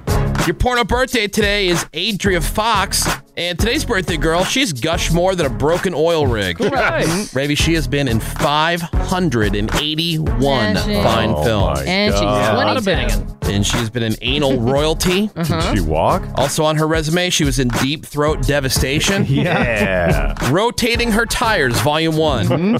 Your porno birthday today is Adria Fox. And today's birthday girl, she's gushed more than a broken oil rig.
Gross.
Ravy, she has been in 581
Yeah, she-
fine
Oh
films.
my And she's God. 22.
And she's been in anal royalty.
Uh-huh. Did she
walk?
Also on her resume, she was in Deep Throat Devastation.
Yeah.
Rotating Her Tires, Volume one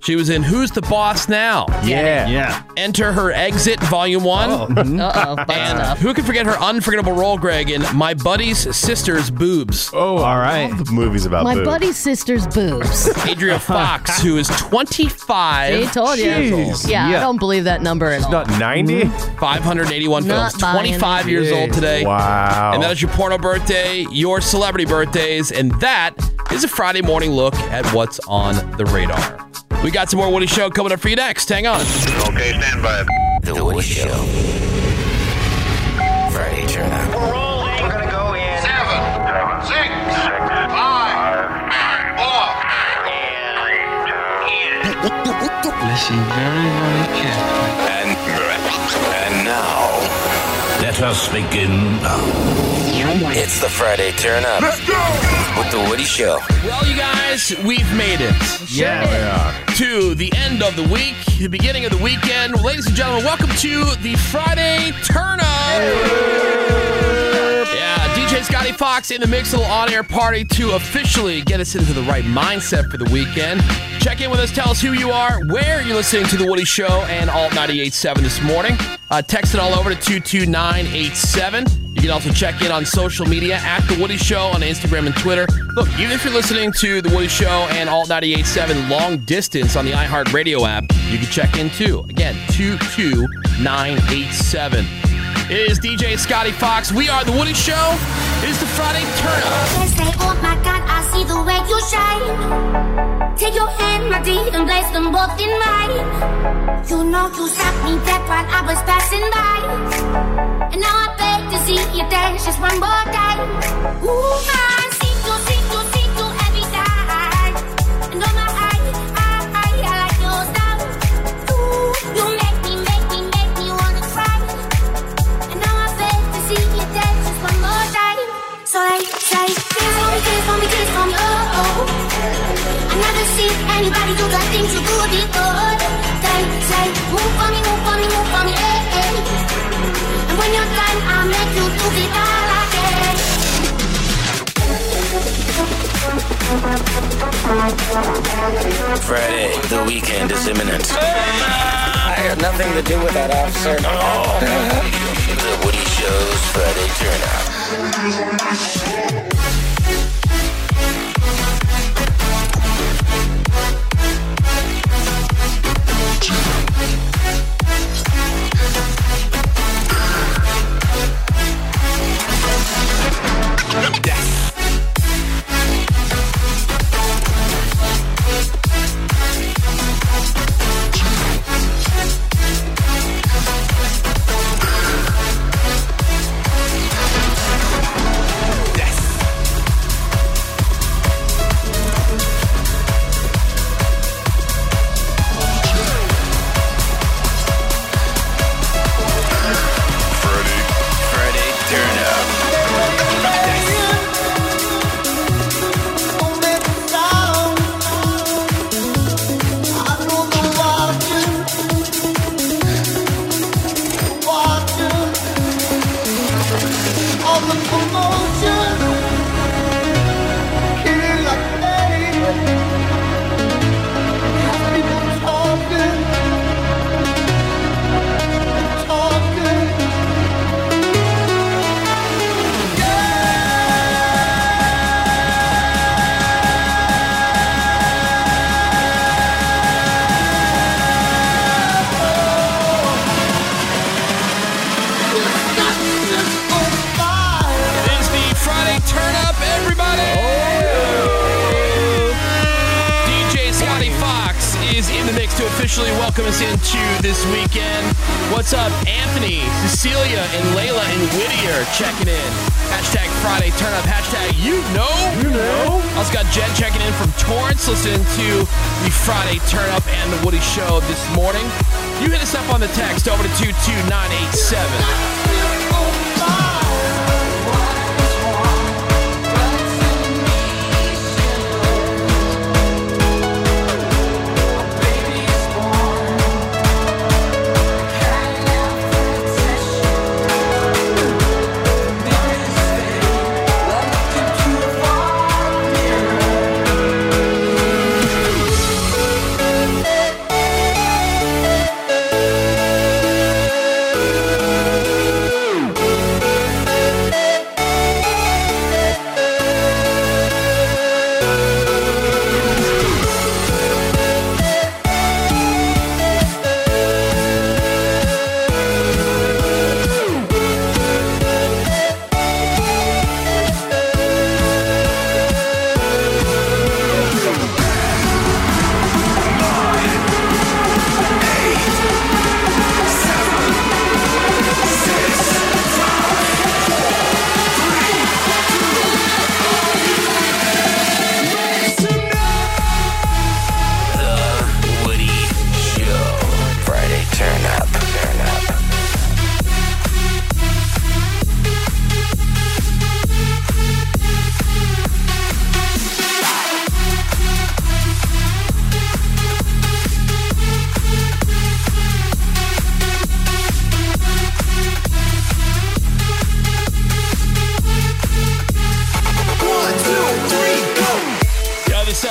She was in Who's the Boss Now?
Yeah. Yeah.
Enter Her Exit, Volume 1.
Oh, mm-hmm.
Uh-oh,
and who can forget her unforgettable role, Greg, in My Buddy's Sister's Boobs?
Oh, all right. movies about
My
boobs.
buddy's sister's boobs.
Adria Fox, who is 25.
They told you.
years old.
Yeah, I don't believe that number at all.
Not 90?
581
Not
films.
buying
25
it.
years old today.
Wow.
And that is your porno birthday, your celebrity birthdays, and that is a Friday morning look at what's on the radar. We got some more Woody Show coming up for you next. Hang on.
Okay, stand by. The Woody Show. Friday, turn up. We're rolling. We're gonna go in seven, six, five, four, Listen very, very carefully. And, and now, Let us begin now. It's the Friday Turn Up. Let's go! With The Woody Show.
Well, you guys, we've made it.
Yeah. did.
To the end of the week, the beginning of the weekend. Ladies and gentlemen, welcome to the Friday Turn Up. Yeah, DJ Scotty Fox in the Mixel on air party to officially get us into the right mindset for the weekend. Check in with us, tell us who you are, where you're listening to The Woody Show and Alt 98.7 this morning. Uh, text it all over to 22987. You can also check in on social media at The Woody Show on Instagram and Twitter. Look, even if you're listening to The Woody Show and Alt 98.7 long distance on the iHeartRadio app, you can check in too. Again, 22987. It is DJ Scotty Fox. We are The Woody Show. It is the Friday Turn Up.
They say, oh my God, I see the way you shine. Take your hand, my dear, and place them both in mine. You know you stopped me dead while I was passing by. And now I beg to see you dance just one more time. Ooh, I see you, see you, see you every time. And oh my, I, I, I, I like your style. Ooh, you make me, make me, make me wanna cry. And now I beg to see you dance just one more time. So I say, dance for me, dance for me, dance for me, oh, oh. I never see anybody do the things you do the old They say, move for me, move for me, move for me, eh, eh. And when you're done, I'll make you do it all again.
Friday, the weekend is imminent. I had nothing to do with that officer. the Woody Show's Friday Turn Up. Friday Turn Up.
It is the Friday Turn Up, everybody! DJ Scotty Fox is in the mix to officially welcome us into this weekend. What's up, Anthony, Cecilia, and Layla and Whittier checking in. Hashtag Friday Turn Up, hashtag you know. You know. Also got Jen checking in from Torrance, listening to the Friday Turn Up and the Woody Show this morning. You hit us up on the text over to 22987.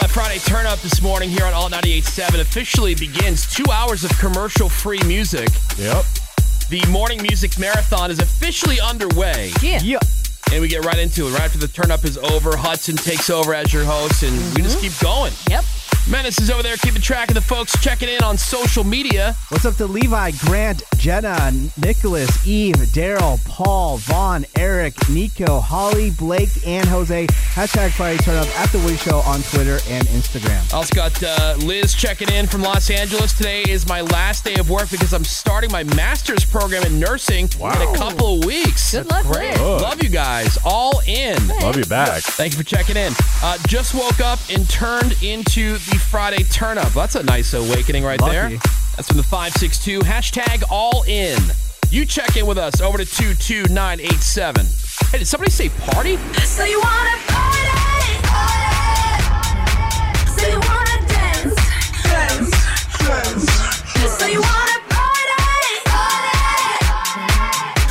uh, Friday turn up this morning here on All 98.7 officially begins two hours of commercial free music.
Yep.
The morning music marathon is officially underway. Yeah. yeah. And we get right into it right after the turn up is over. Hudson takes over as your host, and we just keep going.
Yep.
Menace is over there keeping track of the folks checking in on social media.
What's up to Levi, Grant, Jenna, Nicholas, Eve, Daryl, Paul, Vaughn, Eric, Nico, Holly, Blake, and Jose. Hashtag Friday Turn Up at The Woody Show on Twitter and Instagram.
Also got uh, Liz checking in from Los Angeles. Today is my last day of work because I'm starting my master's program in nursing in a couple of weeks.
Good luck,
Great.
Liz.
Love you guys. All in.
Love you back.
Thank you for checking in. Uh, just woke up and turned into the Friday turn up. That's a nice awakening right there.
Lucky.
That's from the 562. Hashtag all in. You check in with us over to 22987. Hey, did somebody say party?
So you wanna party? party. So you wanna dance? Dance. Dance. So you wanna party? party.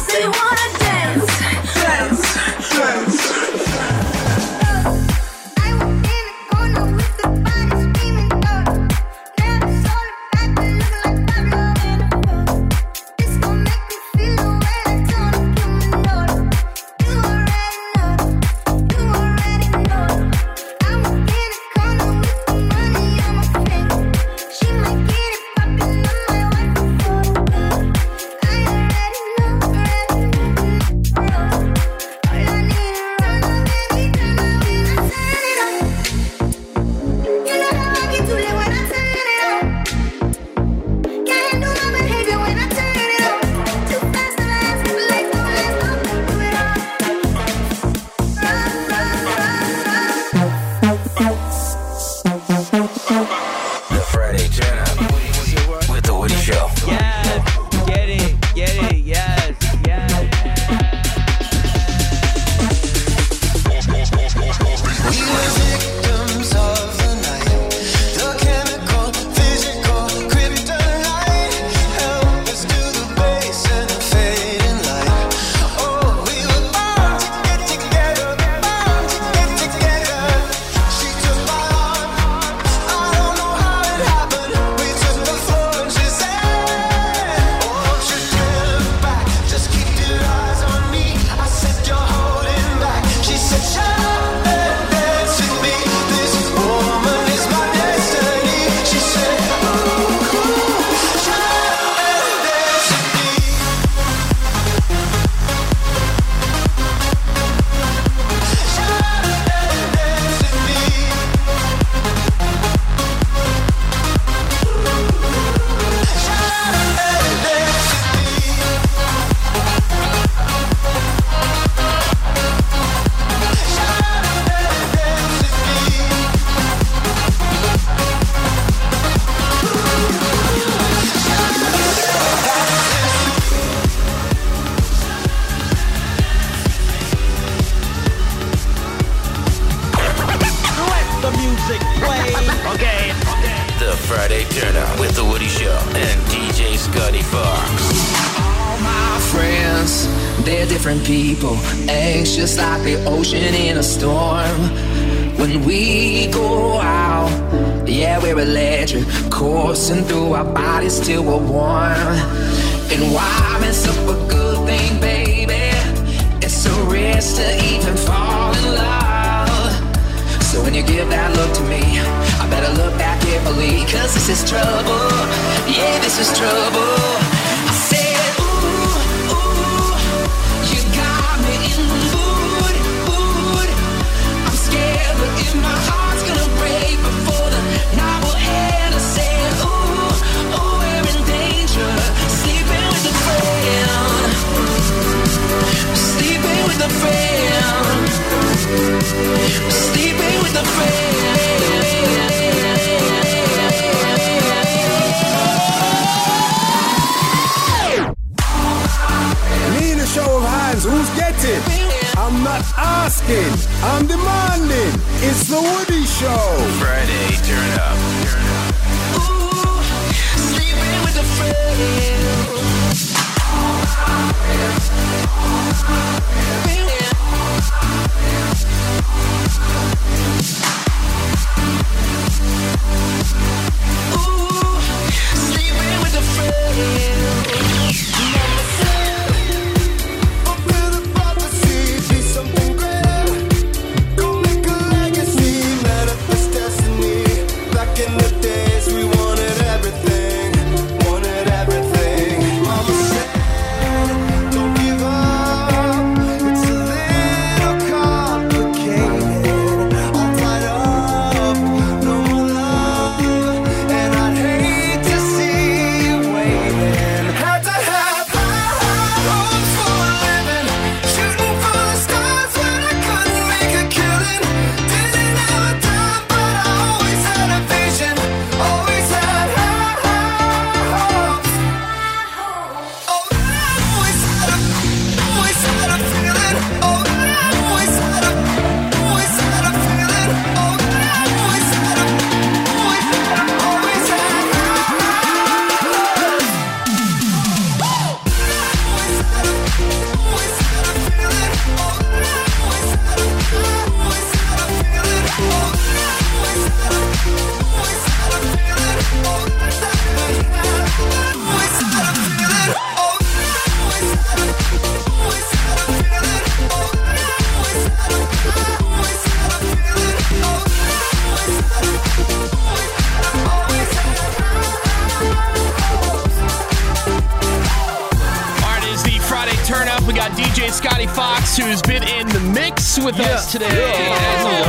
So you wanna dance? Dance. Dance.
The Friday turn up with The Woody Show.
Yes, get it, get it, yes, yes. Let the music play. Okay.
The Friday turn up with The Woody Show and DJ Scotty Fox.
My friends, they're different people, anxious like the ocean in a storm. When we go out, yeah, we're electric, coursing through our bodies till we're warm. And why mess up a good thing, baby? It's a risk to even fall in love. So when you give that look to me, I better look back carefully. Cause this is trouble. Yeah, this is trouble. I said, ooh, ooh, you got me in the mood, mood. I'm scared, but if my heart's gonna break before the night will end, I said, ooh, ooh, we're in danger. Sleeping with a friend. Sleeping with a friend. Sleeping with a
Need a show of hands. Who's getting? I'm not asking. I'm demanding. It's the Woody Show.
Friday turn up.
Sleeping with a friend. Oh, Oh, Oh,
who's been in the mix with us today, as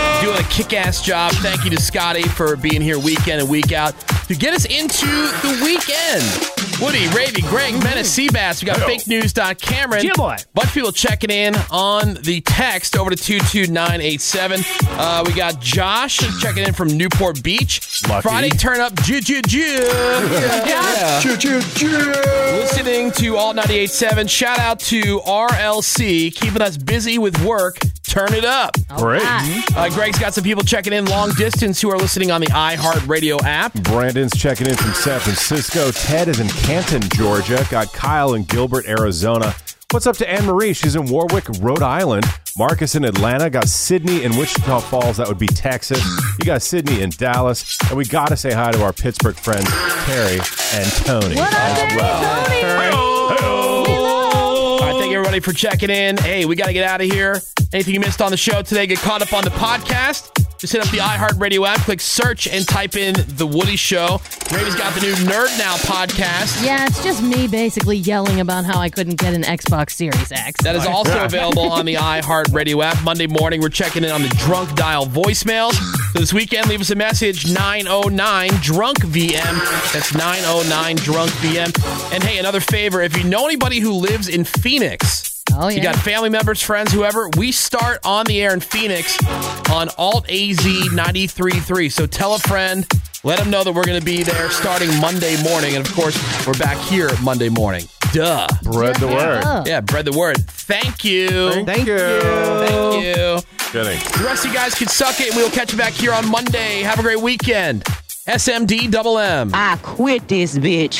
always. Doing a kick ass job. Thank you to Scotty for being here weekend and week out to get us into the weekend. Woody, Ravy, Greg, Menace, Seabass. We got
Hello.
fake news. Cameron.
Mm-hmm. Yeah, boy.
Bunch of people checking in on the text over to 22987. Uh, we got Josh checking in from Newport Beach.
Lucky.
Friday turn up. Ju, ju, ju. Yeah.
Ju, ju,
Listening to Alt 98.7. Shout out to RLC, keeping us busy with work. Turn it up.
Great.
Uh, Greg's got some people checking in long distance who are listening on the iHeartRadio app.
Brandon's checking in from San Francisco. Ted is in Canton, Georgia. Got Kyle in Gilbert, Arizona. What's up to Anne Marie? She's in Warwick, Rhode Island. Marcus in Atlanta. Got Sydney in Wichita Falls. That would be Texas. You got Sydney in Dallas. And we got to say hi to our Pittsburgh friends, Terry and Tony. as well.
All right, thank you everybody for checking in. Hey, we got to get out of here. Anything you missed on the show today, get caught up on the podcast. Just hit up the iHeartRadio app, click search, and type in The Woody Show. Raven's got the new Nerd Now podcast.
Yeah, it's just me basically yelling about how I couldn't get an Xbox Series X.
That is also available on the iHeartRadio app. Monday morning, we're checking in on the drunk dial voicemail. So this weekend, leave us a message 909 drunk VM. That's 909 drunk VM. And hey, another favor if you know anybody who lives in Phoenix,
Oh,
you
yeah.
got family members, friends, whoever. We start on the air in Phoenix on Alt AZ 93.3. So tell a friend, let them know that we're going to be there starting Monday morning. And of course, we're back here Monday morning. Duh.
Bread the word.
Oh.
Yeah, bread the word. Thank you. Thank, you. Thank you.
Kidding.
The rest of you guys can suck it, and we'll catch you back here on Monday. Have a great weekend. SMD double M.
I quit this bitch.